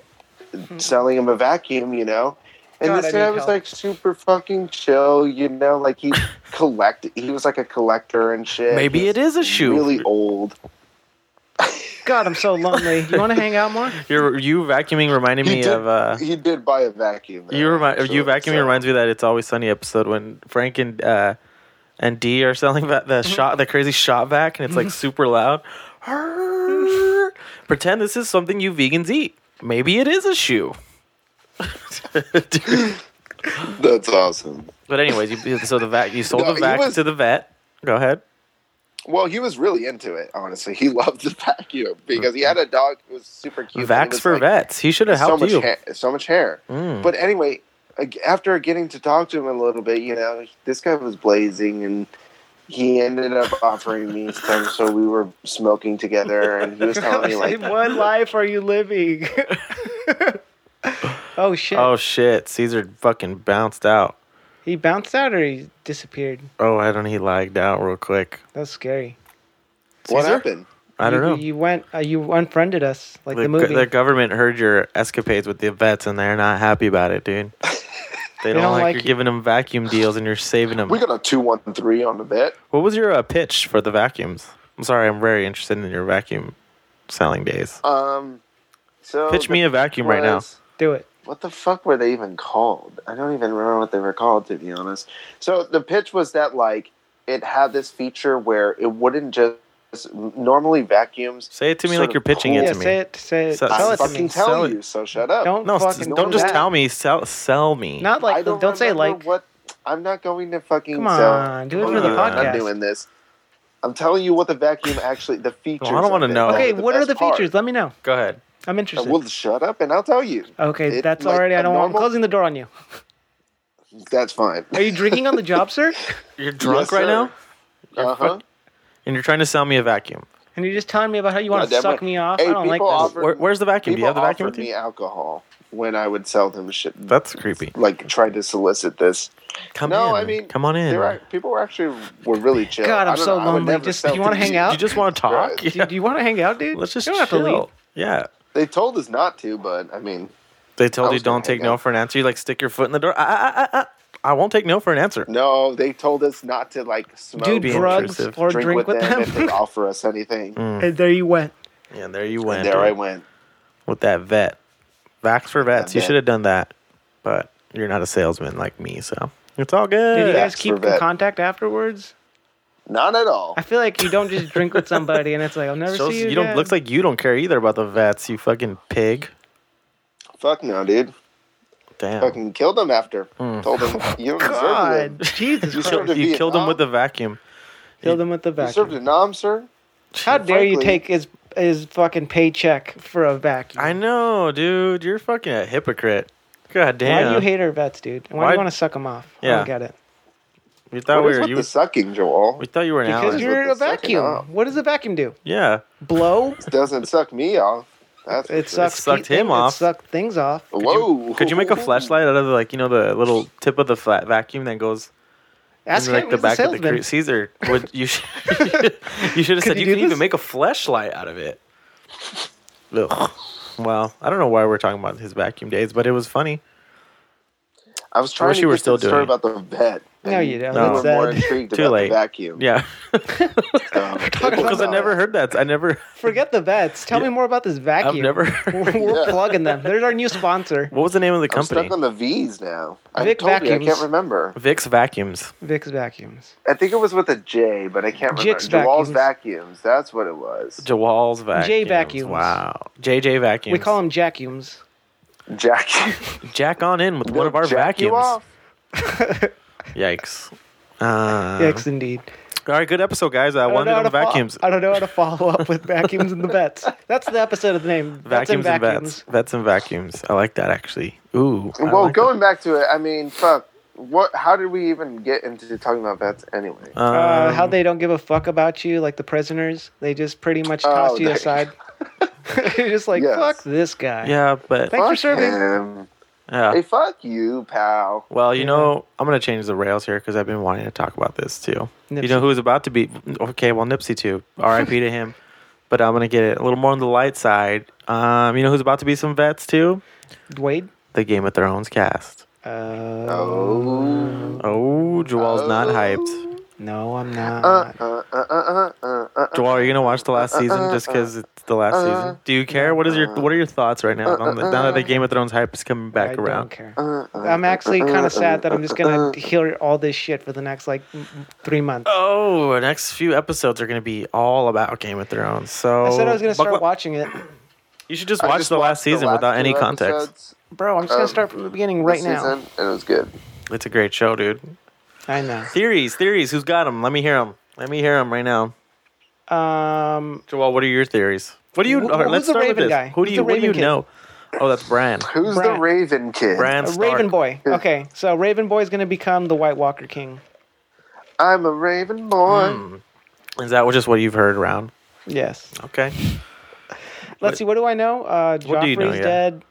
[SPEAKER 3] and selling him a vacuum, you know. And
[SPEAKER 1] God, I
[SPEAKER 3] this guy
[SPEAKER 1] need
[SPEAKER 3] was
[SPEAKER 1] help.
[SPEAKER 3] like super fucking chill, you know, like he collect he was like a collector and shit.
[SPEAKER 6] Maybe
[SPEAKER 3] He was
[SPEAKER 6] it is a shoe.
[SPEAKER 3] Really old.
[SPEAKER 1] God, I'm so lonely. You want to hang out more?
[SPEAKER 6] Your you vacuuming reminded
[SPEAKER 3] He
[SPEAKER 6] me
[SPEAKER 3] did-
[SPEAKER 6] of uh
[SPEAKER 3] He did buy a vacuum.
[SPEAKER 6] you remind you vacuuming
[SPEAKER 3] me
[SPEAKER 6] reminds me of that it's always sunny episode when Frank and uh and D are selling that the
[SPEAKER 3] Mm-hmm.
[SPEAKER 6] shot the crazy shot vac and it's like super loud. Pretend this is something you vegans eat. Maybe it is a shoe. Dude.
[SPEAKER 3] That's awesome.
[SPEAKER 6] But anyways, you, so the vac you sold
[SPEAKER 3] No,
[SPEAKER 6] the
[SPEAKER 3] he
[SPEAKER 6] vac
[SPEAKER 3] was-
[SPEAKER 6] to the vet. Go ahead.
[SPEAKER 3] Well, he was really into it, honestly. He loved the vacuum because he had a dog who was super cute. but he
[SPEAKER 6] Vax
[SPEAKER 3] was,
[SPEAKER 6] for
[SPEAKER 3] like,
[SPEAKER 6] vets. He should have
[SPEAKER 3] so
[SPEAKER 6] helped
[SPEAKER 3] much
[SPEAKER 6] you.
[SPEAKER 3] hair, so much hair.
[SPEAKER 6] Mm.
[SPEAKER 3] But anyway, ag- after getting to talk to him a little bit, you know, this guy was blazing, and he ended up offering me some. So we were smoking together, and he was telling me like,
[SPEAKER 1] what life are you living? oh shit!
[SPEAKER 6] Oh shit, Caesar fucking bounced out.
[SPEAKER 1] He bounced out or he disappeared.
[SPEAKER 6] Oh, I don't. He lagged out real quick.
[SPEAKER 1] That's scary.
[SPEAKER 3] "What
[SPEAKER 6] Caesar?
[SPEAKER 3] happened?"
[SPEAKER 6] I don't
[SPEAKER 1] You-
[SPEAKER 6] know.
[SPEAKER 1] You went. Uh, you unfriended us like the,
[SPEAKER 6] the,
[SPEAKER 1] movie.
[SPEAKER 6] go- the government heard your escapades with the vets, and they're not happy about it, dude. They, don't,
[SPEAKER 1] don't
[SPEAKER 6] like,
[SPEAKER 1] like
[SPEAKER 6] you're
[SPEAKER 1] you.
[SPEAKER 6] giving them vacuum deals and you're saving them.
[SPEAKER 3] We got a two one three on the bet.
[SPEAKER 6] what was your uh, pitch for the vacuums? I'm sorry, I'm very interested in your vacuum selling days.
[SPEAKER 3] Um, so
[SPEAKER 6] Pitch me a vacuum right now.
[SPEAKER 1] Do it.
[SPEAKER 3] What the fuck were they even called? I don't even remember what they were called, to be honest. So the pitch was that like it had this feature where it wouldn't just normally vacuums
[SPEAKER 6] Say it to me
[SPEAKER 3] sort
[SPEAKER 6] like
[SPEAKER 3] of
[SPEAKER 6] you're pitching
[SPEAKER 3] pull-
[SPEAKER 6] it
[SPEAKER 1] yeah,
[SPEAKER 6] to me.
[SPEAKER 1] say it. Say it.
[SPEAKER 6] So-
[SPEAKER 1] tell
[SPEAKER 3] I
[SPEAKER 1] it to
[SPEAKER 3] fucking
[SPEAKER 1] me.
[SPEAKER 3] tell
[SPEAKER 6] Sell it.
[SPEAKER 3] you, so shut up.
[SPEAKER 1] Don't
[SPEAKER 6] No, s-
[SPEAKER 1] fucking.
[SPEAKER 6] don't
[SPEAKER 3] do
[SPEAKER 6] just
[SPEAKER 3] that.
[SPEAKER 6] tell me. Sell, sell me.
[SPEAKER 1] Not
[SPEAKER 3] I
[SPEAKER 1] like. Don't, say
[SPEAKER 3] remember
[SPEAKER 1] like.
[SPEAKER 3] what I'm not going to fucking
[SPEAKER 1] Come
[SPEAKER 3] sell.
[SPEAKER 1] on, do it
[SPEAKER 3] Hold
[SPEAKER 6] for the
[SPEAKER 3] on,
[SPEAKER 1] podcast.
[SPEAKER 3] I'm doing this. I'm telling you what the vacuum actually the features.
[SPEAKER 6] wanna
[SPEAKER 3] of it
[SPEAKER 6] know.
[SPEAKER 3] are,
[SPEAKER 1] Okay,
[SPEAKER 3] the
[SPEAKER 1] what are
[SPEAKER 3] best
[SPEAKER 1] the
[SPEAKER 3] part.
[SPEAKER 1] features? Let me Oh. know.
[SPEAKER 6] Go ahead.
[SPEAKER 1] I'm
[SPEAKER 3] Uh,
[SPEAKER 1] interested.
[SPEAKER 3] Well, shut up and I'll tell you.
[SPEAKER 1] okay,
[SPEAKER 3] it-
[SPEAKER 1] that's
[SPEAKER 3] like,
[SPEAKER 1] already. I
[SPEAKER 3] a
[SPEAKER 1] don't. want I'm
[SPEAKER 3] normal-
[SPEAKER 1] closing the door on you.
[SPEAKER 3] That's fine.
[SPEAKER 1] Are you drinking on the job, sir?
[SPEAKER 6] You're drunk
[SPEAKER 3] Yes,
[SPEAKER 6] right
[SPEAKER 3] sir.
[SPEAKER 6] now,
[SPEAKER 3] Uh huh.
[SPEAKER 6] and you're trying to sell me a vacuum.
[SPEAKER 1] And you're just telling me about how you want
[SPEAKER 3] Yeah,
[SPEAKER 1] to
[SPEAKER 3] that
[SPEAKER 1] suck
[SPEAKER 3] might-
[SPEAKER 1] me off.
[SPEAKER 3] Hey,
[SPEAKER 1] I don't like
[SPEAKER 3] people
[SPEAKER 1] this.
[SPEAKER 3] offer-
[SPEAKER 6] Where, where's the vacuum? Do
[SPEAKER 3] People
[SPEAKER 6] you have the vacuum
[SPEAKER 3] offered
[SPEAKER 6] with
[SPEAKER 3] me
[SPEAKER 6] you?
[SPEAKER 3] alcohol when I would sell them shit.
[SPEAKER 6] That's creepy.
[SPEAKER 3] Like tried to solicit this.
[SPEAKER 6] Come
[SPEAKER 3] no,
[SPEAKER 6] in.
[SPEAKER 3] I mean,
[SPEAKER 6] come on in.
[SPEAKER 3] They were, people were actually were really chill.
[SPEAKER 1] God,
[SPEAKER 3] I
[SPEAKER 1] I'm
[SPEAKER 3] don't
[SPEAKER 1] so
[SPEAKER 3] know, I would
[SPEAKER 1] lonely.
[SPEAKER 3] never
[SPEAKER 1] Just-
[SPEAKER 3] sell
[SPEAKER 1] you wanna
[SPEAKER 3] things.
[SPEAKER 1] hang out?
[SPEAKER 6] you just want to talk?
[SPEAKER 1] Do, do you want to hang out, dude?
[SPEAKER 6] Let's just
[SPEAKER 1] you don't have to
[SPEAKER 6] chill.
[SPEAKER 1] leave.
[SPEAKER 6] Yeah.
[SPEAKER 3] They told us not to, but I mean,
[SPEAKER 6] They
[SPEAKER 3] I
[SPEAKER 6] told you
[SPEAKER 3] was gonna
[SPEAKER 6] don't take
[SPEAKER 3] hang
[SPEAKER 6] no
[SPEAKER 3] up.
[SPEAKER 6] for an answer. You like stick your foot in the door. Ah, ah, ah, ah, ah. I won't take no for an answer.
[SPEAKER 3] no, they told us not to like smoke,
[SPEAKER 1] Do
[SPEAKER 6] be
[SPEAKER 1] drugs
[SPEAKER 6] intrusive.
[SPEAKER 1] or drink, with, them.
[SPEAKER 3] if they offer us anything.
[SPEAKER 1] and there you went.
[SPEAKER 6] Yeah, and there you
[SPEAKER 3] and
[SPEAKER 6] went.
[SPEAKER 3] there
[SPEAKER 6] Mm, dude,
[SPEAKER 3] I went.
[SPEAKER 6] With that vet. Vax for vets. You
[SPEAKER 3] vet.
[SPEAKER 6] should have done that. But you're not a salesman like me, so it's all good.
[SPEAKER 1] Did you guys
[SPEAKER 3] Vax
[SPEAKER 1] keep
[SPEAKER 3] for
[SPEAKER 1] in
[SPEAKER 3] vet.
[SPEAKER 1] contact afterwards?
[SPEAKER 3] Not at all.
[SPEAKER 1] I feel like you don't just drink with somebody and it's like I'll never
[SPEAKER 6] Shows-
[SPEAKER 1] see you.
[SPEAKER 6] you don't
[SPEAKER 1] again.
[SPEAKER 6] looks like you don't care either about the vets, you fucking pig.
[SPEAKER 3] Fuck no, dude.
[SPEAKER 6] Damn.
[SPEAKER 3] Fucking killed them after.
[SPEAKER 6] Mm.
[SPEAKER 3] Told them you don't deserve
[SPEAKER 1] God,
[SPEAKER 3] to.
[SPEAKER 1] Jesus
[SPEAKER 3] You
[SPEAKER 1] Christ!
[SPEAKER 3] served
[SPEAKER 6] you
[SPEAKER 3] in Vietnam.
[SPEAKER 6] killed him with the vacuum.
[SPEAKER 1] Kill them with the
[SPEAKER 3] You served
[SPEAKER 1] vacuum.
[SPEAKER 3] in Nam, sir.
[SPEAKER 1] How dare you
[SPEAKER 3] frankly-
[SPEAKER 1] take his his fucking paycheck for a vacuum?
[SPEAKER 6] I know, dude. You're fucking a hypocrite. God
[SPEAKER 1] Why
[SPEAKER 6] damn.
[SPEAKER 1] do you hate our vets, dude? And Why, do
[SPEAKER 6] Why-
[SPEAKER 1] you want to suck them off? I
[SPEAKER 6] Yeah.
[SPEAKER 1] don't get it.
[SPEAKER 6] we
[SPEAKER 3] What
[SPEAKER 6] thought we
[SPEAKER 3] is
[SPEAKER 6] were
[SPEAKER 3] with
[SPEAKER 6] you.
[SPEAKER 3] the sucking, Joel?
[SPEAKER 6] We thought you were an
[SPEAKER 1] Because
[SPEAKER 6] ally.
[SPEAKER 3] is
[SPEAKER 1] you're a
[SPEAKER 3] with the sucking
[SPEAKER 1] vacuum.
[SPEAKER 3] off?
[SPEAKER 1] What does a vacuum do?
[SPEAKER 6] Yeah.
[SPEAKER 1] Blow?
[SPEAKER 3] It doesn't suck me off. That's
[SPEAKER 1] It
[SPEAKER 3] for sure.
[SPEAKER 1] sucks.
[SPEAKER 6] sucked
[SPEAKER 1] pe-
[SPEAKER 6] him
[SPEAKER 1] it
[SPEAKER 6] off.
[SPEAKER 1] sucked things off.
[SPEAKER 3] Whoa!
[SPEAKER 6] Could you make a flashlight out of like you know the little tip of the flat vacuum that goes
[SPEAKER 1] Ask
[SPEAKER 6] in like
[SPEAKER 1] him.
[SPEAKER 6] the
[SPEAKER 1] he's
[SPEAKER 6] back
[SPEAKER 1] a
[SPEAKER 6] of the
[SPEAKER 1] salesman.
[SPEAKER 6] cruise? Caesar, would you should, you should have said
[SPEAKER 1] you
[SPEAKER 6] you
[SPEAKER 1] do
[SPEAKER 6] can even
[SPEAKER 1] this?
[SPEAKER 6] make a flashlight out of it. Ugh. Well, I don't know why we're talking about his vacuum days, but it was funny.
[SPEAKER 3] I was trying
[SPEAKER 6] wish
[SPEAKER 3] to
[SPEAKER 6] you were
[SPEAKER 3] get to
[SPEAKER 6] still
[SPEAKER 3] the story
[SPEAKER 6] doing
[SPEAKER 3] about the vet.
[SPEAKER 1] No, you don't.
[SPEAKER 3] We
[SPEAKER 6] No.
[SPEAKER 3] were
[SPEAKER 1] That's
[SPEAKER 3] more
[SPEAKER 1] sad.
[SPEAKER 3] intrigued
[SPEAKER 6] Too
[SPEAKER 3] about
[SPEAKER 6] late.
[SPEAKER 3] the vacuum.
[SPEAKER 6] Yeah, because
[SPEAKER 3] Because
[SPEAKER 6] I never heard that. I never,
[SPEAKER 1] Forget the vets. Tell me more about this
[SPEAKER 6] I've
[SPEAKER 1] vacuum.
[SPEAKER 6] never. Heard.
[SPEAKER 1] We're
[SPEAKER 3] Yeah.
[SPEAKER 1] plugging them. They're our new sponsor,
[SPEAKER 6] What was the name of the
[SPEAKER 3] I'm
[SPEAKER 6] company?
[SPEAKER 3] stuck on the V's now. I
[SPEAKER 1] Vic
[SPEAKER 3] told you, I
[SPEAKER 1] vacuums.
[SPEAKER 3] can't remember.
[SPEAKER 6] Vicks vacuums.
[SPEAKER 1] Vic's Vacuums.
[SPEAKER 3] I think it was with a J, but I can't remember.
[SPEAKER 1] Jix
[SPEAKER 3] Joel's
[SPEAKER 1] vacuums.
[SPEAKER 3] vacuums. That's what it was.
[SPEAKER 6] Jawal's vacuums.
[SPEAKER 1] vacuums.
[SPEAKER 6] Wow. JJ
[SPEAKER 1] We
[SPEAKER 6] vacuums.
[SPEAKER 1] call them Jackumes.
[SPEAKER 3] Jack.
[SPEAKER 6] Jack on in with one of our
[SPEAKER 3] Jack you
[SPEAKER 6] vacuums.
[SPEAKER 3] off.
[SPEAKER 6] Yikes. Uh,
[SPEAKER 1] Yes, indeed.
[SPEAKER 6] All right, good episode, guys.
[SPEAKER 1] I
[SPEAKER 6] I,
[SPEAKER 1] don't,
[SPEAKER 6] wanted
[SPEAKER 1] know how
[SPEAKER 6] on
[SPEAKER 1] to fo-
[SPEAKER 6] vacuums.
[SPEAKER 1] I don't know how to follow up with vacuums and the vets. That's the episode of the name. Vets and
[SPEAKER 6] vacuums and
[SPEAKER 1] vacuums.
[SPEAKER 6] vets. Vets and vacuums. I like that actually. Ooh. I
[SPEAKER 3] Well,
[SPEAKER 6] like
[SPEAKER 3] going back to it, I mean, fuck. What? How did we even get into talking about vets anyway?
[SPEAKER 6] that. Um,
[SPEAKER 1] Uh, how they don't give a fuck about you, like the prisoners. They just pretty much toss
[SPEAKER 3] Oh,
[SPEAKER 1] you
[SPEAKER 3] there-
[SPEAKER 1] aside. You're just like,
[SPEAKER 3] Yes.
[SPEAKER 1] fuck this guy.
[SPEAKER 6] Yeah, but
[SPEAKER 1] Thanks for
[SPEAKER 3] fuck
[SPEAKER 1] serving.
[SPEAKER 3] him.
[SPEAKER 6] yeah.
[SPEAKER 3] Hey, fuck you, pal.
[SPEAKER 6] Well, you know, I'm gonna change the rails here because I've been wanting to talk about this too. You
[SPEAKER 1] Nipsey.
[SPEAKER 6] know who's about to be okay? Well, Nipsey too. R.I.P. to him. But I'm gonna get it a little more on the light side. Um, you know who's about to be some vets too?
[SPEAKER 1] Wade.
[SPEAKER 6] The Game of Thrones cast.
[SPEAKER 1] Uh,
[SPEAKER 3] Oh.
[SPEAKER 6] Oh, Joel's not hyped.
[SPEAKER 1] No, I'm not.
[SPEAKER 3] Uh, uh, uh, uh, uh, uh, uh.
[SPEAKER 6] Joel, are you gonna watch the
[SPEAKER 3] Uh-uh,
[SPEAKER 6] last season just because it's the last season? Do you care? What is your What are your thoughts right now? on the- now
[SPEAKER 3] Uh-uh.
[SPEAKER 6] that the Game of Thrones hype is coming
[SPEAKER 1] I
[SPEAKER 6] back
[SPEAKER 1] don't
[SPEAKER 6] around.
[SPEAKER 1] care. I'm actually
[SPEAKER 3] Uh-uh.
[SPEAKER 1] kind of sad that I'm just gonna hear all this shit for the next like m- m- three months.
[SPEAKER 6] Oh, our next few episodes are going to be all about Game of Thrones. So
[SPEAKER 1] I said I was gonna start
[SPEAKER 6] Oh, Buckle-
[SPEAKER 1] watching it,
[SPEAKER 6] You should just
[SPEAKER 3] I
[SPEAKER 6] watch
[SPEAKER 3] just
[SPEAKER 6] the
[SPEAKER 3] watched
[SPEAKER 6] last season
[SPEAKER 3] last
[SPEAKER 6] without any
[SPEAKER 3] two
[SPEAKER 6] context.
[SPEAKER 3] episodes
[SPEAKER 1] bro. I'm just gonna
[SPEAKER 3] Um,
[SPEAKER 1] start from the beginning
[SPEAKER 3] this
[SPEAKER 1] right now.
[SPEAKER 3] season, and it was good.
[SPEAKER 6] It's a great show, dude.
[SPEAKER 1] I know.
[SPEAKER 6] Theories, theories. Who's got them? Let me hear them. Let me hear them right now.
[SPEAKER 1] Um,
[SPEAKER 6] Joel, what are your theories? What do you?
[SPEAKER 1] Who-
[SPEAKER 6] all right,
[SPEAKER 1] who's
[SPEAKER 6] let's
[SPEAKER 1] the
[SPEAKER 6] start with
[SPEAKER 1] Raven
[SPEAKER 6] this.
[SPEAKER 1] guy?
[SPEAKER 6] Who
[SPEAKER 1] Who's
[SPEAKER 6] do you?
[SPEAKER 1] the
[SPEAKER 6] What do you
[SPEAKER 1] Raven kid?
[SPEAKER 6] know? Oh, that's Bran.
[SPEAKER 3] Who's the
[SPEAKER 1] Bran.
[SPEAKER 3] Raven kid?
[SPEAKER 6] Bran
[SPEAKER 1] uh,
[SPEAKER 6] Stark.
[SPEAKER 1] Raven Boy. Okay, so Raven Boy is gonna become the White Walker King.
[SPEAKER 3] I'm a Raven boy.
[SPEAKER 6] Hmm. Is that just what you've heard around?
[SPEAKER 1] Yes.
[SPEAKER 6] Okay.
[SPEAKER 1] Let's see. What do I know? Uh,
[SPEAKER 6] What do you
[SPEAKER 1] Joffrey's
[SPEAKER 6] know, yeah.
[SPEAKER 1] dead.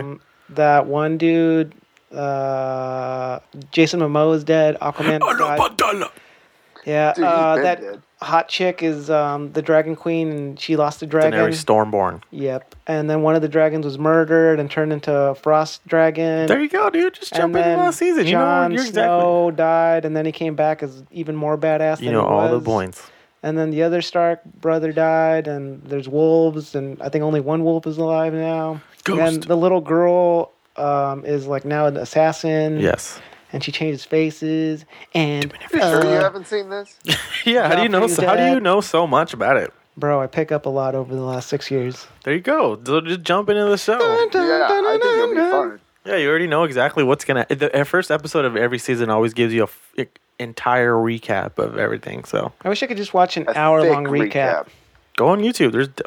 [SPEAKER 1] Um, That one dude. Uh, Jason Momoa is dead. Aquaman
[SPEAKER 6] Oh,
[SPEAKER 1] died. Yeah.
[SPEAKER 3] Dude, he's
[SPEAKER 1] uh,
[SPEAKER 3] been
[SPEAKER 1] that
[SPEAKER 3] dead.
[SPEAKER 1] hot chick is um, the Dragon Queen, and she lost the dragon.
[SPEAKER 6] Daenerys Stormborn.
[SPEAKER 1] Yep. And then one of the dragons was murdered and turned into a frost dragon.
[SPEAKER 6] There you go, dude. Just
[SPEAKER 1] and
[SPEAKER 6] jump into the
[SPEAKER 1] then
[SPEAKER 6] last season. You know,
[SPEAKER 1] Jon
[SPEAKER 6] you're exactly.
[SPEAKER 1] Snow died, and then he came back as even more badass.
[SPEAKER 6] You
[SPEAKER 1] than
[SPEAKER 6] know
[SPEAKER 1] he
[SPEAKER 6] all the
[SPEAKER 1] was.
[SPEAKER 6] points.
[SPEAKER 1] And then the other Stark brother died, and there's wolves, and I think only one wolf is alive now. And
[SPEAKER 6] Ghost.
[SPEAKER 1] the little girl um, is like now an assassin.
[SPEAKER 6] Yes.
[SPEAKER 1] And she changes faces. And
[SPEAKER 3] Sure, you
[SPEAKER 1] uh,
[SPEAKER 3] haven't seen this?
[SPEAKER 6] Yeah. How do you know?
[SPEAKER 1] Joffrey's
[SPEAKER 6] So, how do
[SPEAKER 1] dead.
[SPEAKER 6] you know so much about it?
[SPEAKER 1] bro, I pick up a lot over the last six years.
[SPEAKER 6] There you go. So Just jump into the show.
[SPEAKER 3] Yeah, I think it'll be fun.
[SPEAKER 6] Yeah, you already know exactly what's gonna. The uh, first episode of every season always gives you a f- e- entire recap of everything. So
[SPEAKER 1] I wish I could just watch an
[SPEAKER 3] A
[SPEAKER 1] hour long
[SPEAKER 3] thick
[SPEAKER 1] recap.
[SPEAKER 6] go on YouTube. There's d-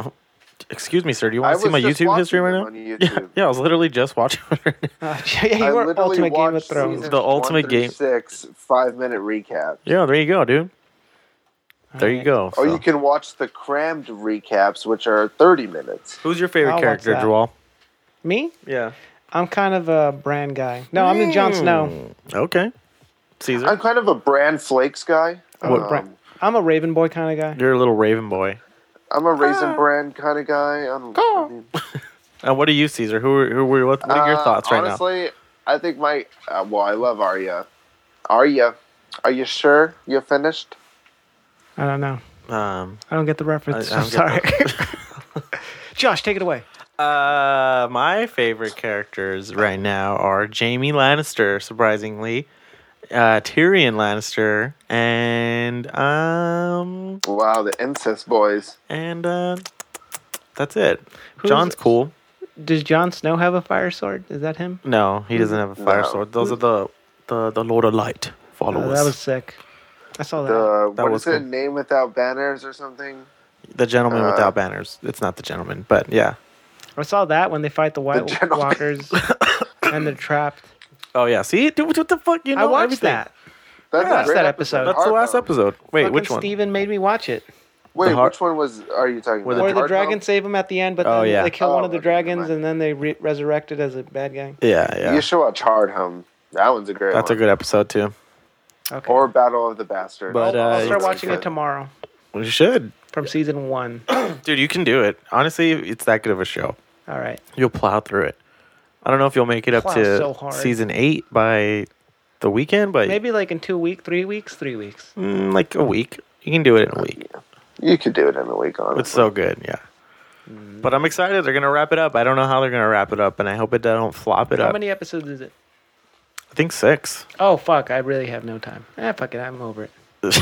[SPEAKER 6] Excuse me, sir. Do you
[SPEAKER 3] I
[SPEAKER 6] want to see
[SPEAKER 3] was
[SPEAKER 6] my
[SPEAKER 3] just
[SPEAKER 6] YouTube
[SPEAKER 3] watching
[SPEAKER 6] history right
[SPEAKER 3] them
[SPEAKER 6] now?
[SPEAKER 3] on
[SPEAKER 6] Yeah,
[SPEAKER 3] YouTube.
[SPEAKER 6] yeah, I was literally just watching. it right now.
[SPEAKER 1] Uh, yeah, you
[SPEAKER 3] I
[SPEAKER 1] were
[SPEAKER 3] literally
[SPEAKER 1] Ultimate Game of
[SPEAKER 3] watched
[SPEAKER 1] Thrones.
[SPEAKER 3] seasons
[SPEAKER 6] The
[SPEAKER 3] one
[SPEAKER 6] Ultimate
[SPEAKER 3] through
[SPEAKER 6] Game-
[SPEAKER 3] Six five minute recap.
[SPEAKER 6] yeah, there you go, dude. There you
[SPEAKER 1] Alright.
[SPEAKER 6] go.
[SPEAKER 3] Or
[SPEAKER 6] so.
[SPEAKER 3] you can watch the crammed recaps, which are 30 minutes.
[SPEAKER 6] Who's your favorite
[SPEAKER 1] I'll watch
[SPEAKER 6] character,
[SPEAKER 1] that.
[SPEAKER 6] Joel?
[SPEAKER 1] Me?
[SPEAKER 6] Yeah.
[SPEAKER 1] I'm kind of a brand guy. No, I'm in Jon Snow.
[SPEAKER 6] Okay. Caesar,
[SPEAKER 3] I'm kind of a Bran Flakes guy.
[SPEAKER 1] I'm, a
[SPEAKER 6] Oh,
[SPEAKER 3] Um,
[SPEAKER 1] brand, I'm a Raven boy kind of guy.
[SPEAKER 6] you're a little Raven boy.
[SPEAKER 3] I'm a
[SPEAKER 6] Ah.
[SPEAKER 3] Raisin Bran kind of guy. I'm, I mean,
[SPEAKER 6] And Uh, what are you, Caesar? Who are, who were what, what are your
[SPEAKER 3] uh,
[SPEAKER 6] thoughts right
[SPEAKER 3] honestly, I think my. Uh, well, I love Arya. Arya, are you sure you're finished?
[SPEAKER 1] I don't know.
[SPEAKER 6] now? Um,
[SPEAKER 1] I don't get the reference.
[SPEAKER 6] I- I
[SPEAKER 1] I, am
[SPEAKER 6] don't
[SPEAKER 1] sorry.
[SPEAKER 6] get
[SPEAKER 1] Josh, take it away.
[SPEAKER 6] uh, my favorite characters right now are Jamie Lannister, surprisingly, uh, Tyrion Lannister, and um,
[SPEAKER 3] Wow, the incest boys.
[SPEAKER 6] and uh, that's it.
[SPEAKER 1] Who's-
[SPEAKER 6] John's cool.
[SPEAKER 1] Does Jon Snow have a fire sword? Is that him?
[SPEAKER 6] No, he doesn't have a fire
[SPEAKER 3] No.
[SPEAKER 6] sword. Those are the the the Lord of Light
[SPEAKER 1] Oh,
[SPEAKER 6] followers.
[SPEAKER 1] that was sick. I saw that.
[SPEAKER 3] The
[SPEAKER 6] That
[SPEAKER 3] what
[SPEAKER 6] was
[SPEAKER 3] is it?
[SPEAKER 6] cool.
[SPEAKER 3] Name without banners or something?
[SPEAKER 6] the gentleman
[SPEAKER 3] uh,
[SPEAKER 6] without banners. It's not the gentleman, but yeah.
[SPEAKER 1] I saw that when they fight the White
[SPEAKER 3] general-
[SPEAKER 1] Walkers and they're trapped.
[SPEAKER 6] Oh yeah. See, dude, what the fuck? You know,
[SPEAKER 1] I watched
[SPEAKER 6] everything.
[SPEAKER 1] that.
[SPEAKER 3] That's
[SPEAKER 6] Yeah.
[SPEAKER 3] a great
[SPEAKER 1] That episode.
[SPEAKER 6] That's the
[SPEAKER 3] Hardbound.
[SPEAKER 6] last episode. Wait,
[SPEAKER 1] Fucking
[SPEAKER 6] which one?
[SPEAKER 1] Steven made me watch it.
[SPEAKER 3] Wait,
[SPEAKER 6] The har-
[SPEAKER 3] which one was? Are you talking
[SPEAKER 6] Where
[SPEAKER 3] about?
[SPEAKER 6] The
[SPEAKER 1] Or the
[SPEAKER 3] Hardbound?
[SPEAKER 1] dragon save him at the end, but then
[SPEAKER 6] Oh, yeah.
[SPEAKER 1] they kill
[SPEAKER 3] Oh,
[SPEAKER 1] one of the
[SPEAKER 3] okay, never
[SPEAKER 1] dragons
[SPEAKER 3] mind.
[SPEAKER 1] and then they re- resurrected as a bad guy.
[SPEAKER 6] Yeah, yeah.
[SPEAKER 3] You should watch Hard Home. That one's a great
[SPEAKER 6] That's a
[SPEAKER 3] one.
[SPEAKER 6] good episode too.
[SPEAKER 1] Okay.
[SPEAKER 3] Or Battle of the Bastards.
[SPEAKER 6] But,
[SPEAKER 1] I'll, I'll
[SPEAKER 6] uh,
[SPEAKER 1] start
[SPEAKER 6] it's-
[SPEAKER 1] watching
[SPEAKER 3] good.
[SPEAKER 1] it tomorrow
[SPEAKER 6] You should,
[SPEAKER 1] from season one.
[SPEAKER 6] dude. You can do it. Honestly, it's that good of a show.
[SPEAKER 1] All right.
[SPEAKER 6] You'll plow through it. I don't know if you'll make it up
[SPEAKER 1] Plow
[SPEAKER 6] to
[SPEAKER 1] so hard.
[SPEAKER 6] season eight by the weekend, but
[SPEAKER 1] Maybe like in two weeks, three weeks, three weeks.
[SPEAKER 6] mm, like a week. You can do it in a week.
[SPEAKER 3] You could do it in a week, honestly.
[SPEAKER 6] It's so good, yeah.
[SPEAKER 1] Mm.
[SPEAKER 6] But I'm excited. They're gonna wrap it up. I don't know how they're gonna wrap it up, and I hope it don't flop it
[SPEAKER 1] How
[SPEAKER 6] up.
[SPEAKER 1] many episodes is it?
[SPEAKER 6] I think six.
[SPEAKER 1] Oh fuck! I really have no time. Eh, fuck it. I'm over it.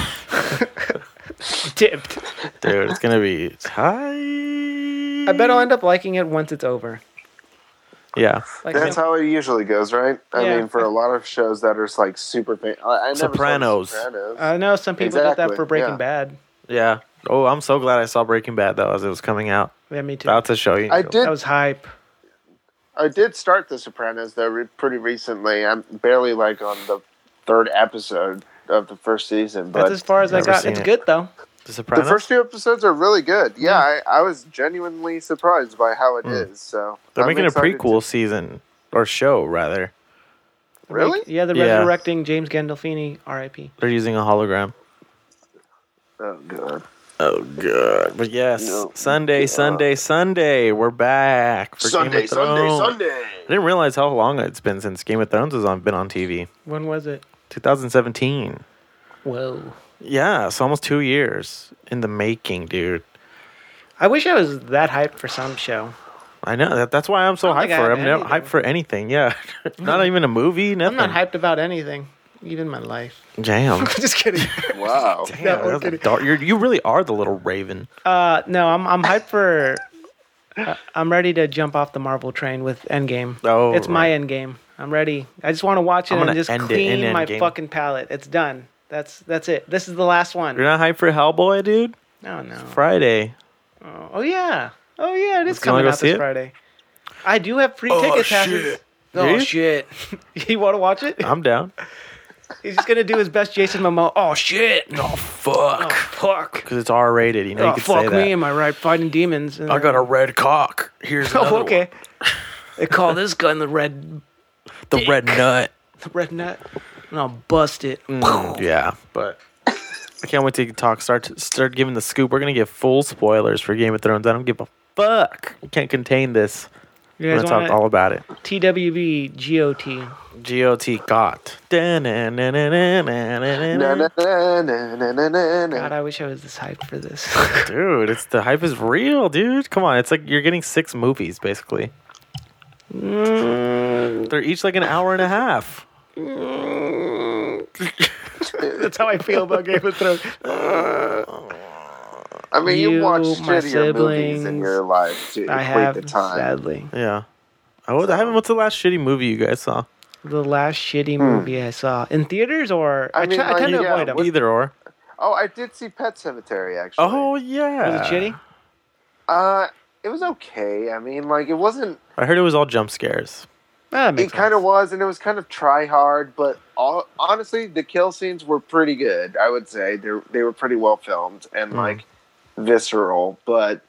[SPEAKER 1] Dipped.
[SPEAKER 6] Dude, it's gonna be tight.
[SPEAKER 1] I bet I'll end up liking it once it's over.
[SPEAKER 6] Yeah.
[SPEAKER 1] Like,
[SPEAKER 3] That's
[SPEAKER 1] no-
[SPEAKER 3] how it usually goes, right? I
[SPEAKER 1] Yeah.
[SPEAKER 3] mean, for a lot of shows that are like super famous. I, I never saw The
[SPEAKER 6] Sopranos.
[SPEAKER 3] Sopranos.
[SPEAKER 1] I know some people get that
[SPEAKER 3] Exactly,
[SPEAKER 1] for Breaking
[SPEAKER 3] yeah.
[SPEAKER 1] Bad.
[SPEAKER 6] Yeah. Oh, I'm so glad I saw Breaking Bad though as it was coming out.
[SPEAKER 1] Yeah, me too.
[SPEAKER 6] About to show you.
[SPEAKER 3] I did.
[SPEAKER 1] that was hype.
[SPEAKER 3] I did start The Sopranos though re- pretty recently. I'm barely like on the third episode of the first season,
[SPEAKER 1] That's
[SPEAKER 3] but
[SPEAKER 1] as far as I
[SPEAKER 6] Never
[SPEAKER 1] got.
[SPEAKER 6] seen
[SPEAKER 1] It's
[SPEAKER 6] it.
[SPEAKER 1] good though.
[SPEAKER 6] The
[SPEAKER 3] the
[SPEAKER 6] Sopranos.
[SPEAKER 3] first few episodes are really good. Yeah, I, I was genuinely surprised by how it is. So
[SPEAKER 6] Hmm. They're
[SPEAKER 3] I'm
[SPEAKER 6] making a
[SPEAKER 3] excited
[SPEAKER 6] prequel season or show rather.
[SPEAKER 3] To, really?
[SPEAKER 1] Like, yeah, they're
[SPEAKER 6] Yeah.
[SPEAKER 1] resurrecting James Gandolfini, R.I.P.
[SPEAKER 6] They're using a hologram.
[SPEAKER 3] Oh god.
[SPEAKER 6] Oh god. But yes,
[SPEAKER 3] No.
[SPEAKER 6] Sunday,
[SPEAKER 3] Yeah.
[SPEAKER 6] Sunday, Sunday. We're back for Game
[SPEAKER 3] Sunday,
[SPEAKER 6] of
[SPEAKER 3] Sunday,
[SPEAKER 6] Thrones.
[SPEAKER 3] Sunday.
[SPEAKER 6] I didn't realize how long it's been since Game of Thrones has on, been on TV.
[SPEAKER 1] When was it?
[SPEAKER 6] 2017.
[SPEAKER 1] Whoa.
[SPEAKER 6] Yeah, so almost two years in the making, dude.
[SPEAKER 1] I wish I was that hyped for some show.
[SPEAKER 6] I know that. That's why I'm so
[SPEAKER 1] I'm the guy
[SPEAKER 6] hyped for. it.
[SPEAKER 1] of
[SPEAKER 6] I'm never
[SPEAKER 1] anything.
[SPEAKER 6] hyped for anything. Yeah, not even a movie.
[SPEAKER 1] I'm
[SPEAKER 6] Nothing.
[SPEAKER 1] not hyped about anything, even my life.
[SPEAKER 6] Jam.
[SPEAKER 1] Just kidding.
[SPEAKER 3] Wow.
[SPEAKER 1] No, we're
[SPEAKER 6] Damn, that's a
[SPEAKER 1] kidding.
[SPEAKER 6] dark- you're, you really are the little raven.
[SPEAKER 1] Uh, no, I'm I'm hyped for. I- I'm ready to jump off the Marvel train with Endgame.
[SPEAKER 6] Oh,
[SPEAKER 1] it's my
[SPEAKER 6] right.
[SPEAKER 1] Endgame. I'm ready. I just want to watch it
[SPEAKER 6] I'm
[SPEAKER 1] and
[SPEAKER 6] gonna
[SPEAKER 1] just
[SPEAKER 6] end it
[SPEAKER 1] clean
[SPEAKER 6] in
[SPEAKER 1] my
[SPEAKER 6] Endgame.
[SPEAKER 1] fucking palate. It's done. That's that's it. This is the last one.
[SPEAKER 6] You're not hyped for Hellboy, dude.
[SPEAKER 1] Oh no.
[SPEAKER 6] Friday.
[SPEAKER 1] Oh yeah. Oh yeah. It is
[SPEAKER 6] You
[SPEAKER 1] coming
[SPEAKER 6] wanna go
[SPEAKER 1] out
[SPEAKER 6] see
[SPEAKER 1] this
[SPEAKER 6] it?
[SPEAKER 1] Friday. I do have free ticket passes. Oh
[SPEAKER 6] Really?
[SPEAKER 1] shit. you want to watch it?
[SPEAKER 6] I'm down.
[SPEAKER 1] He's just gonna do his best Jason Momoa. Oh shit. Oh,
[SPEAKER 6] No fuck.
[SPEAKER 1] Fuck.
[SPEAKER 6] Because it's R rated. You know
[SPEAKER 1] Oh,
[SPEAKER 6] you can say
[SPEAKER 1] fuck
[SPEAKER 6] that.
[SPEAKER 1] me. Am I right? Fighting demons. And
[SPEAKER 6] I got a red cock. Here's another
[SPEAKER 1] Oh,
[SPEAKER 6] one.
[SPEAKER 1] okay. they call this gun the red
[SPEAKER 6] The red nut. Mm.
[SPEAKER 1] the red nut, and I'll bust it.
[SPEAKER 6] Yeah, but I can't wait to talk. Start start giving the scoop. We're gonna get full spoilers for Game of Thrones. I don't give a fuck. You can't contain this.
[SPEAKER 1] You
[SPEAKER 6] We're
[SPEAKER 1] guys
[SPEAKER 6] gonna talk
[SPEAKER 1] want
[SPEAKER 6] all about it.
[SPEAKER 1] TWB GOT?
[SPEAKER 6] GOT got.
[SPEAKER 3] Na,
[SPEAKER 6] Dude,
[SPEAKER 3] na, na, na, na, na, na, na.
[SPEAKER 1] God, I wish I was this hyped for this.
[SPEAKER 6] it's the hype is real, dude. Come on, it's like you're getting six movies basically.
[SPEAKER 1] Mm.
[SPEAKER 6] They're each like an hour and a half.
[SPEAKER 1] That's how I feel about Game of Thrones.
[SPEAKER 3] I mean, you,
[SPEAKER 1] You,
[SPEAKER 3] watched
[SPEAKER 1] my
[SPEAKER 3] shittier movies in
[SPEAKER 1] siblings.
[SPEAKER 3] your life to
[SPEAKER 1] I
[SPEAKER 3] equate
[SPEAKER 1] have
[SPEAKER 3] the time.
[SPEAKER 1] sadly
[SPEAKER 6] Yeah. I would- I haven't. What's the last shitty movie you guys saw?
[SPEAKER 1] the last shitty
[SPEAKER 6] Hmm.
[SPEAKER 1] movie I saw in theaters, or I,
[SPEAKER 3] I mean,
[SPEAKER 1] try- I
[SPEAKER 3] like,
[SPEAKER 1] tend to
[SPEAKER 3] yeah,
[SPEAKER 1] avoid them.
[SPEAKER 3] what-
[SPEAKER 6] Either or.
[SPEAKER 3] Oh, I did see Pet Cemetery actually.
[SPEAKER 6] Oh yeah.
[SPEAKER 1] Was it shitty?
[SPEAKER 3] uh, it was okay. I mean, like it wasn't.
[SPEAKER 6] I heard it was all jump scares.
[SPEAKER 1] Ah,
[SPEAKER 3] It kind of was, and it was kind of try hard. But all, honestly, the kill scenes were pretty good. I would say they they were pretty well filmed and
[SPEAKER 1] Hmm.
[SPEAKER 6] Mm.
[SPEAKER 3] like visceral. But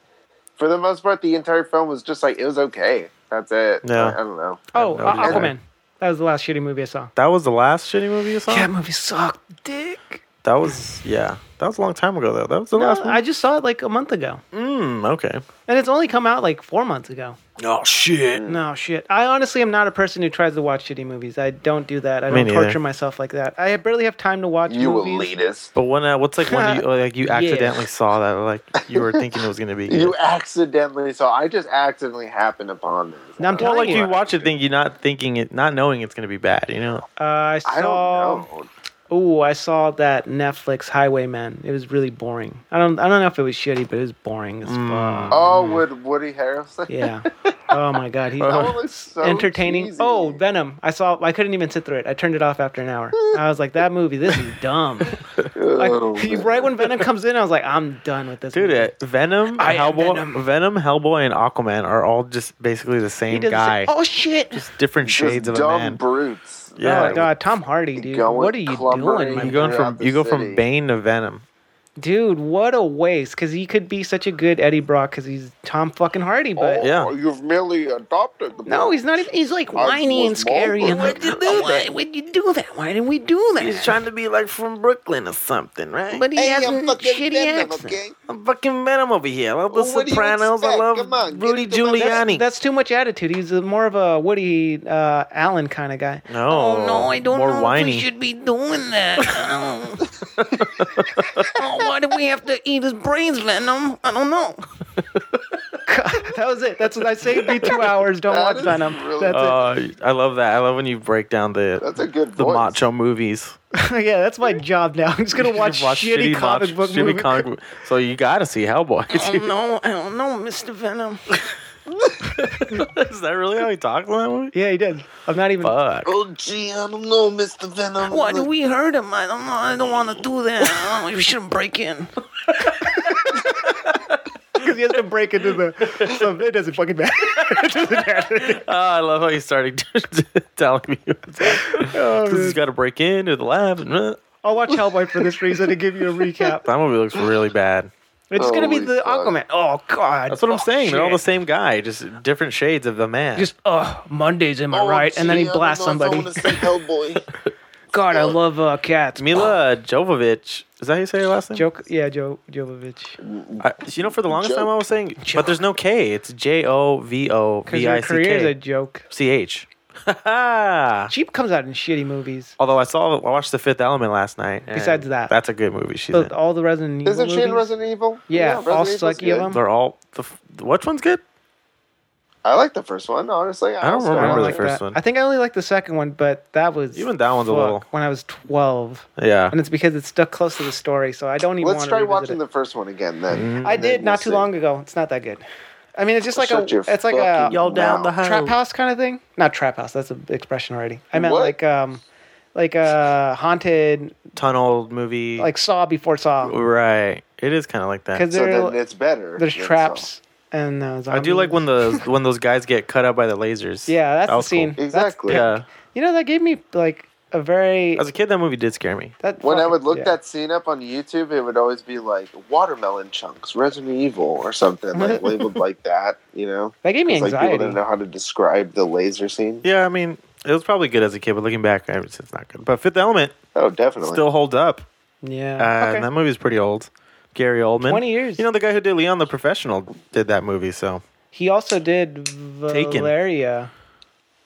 [SPEAKER 3] for the most part, the entire film was just like it was okay. That's it.
[SPEAKER 6] Yeah.
[SPEAKER 3] I, I don't know.
[SPEAKER 1] Oh,
[SPEAKER 6] I have no
[SPEAKER 1] uh,
[SPEAKER 6] idea.
[SPEAKER 1] Aquaman. That was the last shitty movie I saw.
[SPEAKER 6] That was the last shitty movie you saw.
[SPEAKER 1] Yeah, that movie sucked, dick.
[SPEAKER 6] That was yeah. That was a long time ago though. That was the
[SPEAKER 1] No,
[SPEAKER 6] last one.
[SPEAKER 1] I just saw it like a month ago,
[SPEAKER 6] Mm, okay.
[SPEAKER 1] and it's only come out like four months ago.
[SPEAKER 6] Oh shit.
[SPEAKER 1] No shit. I honestly am not a person who tries to watch shitty movies. I don't do that. I
[SPEAKER 6] Me
[SPEAKER 1] don't
[SPEAKER 6] neither.
[SPEAKER 1] torture myself like that. I barely have time to watch
[SPEAKER 3] You
[SPEAKER 1] movies.
[SPEAKER 3] elitist.
[SPEAKER 6] But when uh, what's like when you like you
[SPEAKER 1] Yeah.
[SPEAKER 6] accidentally saw that like you were thinking it was gonna be good.
[SPEAKER 3] You accidentally saw. I just accidentally happened upon this.
[SPEAKER 1] No, I'm
[SPEAKER 6] well,
[SPEAKER 1] telling
[SPEAKER 6] like
[SPEAKER 1] you.
[SPEAKER 6] you watch a thing, you're not thinking it, not knowing it's gonna be bad. You know.
[SPEAKER 1] Uh, I saw.
[SPEAKER 3] I don't know.
[SPEAKER 1] Oh, I saw that Netflix Highwayman. It was really boring. I don't. I don't know if it was shitty, but it was boring as
[SPEAKER 6] Mm.
[SPEAKER 1] fuck.
[SPEAKER 3] Oh, would Woody Harrelson?
[SPEAKER 1] Yeah. Oh my god, he's
[SPEAKER 3] That one was so
[SPEAKER 1] entertaining.
[SPEAKER 3] cheesy.
[SPEAKER 1] Oh, Venom. I saw. I couldn't even sit through it. I turned it off after an hour. I was like, that movie. This is dumb. Like,
[SPEAKER 3] Oh, man.
[SPEAKER 1] right when Venom comes in, I was like, I'm done with this.
[SPEAKER 6] Dude,
[SPEAKER 1] movie.
[SPEAKER 6] uh, Venom,
[SPEAKER 1] I am
[SPEAKER 6] Hellboy,
[SPEAKER 1] Venom.
[SPEAKER 6] Venom. Hellboy, and Aquaman are all just basically the
[SPEAKER 1] He
[SPEAKER 6] same
[SPEAKER 1] doesn't
[SPEAKER 6] guy,
[SPEAKER 1] say- oh shit.
[SPEAKER 6] just different
[SPEAKER 3] Just
[SPEAKER 6] shades of
[SPEAKER 3] dumb
[SPEAKER 6] a man.
[SPEAKER 3] brutes.
[SPEAKER 6] Yeah.
[SPEAKER 1] oh my god, Tom Hardy, dude.
[SPEAKER 3] Going
[SPEAKER 1] What are you doing,
[SPEAKER 3] clubbering.
[SPEAKER 1] my
[SPEAKER 6] you going
[SPEAKER 3] throughout
[SPEAKER 6] from
[SPEAKER 3] the
[SPEAKER 6] you go
[SPEAKER 3] city.
[SPEAKER 6] from Bane to Venom.
[SPEAKER 1] dude? What a waste. Because he could be such a good Eddie Brock because he's Tom fucking Hardy, but.
[SPEAKER 3] Oh,
[SPEAKER 6] Yeah.
[SPEAKER 3] You've merely adopted the
[SPEAKER 1] No, he's not even. He's like
[SPEAKER 3] I
[SPEAKER 1] whiny
[SPEAKER 3] was
[SPEAKER 1] and scary. And
[SPEAKER 3] Marvel.
[SPEAKER 1] like, "Oh, why would you do that? Why didn't we do that?
[SPEAKER 6] to be like from Brooklyn or something, right?
[SPEAKER 1] but he
[SPEAKER 3] Hey,
[SPEAKER 1] has a
[SPEAKER 3] I'm fucking
[SPEAKER 1] shitty
[SPEAKER 3] Venom,
[SPEAKER 1] accent.
[SPEAKER 3] okay?
[SPEAKER 6] I'm fucking Venom over here. I love
[SPEAKER 3] Well, what do you expect? Come on, get it to my-
[SPEAKER 1] That's too much attitude. He's a, more of a Woody uh, Allen kind of guy.
[SPEAKER 6] no,
[SPEAKER 1] Oh,
[SPEAKER 6] more whiny.
[SPEAKER 1] be doing that. oh. why do we have to eat his brains, Venom? I don't know. that was it. That's what I saved me two hours. Don't
[SPEAKER 3] That
[SPEAKER 1] watch
[SPEAKER 3] is
[SPEAKER 1] Venom.
[SPEAKER 3] really-
[SPEAKER 1] That's it.
[SPEAKER 6] Uh, I love that. I love when you break down the
[SPEAKER 3] That's a good
[SPEAKER 6] the
[SPEAKER 3] voice.
[SPEAKER 6] macho movies.
[SPEAKER 1] yeah, that's my job now. I'm just gonna
[SPEAKER 6] You
[SPEAKER 1] watch, shitty, comic
[SPEAKER 6] macho-
[SPEAKER 1] book
[SPEAKER 6] shitty
[SPEAKER 1] movies.
[SPEAKER 6] comic book- So you gotta see Hellboy. dude.
[SPEAKER 1] no, I don't know, Mr. Venom.
[SPEAKER 6] Is that really how he talks in that movie?
[SPEAKER 1] Yeah, he did. I'm not even.
[SPEAKER 6] Fuck.
[SPEAKER 3] Oh, gee, I don't know, Mr. Venom.
[SPEAKER 1] we hurt him? I don't know. I don't want to do that. I don't know. You shouldn't break in. Because he has to break into the. So it doesn't fucking matter. it doesn't matter.
[SPEAKER 6] Oh, I love how you started telling me.
[SPEAKER 1] Oh,
[SPEAKER 6] Because he's
[SPEAKER 1] man.
[SPEAKER 6] got to break into the lab. That
[SPEAKER 1] I'll watch Hellboy for this reason to give you a recap.
[SPEAKER 6] movie looks really bad.
[SPEAKER 1] It's going to be
[SPEAKER 3] Holy
[SPEAKER 1] the
[SPEAKER 3] fuck.
[SPEAKER 1] Aquaman. Oh, God.
[SPEAKER 6] That's what I'm
[SPEAKER 1] Oh,
[SPEAKER 6] saying. They're all the
[SPEAKER 1] shit.
[SPEAKER 6] same guy, just different shades of the man.
[SPEAKER 1] Just, oh, Mondays, am I right? And then he blasts somebody.
[SPEAKER 3] Hellboy.
[SPEAKER 1] God, I love uh, cats.
[SPEAKER 6] Mila Jovovich. Is that how you say her last name?
[SPEAKER 1] Joke, yeah, jo- Jovovich.
[SPEAKER 6] I, you know, for the longest time I
[SPEAKER 3] Joke.
[SPEAKER 6] was saying, but there's no K. It's J O V O
[SPEAKER 1] Because
[SPEAKER 6] V
[SPEAKER 1] your
[SPEAKER 6] I C
[SPEAKER 1] career is a
[SPEAKER 6] K
[SPEAKER 1] joke.
[SPEAKER 6] C H. Although
[SPEAKER 1] Jeep comes out in shitty movies.
[SPEAKER 6] I saw, I watched The Fifth Element last night. and
[SPEAKER 1] Besides that.
[SPEAKER 6] that's a good movie. She's in.
[SPEAKER 1] But all the Resident Evil
[SPEAKER 3] Isn't she in
[SPEAKER 1] movies-
[SPEAKER 3] Resident Evil?
[SPEAKER 1] Yeah, all
[SPEAKER 3] Resident Evil's
[SPEAKER 1] sucky of
[SPEAKER 3] good.
[SPEAKER 1] them.
[SPEAKER 6] They're all the f- which one's good?
[SPEAKER 3] I like the first one, honestly. I,
[SPEAKER 6] don't
[SPEAKER 3] also
[SPEAKER 1] I
[SPEAKER 6] remember
[SPEAKER 1] don't
[SPEAKER 6] the
[SPEAKER 1] like
[SPEAKER 6] first
[SPEAKER 1] that.
[SPEAKER 6] one.
[SPEAKER 1] I think I only liked the second one, but that was
[SPEAKER 6] Even that one's a
[SPEAKER 1] fuck,
[SPEAKER 6] little-
[SPEAKER 1] When I was twelve,
[SPEAKER 6] Yeah,
[SPEAKER 1] and it's because it's stuck close to the story, so I don't even.
[SPEAKER 3] Let's
[SPEAKER 1] want
[SPEAKER 3] try
[SPEAKER 1] to revisit
[SPEAKER 3] watching
[SPEAKER 1] it.
[SPEAKER 3] the first one again
[SPEAKER 6] Mm-hmm.
[SPEAKER 3] then.
[SPEAKER 1] I did
[SPEAKER 3] we'll
[SPEAKER 1] not too
[SPEAKER 3] see.
[SPEAKER 1] long ago. It's not that good. I mean, it's just like
[SPEAKER 3] Shut your
[SPEAKER 1] a. It's like a
[SPEAKER 3] fucking Y'all down mouth. the
[SPEAKER 1] trap house kind of thing. Not trap house. That's an expression already. I meant
[SPEAKER 3] What?
[SPEAKER 1] like um, like a haunted,
[SPEAKER 6] tunnel movie.
[SPEAKER 1] like Saw before Saw,
[SPEAKER 6] right, it is kind of like that.
[SPEAKER 1] because
[SPEAKER 3] So then
[SPEAKER 1] there
[SPEAKER 3] it's better.
[SPEAKER 1] there's
[SPEAKER 3] than
[SPEAKER 1] traps and uh,
[SPEAKER 6] I do like when the when those guys get cut up by the lasers.
[SPEAKER 1] Yeah, that's
[SPEAKER 6] That
[SPEAKER 1] the
[SPEAKER 6] was cool.
[SPEAKER 1] scene.
[SPEAKER 3] so. Exactly.
[SPEAKER 6] Yeah,
[SPEAKER 1] You know that gave me like a very.
[SPEAKER 6] as a kid, that movie did scare me.
[SPEAKER 1] that
[SPEAKER 3] When I
[SPEAKER 1] fucking-
[SPEAKER 3] would look
[SPEAKER 1] yeah.
[SPEAKER 3] that scene up on YouTube, it would always be like watermelon chunks, Resident Evil, or something like labeled like that. You know,
[SPEAKER 1] that gave me
[SPEAKER 3] It's like people
[SPEAKER 1] anxiety.
[SPEAKER 3] didn't know how to describe the laser scene.
[SPEAKER 6] Yeah, I mean, it was probably good as a kid, but looking back, I- it's it's not good. But Fifth Element
[SPEAKER 3] Oh, definitely.
[SPEAKER 6] still holds up. Uh,
[SPEAKER 1] yeah.
[SPEAKER 6] and That movie's pretty old. Gary Oldman,
[SPEAKER 1] 20 years.
[SPEAKER 6] You know, the guy who did Leon the Professional did that movie. So,
[SPEAKER 1] He also did
[SPEAKER 6] Taken.
[SPEAKER 1] Valeria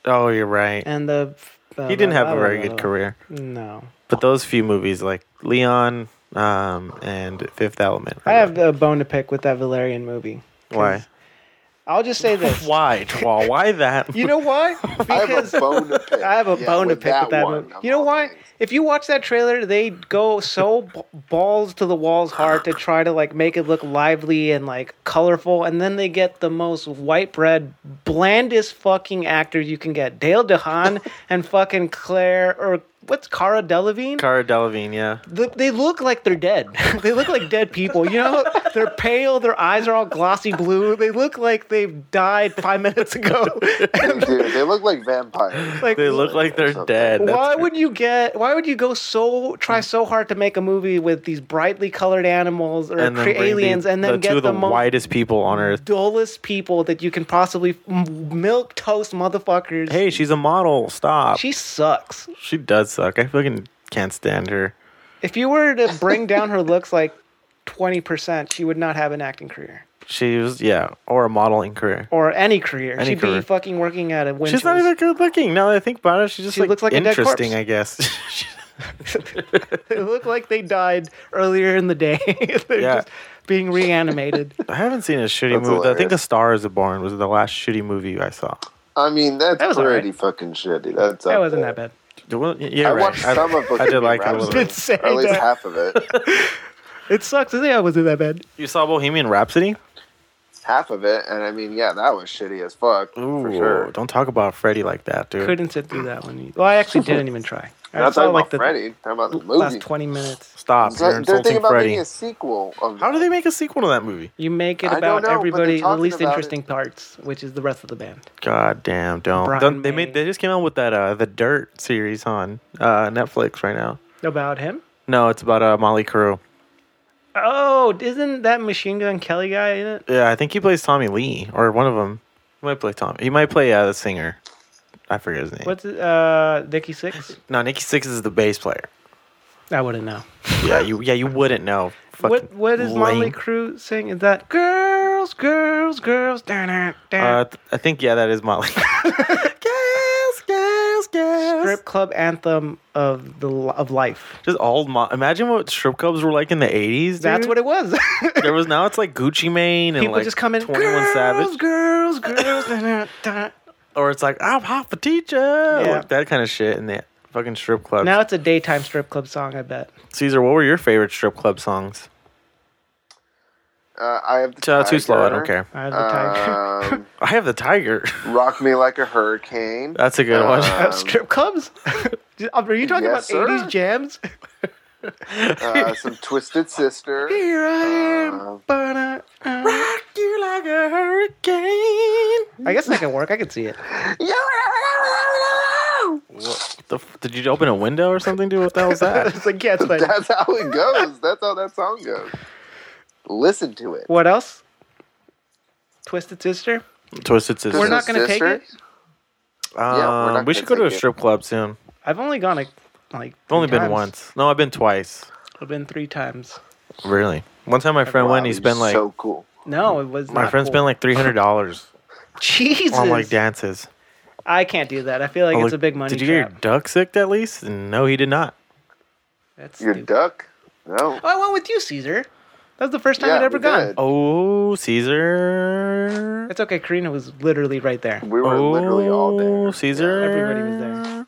[SPEAKER 6] oh, you're right.
[SPEAKER 1] and the. uh,
[SPEAKER 6] he didn't have a very good career,
[SPEAKER 1] No,
[SPEAKER 6] but those few movies like Leon um, and Fifth Element.
[SPEAKER 1] I have a bone to pick with that Valerian movie. 'cause
[SPEAKER 6] why?
[SPEAKER 1] I'll just say this.
[SPEAKER 6] Why, Twal? Why that?
[SPEAKER 1] You know why?
[SPEAKER 3] I have
[SPEAKER 1] Because
[SPEAKER 3] a bone to pick.
[SPEAKER 1] I have a
[SPEAKER 3] Yeah,
[SPEAKER 1] bone to pick with that
[SPEAKER 3] one,
[SPEAKER 1] movie.
[SPEAKER 3] of
[SPEAKER 1] You know
[SPEAKER 3] all
[SPEAKER 1] why?
[SPEAKER 3] things.
[SPEAKER 1] If you watch that trailer, they go so b- balls to the walls hard to try to like make it look lively and like colorful, and then they get the most white bread, blandest fucking actors you can get: Dale DeHaan and fucking Claire or what's Cara Delevingne?
[SPEAKER 6] Cara Delevingne, yeah.
[SPEAKER 1] Th- they look like they're dead. they look like dead people. You know, they're pale. Their eyes are all glossy blue. They look like they've died five minutes ago.
[SPEAKER 3] Dude, they look like vampires.
[SPEAKER 1] like,
[SPEAKER 6] They look like they're dead. That's
[SPEAKER 1] why would you get? Why would you go so try so hard to make a movie with these brightly colored animals or
[SPEAKER 6] and then
[SPEAKER 1] cre-
[SPEAKER 6] bring the-
[SPEAKER 1] aliens, and then
[SPEAKER 6] the
[SPEAKER 1] get
[SPEAKER 6] two of
[SPEAKER 1] the,
[SPEAKER 6] the,
[SPEAKER 1] most
[SPEAKER 6] whitest people on earth.
[SPEAKER 1] dullest people that you can possibly milk toast motherfuckers?
[SPEAKER 6] Hey, uh, she's a model. Stop. She,
[SPEAKER 1] she sucks.
[SPEAKER 6] does suck. I fucking can't stand her.
[SPEAKER 1] If you were to bring down her looks like twenty percent, she would not have an acting career.
[SPEAKER 6] She was yeah, or a modeling career.
[SPEAKER 1] or any career.
[SPEAKER 6] Any
[SPEAKER 1] She'd
[SPEAKER 6] career.
[SPEAKER 1] be fucking working at a winch.
[SPEAKER 6] She's not even good looking. Now that I think about it, she's just
[SPEAKER 1] She
[SPEAKER 6] like,
[SPEAKER 1] looks like a dead
[SPEAKER 6] interesting,
[SPEAKER 1] corpse.
[SPEAKER 6] I guess.
[SPEAKER 1] they look like they died earlier in the day. They're
[SPEAKER 6] Yeah.
[SPEAKER 1] just being reanimated.
[SPEAKER 6] I haven't seen a shitty
[SPEAKER 3] That's
[SPEAKER 6] movie. I think
[SPEAKER 3] hilarious.
[SPEAKER 6] A Star Is Born was the last shitty movie I saw.
[SPEAKER 3] I mean, that's
[SPEAKER 1] That was all
[SPEAKER 3] pretty
[SPEAKER 1] right.
[SPEAKER 3] fucking shitty. That's
[SPEAKER 1] that
[SPEAKER 3] up
[SPEAKER 1] wasn't
[SPEAKER 3] there.
[SPEAKER 1] that bad.
[SPEAKER 6] Well, y- yeah,
[SPEAKER 3] I
[SPEAKER 6] right.
[SPEAKER 3] watched some of
[SPEAKER 6] I did
[SPEAKER 3] Bohemian
[SPEAKER 6] like it a
[SPEAKER 3] Rhapsody.
[SPEAKER 6] little
[SPEAKER 1] Been
[SPEAKER 6] bit.
[SPEAKER 1] saying
[SPEAKER 3] Or at least
[SPEAKER 1] that.
[SPEAKER 3] half of it.
[SPEAKER 1] It sucks. Yeah, it wasn't that bad.
[SPEAKER 6] You saw Bohemian Rhapsody?
[SPEAKER 3] half of it, and I mean, yeah, that was shitty as fuck
[SPEAKER 6] Ooh,
[SPEAKER 3] for sure.
[SPEAKER 6] don't talk about Freddy like that, dude.
[SPEAKER 1] Couldn't sit through that one. e- Well, I actually didn't even try. I
[SPEAKER 3] Not
[SPEAKER 1] saw
[SPEAKER 3] talking about
[SPEAKER 1] the
[SPEAKER 3] Freddy, talking about the movie.
[SPEAKER 1] last twenty minutes.
[SPEAKER 6] Stop.
[SPEAKER 3] It's
[SPEAKER 6] You're
[SPEAKER 3] like- They're thinking
[SPEAKER 6] insulting
[SPEAKER 3] about
[SPEAKER 6] Freddy.
[SPEAKER 3] making a sequel. Of
[SPEAKER 6] How do they make a sequel to that movie?
[SPEAKER 1] You make it
[SPEAKER 3] I don't
[SPEAKER 1] about
[SPEAKER 3] know, but they're
[SPEAKER 1] everybody, the
[SPEAKER 3] talking
[SPEAKER 1] least
[SPEAKER 3] about it.
[SPEAKER 1] interesting parts, which is the rest of the band.
[SPEAKER 6] God damn, don't.
[SPEAKER 1] Brian
[SPEAKER 6] Don't- They
[SPEAKER 1] May.
[SPEAKER 6] made. They just came out with that uh, the Dirt series on uh, Netflix right now.
[SPEAKER 1] About him.
[SPEAKER 6] No, it's about uh, Molly Crew.
[SPEAKER 1] Oh, isn't that Machine Gun Kelly guy in it?
[SPEAKER 6] Yeah, I think he plays Tommy Lee or one of them. He might play Tom. He might play uh, the singer. I forget his name.
[SPEAKER 1] What's it? Uh, Dickie Six?
[SPEAKER 6] No, Nikki Six is the bass player.
[SPEAKER 1] I wouldn't know.
[SPEAKER 6] Yeah, you. Yeah, you wouldn't know.
[SPEAKER 1] What
[SPEAKER 6] Fucking
[SPEAKER 1] what is Molly
[SPEAKER 6] lame.
[SPEAKER 1] Crew saying? Is that girls, girls, girls? Da-da, da.
[SPEAKER 6] Uh, th- I think yeah, that is Molly. girls, girls, girls.
[SPEAKER 1] Strip club anthem of the li- of life.
[SPEAKER 6] Just old. Mo- Imagine what strip clubs were like in the eighties.
[SPEAKER 1] That's what it was.
[SPEAKER 6] there was. Now it's like Gucci Mane and
[SPEAKER 1] People
[SPEAKER 6] like
[SPEAKER 1] just come in.
[SPEAKER 6] Twenty One
[SPEAKER 1] girls,
[SPEAKER 6] Savage,
[SPEAKER 1] girls, girls. da-da, da.
[SPEAKER 6] or it's like I'm hot for teacher.
[SPEAKER 1] Yeah.
[SPEAKER 6] Or that kind of shit in the fucking strip clubs.
[SPEAKER 1] Now it's a daytime strip club song. I bet.
[SPEAKER 6] Caesar, what were your favorite strip club songs?
[SPEAKER 3] Uh, I have the
[SPEAKER 6] Uh, too slow. I
[SPEAKER 3] Tiger.
[SPEAKER 6] don't care.
[SPEAKER 1] I have the tiger.
[SPEAKER 3] Um,
[SPEAKER 6] I have the tiger.
[SPEAKER 3] Rock Me Like a Hurricane.
[SPEAKER 6] That's a good one.
[SPEAKER 3] Uh,
[SPEAKER 1] strip clubs? Are you talking
[SPEAKER 3] yes,
[SPEAKER 1] about
[SPEAKER 3] sir.
[SPEAKER 1] '80s jams?
[SPEAKER 3] uh, some Twisted Sister.
[SPEAKER 1] Here I am.
[SPEAKER 3] Uh,
[SPEAKER 1] ba-da, uh.
[SPEAKER 6] Rock you like a hurricane.
[SPEAKER 1] I guess that can work. I can see it.
[SPEAKER 6] What the f- did you open a window or something, dude? What the hell was that?
[SPEAKER 1] it's like yeah, it's like.
[SPEAKER 3] That's how it goes. That's how that song goes. Listen to it.
[SPEAKER 1] What else? Twisted Sister.
[SPEAKER 6] Twisted Sister.
[SPEAKER 1] We're not
[SPEAKER 3] Twisted
[SPEAKER 1] going to take
[SPEAKER 3] Sister?
[SPEAKER 1] it.
[SPEAKER 3] Yeah, we're
[SPEAKER 6] Um,
[SPEAKER 3] not gonna
[SPEAKER 6] we should go to a
[SPEAKER 3] take it.
[SPEAKER 6] strip club soon.
[SPEAKER 1] I've only gone like like.
[SPEAKER 6] I've only
[SPEAKER 1] three
[SPEAKER 6] been
[SPEAKER 1] times.
[SPEAKER 6] once. No, I've been twice.
[SPEAKER 1] I've been three times.
[SPEAKER 6] Really? One time, my friend went.
[SPEAKER 3] Wow,
[SPEAKER 6] He
[SPEAKER 3] you're
[SPEAKER 6] spent like
[SPEAKER 3] so cool.
[SPEAKER 1] No, it was
[SPEAKER 6] my
[SPEAKER 1] not
[SPEAKER 6] friend
[SPEAKER 1] cool.
[SPEAKER 6] spent like three hundred dollars
[SPEAKER 1] Jesus.
[SPEAKER 6] on "Oh, like dances.
[SPEAKER 1] I can't do that. I feel like
[SPEAKER 6] I'm
[SPEAKER 1] it's a
[SPEAKER 6] like,
[SPEAKER 1] big money
[SPEAKER 6] Did you
[SPEAKER 1] trap.
[SPEAKER 6] get your duck sick at least? No, he did not.
[SPEAKER 1] That's
[SPEAKER 3] Your
[SPEAKER 1] stupid.
[SPEAKER 3] duck? No.
[SPEAKER 1] Oh, I went with you, Caesar. That was the first time
[SPEAKER 3] Yeah,
[SPEAKER 1] I'd ever
[SPEAKER 3] we
[SPEAKER 1] gone.
[SPEAKER 3] did.
[SPEAKER 6] Oh, Caesar.
[SPEAKER 1] It's okay. Karina was literally right there.
[SPEAKER 3] We were
[SPEAKER 6] oh,
[SPEAKER 3] literally all there.
[SPEAKER 6] Caesar.
[SPEAKER 1] Everybody was there.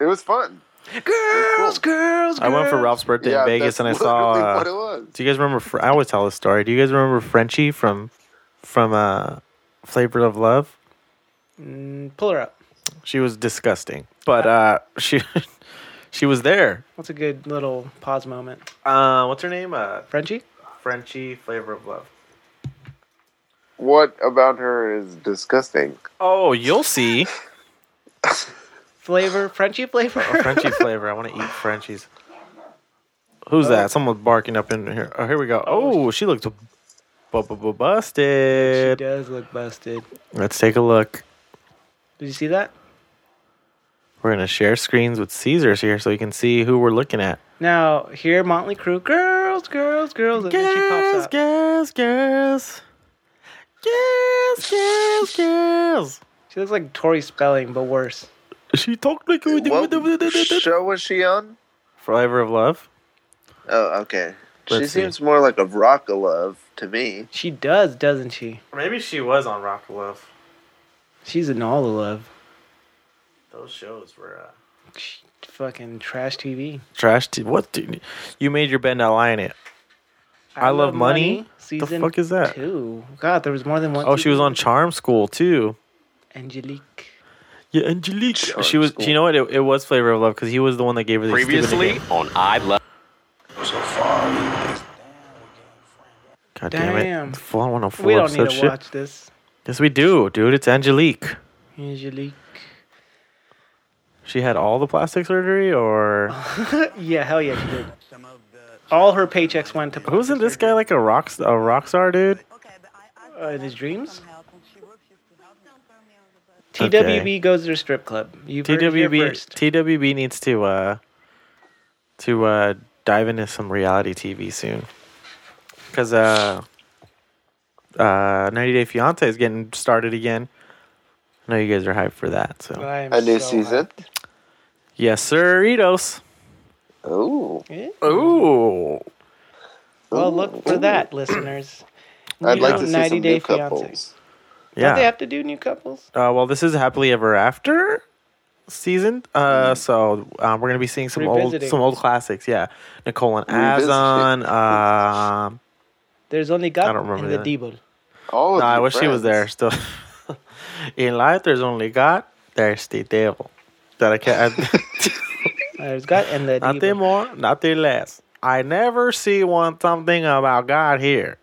[SPEAKER 3] It was fun.
[SPEAKER 1] Girls, girls, girls.
[SPEAKER 6] I went for Ralph's birthday
[SPEAKER 3] yeah,
[SPEAKER 6] in Vegas,
[SPEAKER 3] that's
[SPEAKER 6] and I saw.
[SPEAKER 3] literally
[SPEAKER 6] uh,
[SPEAKER 3] what it was.
[SPEAKER 6] do you guys remember? Fr- I always tell this story. Do you guys remember Frenchie from from uh, Flavor of Love?
[SPEAKER 1] Mm, pull her up.
[SPEAKER 6] She was disgusting, but uh, she she was there.
[SPEAKER 1] That's a good little pause moment.
[SPEAKER 6] Uh, what's her name? Uh,
[SPEAKER 1] Frenchie.
[SPEAKER 6] Frenchie Flavor of Love.
[SPEAKER 3] What about her is disgusting?
[SPEAKER 6] Oh, you'll see.
[SPEAKER 1] Flavor, Frenchie flavor.
[SPEAKER 6] Oh, Frenchie flavor. I want to eat Frenchies. Who's that? Someone's barking up in here. Oh, here we go. Oh, she looks bu- bu- bu-
[SPEAKER 1] she
[SPEAKER 6] busted.
[SPEAKER 1] does look busted.
[SPEAKER 6] Let's take a look.
[SPEAKER 1] Did you see that?
[SPEAKER 6] We're gonna share screens with Caesars here, so you can see who we're looking at.
[SPEAKER 1] Now here, Motley Crue, girls, girls, girls, and then she pops
[SPEAKER 6] Girls,
[SPEAKER 1] up.
[SPEAKER 6] girls, girls, girls, girls, girls.
[SPEAKER 1] She looks like Tori Spelling, but worse.
[SPEAKER 6] She talked like
[SPEAKER 3] What show was she on?
[SPEAKER 6] Flavor of Love.
[SPEAKER 3] Oh, okay. she
[SPEAKER 6] Let's see.
[SPEAKER 3] seems more like a rock love to me.
[SPEAKER 1] She does, doesn't she?
[SPEAKER 6] Maybe she was on Rock of Love.
[SPEAKER 1] She's in all the love.
[SPEAKER 6] Those shows were. Uh...
[SPEAKER 1] She- fucking trash TV.
[SPEAKER 6] Trash. T- what? Do you, you made your bed not lie in it. I Love Money? The
[SPEAKER 1] Season
[SPEAKER 6] fuck is that?
[SPEAKER 1] Two. God, there was more than one.
[SPEAKER 6] Oh, she was
[SPEAKER 1] season.
[SPEAKER 6] on Charm School too.
[SPEAKER 1] Angelique.
[SPEAKER 6] Yeah, Angelique.
[SPEAKER 3] Sure,
[SPEAKER 6] she was.
[SPEAKER 3] it's cool.
[SPEAKER 6] You know what? It, it was Flavor of Love because he was the one that gave her the stupid
[SPEAKER 5] Previously
[SPEAKER 6] name.
[SPEAKER 5] on I Love.
[SPEAKER 6] God damn,
[SPEAKER 1] Damn.
[SPEAKER 6] it! Full on 104
[SPEAKER 1] We don't
[SPEAKER 6] episode
[SPEAKER 1] need to
[SPEAKER 6] shit.
[SPEAKER 1] watch this.
[SPEAKER 6] Yes, we do, dude. It's Angelique.
[SPEAKER 1] Angelique.
[SPEAKER 6] She had all the plastic surgery, or
[SPEAKER 1] Yeah, hell yeah, she did. All her paychecks went to.
[SPEAKER 6] wasn't this guy like a rock st- a rock star, dude?
[SPEAKER 1] Uh, in his dreams?
[SPEAKER 6] Okay.
[SPEAKER 1] TWB goes to the strip club. You've heard it here
[SPEAKER 6] TWB
[SPEAKER 1] first.
[SPEAKER 6] TWB needs to uh to uh dive into some reality TV soon. Cuz uh uh 90 Day Fiancé is getting started again. I know you guys are hyped for that. So
[SPEAKER 1] I am
[SPEAKER 3] A new
[SPEAKER 1] so
[SPEAKER 3] season.
[SPEAKER 1] hyped.
[SPEAKER 6] Yes, sir, Ritos.
[SPEAKER 3] Oh,
[SPEAKER 1] Eh?
[SPEAKER 6] Ooh.
[SPEAKER 1] Well, look for that, listeners.
[SPEAKER 3] I'd
[SPEAKER 1] New
[SPEAKER 3] like to see
[SPEAKER 1] 90
[SPEAKER 3] some
[SPEAKER 1] Day
[SPEAKER 3] new
[SPEAKER 1] Fiancé.
[SPEAKER 3] couples.
[SPEAKER 1] Don't they
[SPEAKER 6] Yeah.
[SPEAKER 1] have to do new couples?
[SPEAKER 6] Uh, well, this is happily ever after season. Uh, so um, we're gonna be seeing some old
[SPEAKER 1] Revisiting.
[SPEAKER 6] some old classics. Yeah, Nicole and
[SPEAKER 3] Revisiting.
[SPEAKER 6] Azan. Um,
[SPEAKER 1] There's only God
[SPEAKER 6] I don't remember
[SPEAKER 1] and the
[SPEAKER 6] that.
[SPEAKER 1] Devil.
[SPEAKER 3] All of
[SPEAKER 6] No, I
[SPEAKER 3] your
[SPEAKER 6] wish he was there
[SPEAKER 3] friends.
[SPEAKER 6] still. In life, there's only God. There's the devil. That I can't.
[SPEAKER 1] There's God and the
[SPEAKER 6] nothing
[SPEAKER 1] Devil.
[SPEAKER 6] more, nothing less. I never see one something about God here.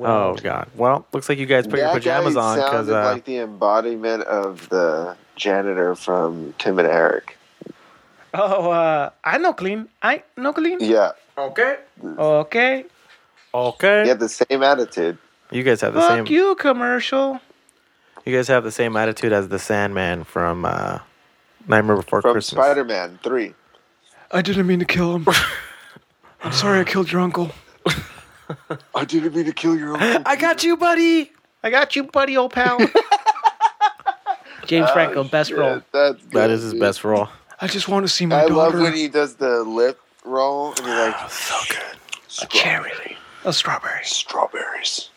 [SPEAKER 6] Oh God! Well, looks like you guys put your
[SPEAKER 3] That guy
[SPEAKER 6] pajamas on because
[SPEAKER 3] sounded
[SPEAKER 6] uh,
[SPEAKER 3] like the embodiment of the janitor from Tim and Eric.
[SPEAKER 1] Oh, uh, I know clean. I know clean.
[SPEAKER 3] Yeah,
[SPEAKER 6] okay,
[SPEAKER 1] Okay.
[SPEAKER 6] okay.
[SPEAKER 3] he had the same attitude.
[SPEAKER 6] You guys have the
[SPEAKER 1] Fuck
[SPEAKER 6] same. You.
[SPEAKER 1] you, commercial.
[SPEAKER 6] guys have the same attitude as the Sandman from uh, Nightmare Before
[SPEAKER 3] from
[SPEAKER 6] Christmas.
[SPEAKER 3] Spider-Man Three.
[SPEAKER 1] I didn't mean to kill him. I'm sorry I killed your uncle.
[SPEAKER 3] I didn't mean to kill your uncle.
[SPEAKER 6] I got you, buddy.
[SPEAKER 1] I got you, buddy, old pal. James Franco, best role.
[SPEAKER 3] That's good,
[SPEAKER 6] That is his
[SPEAKER 3] dude.
[SPEAKER 6] best role.
[SPEAKER 1] I just want to see
[SPEAKER 3] I love when he does the lip roll and you're like, Oh, so good.
[SPEAKER 1] cherry. A strawberry.
[SPEAKER 3] Strawberries.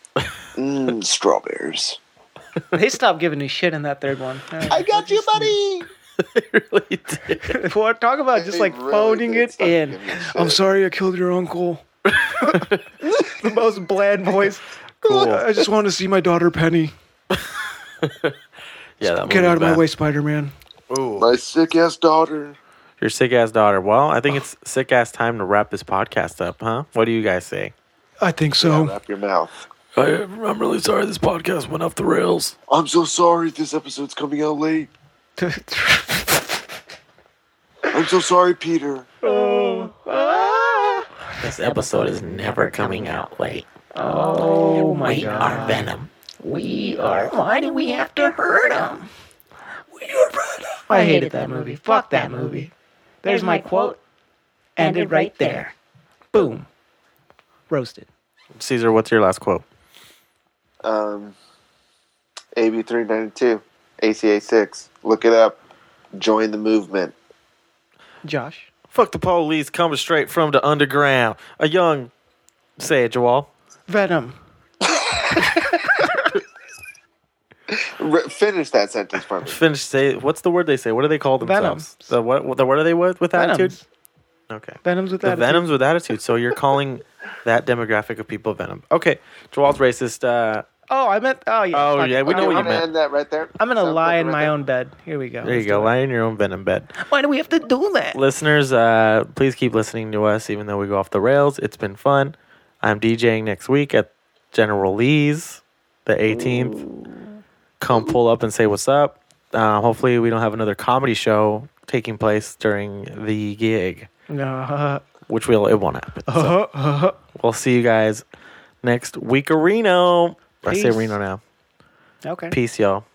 [SPEAKER 3] Mmm, strawberries.
[SPEAKER 1] They stopped giving a shit in that third one.
[SPEAKER 3] I got you, buddy.
[SPEAKER 6] He really did.
[SPEAKER 1] Well, talk about just
[SPEAKER 3] They
[SPEAKER 1] like
[SPEAKER 3] really
[SPEAKER 1] phoning
[SPEAKER 3] did
[SPEAKER 1] it
[SPEAKER 3] stop
[SPEAKER 1] in.
[SPEAKER 3] giving a shit.
[SPEAKER 1] I'm sorry I killed your uncle. the most bland voice.
[SPEAKER 6] Cool.
[SPEAKER 1] I just want to see my daughter Penny.
[SPEAKER 6] Yeah, that
[SPEAKER 1] Get
[SPEAKER 6] movie's
[SPEAKER 1] out of my
[SPEAKER 6] bad.
[SPEAKER 1] way, Spider Man. Oh.
[SPEAKER 6] Ooh.
[SPEAKER 3] My sick ass daughter.
[SPEAKER 6] Your sick ass daughter. Well, I think it's sick ass time to wrap this podcast up, huh? What do you guys say?
[SPEAKER 1] I think so.
[SPEAKER 3] Wrap your mouth.
[SPEAKER 6] I, I'm really sorry this podcast went off the rails.
[SPEAKER 3] I'm so sorry this episode's coming out late. I'm so sorry, Peter.
[SPEAKER 6] This episode is never coming out late.
[SPEAKER 1] oh my
[SPEAKER 6] We are Venom.
[SPEAKER 4] We are. Why do we have to hurt them?
[SPEAKER 1] I hated that movie. Fuck that movie. There's my quote. Ended right there. Boom. Roasted.
[SPEAKER 6] Caesar, what's your last quote?
[SPEAKER 3] Um, AB392, ACA6. Look it up. Join the movement.
[SPEAKER 1] Josh.
[SPEAKER 6] Fuck the police coming straight from the underground. A young. Say it, Joel.
[SPEAKER 1] Venom.
[SPEAKER 3] Re- finish that sentence for me.
[SPEAKER 6] Finish. Say what's the word they say? What do they call themselves?
[SPEAKER 1] Venoms.
[SPEAKER 6] The what? The what are they with? With attitude?
[SPEAKER 1] Venoms.
[SPEAKER 6] Okay.
[SPEAKER 1] Venoms with
[SPEAKER 6] The
[SPEAKER 1] that.
[SPEAKER 6] Venom's with attitude. So you're calling that demographic of people Venom. Okay. Joel's racist. Uh,
[SPEAKER 1] Oh, I meant. Oh, yeah.
[SPEAKER 6] oh
[SPEAKER 1] fuck
[SPEAKER 6] yeah,
[SPEAKER 1] it.
[SPEAKER 6] we know
[SPEAKER 3] I'm
[SPEAKER 6] what you
[SPEAKER 3] gonna
[SPEAKER 6] meant.
[SPEAKER 3] end that right there.
[SPEAKER 1] I'm going to
[SPEAKER 3] Sounds
[SPEAKER 1] lie
[SPEAKER 3] like
[SPEAKER 1] in
[SPEAKER 3] right
[SPEAKER 1] my
[SPEAKER 3] there.
[SPEAKER 1] own bed. Here we go.
[SPEAKER 6] There you go. Lie in your own venom bed.
[SPEAKER 1] Why do we have to do that?
[SPEAKER 6] Listeners, uh, please keep listening to us, even though we go off the rails. It's been fun. I'm DJing next week at General Lee's, the 18th. Come pull up and say what's up. Uh, hopefully, we don't have another comedy show taking place during the gig,
[SPEAKER 1] No. Uh,
[SPEAKER 6] which will it won't happen. So, we'll see you guys next week, Reno. I say
[SPEAKER 1] Peace.
[SPEAKER 6] Reno now.
[SPEAKER 1] okay.
[SPEAKER 6] Peace, y'all.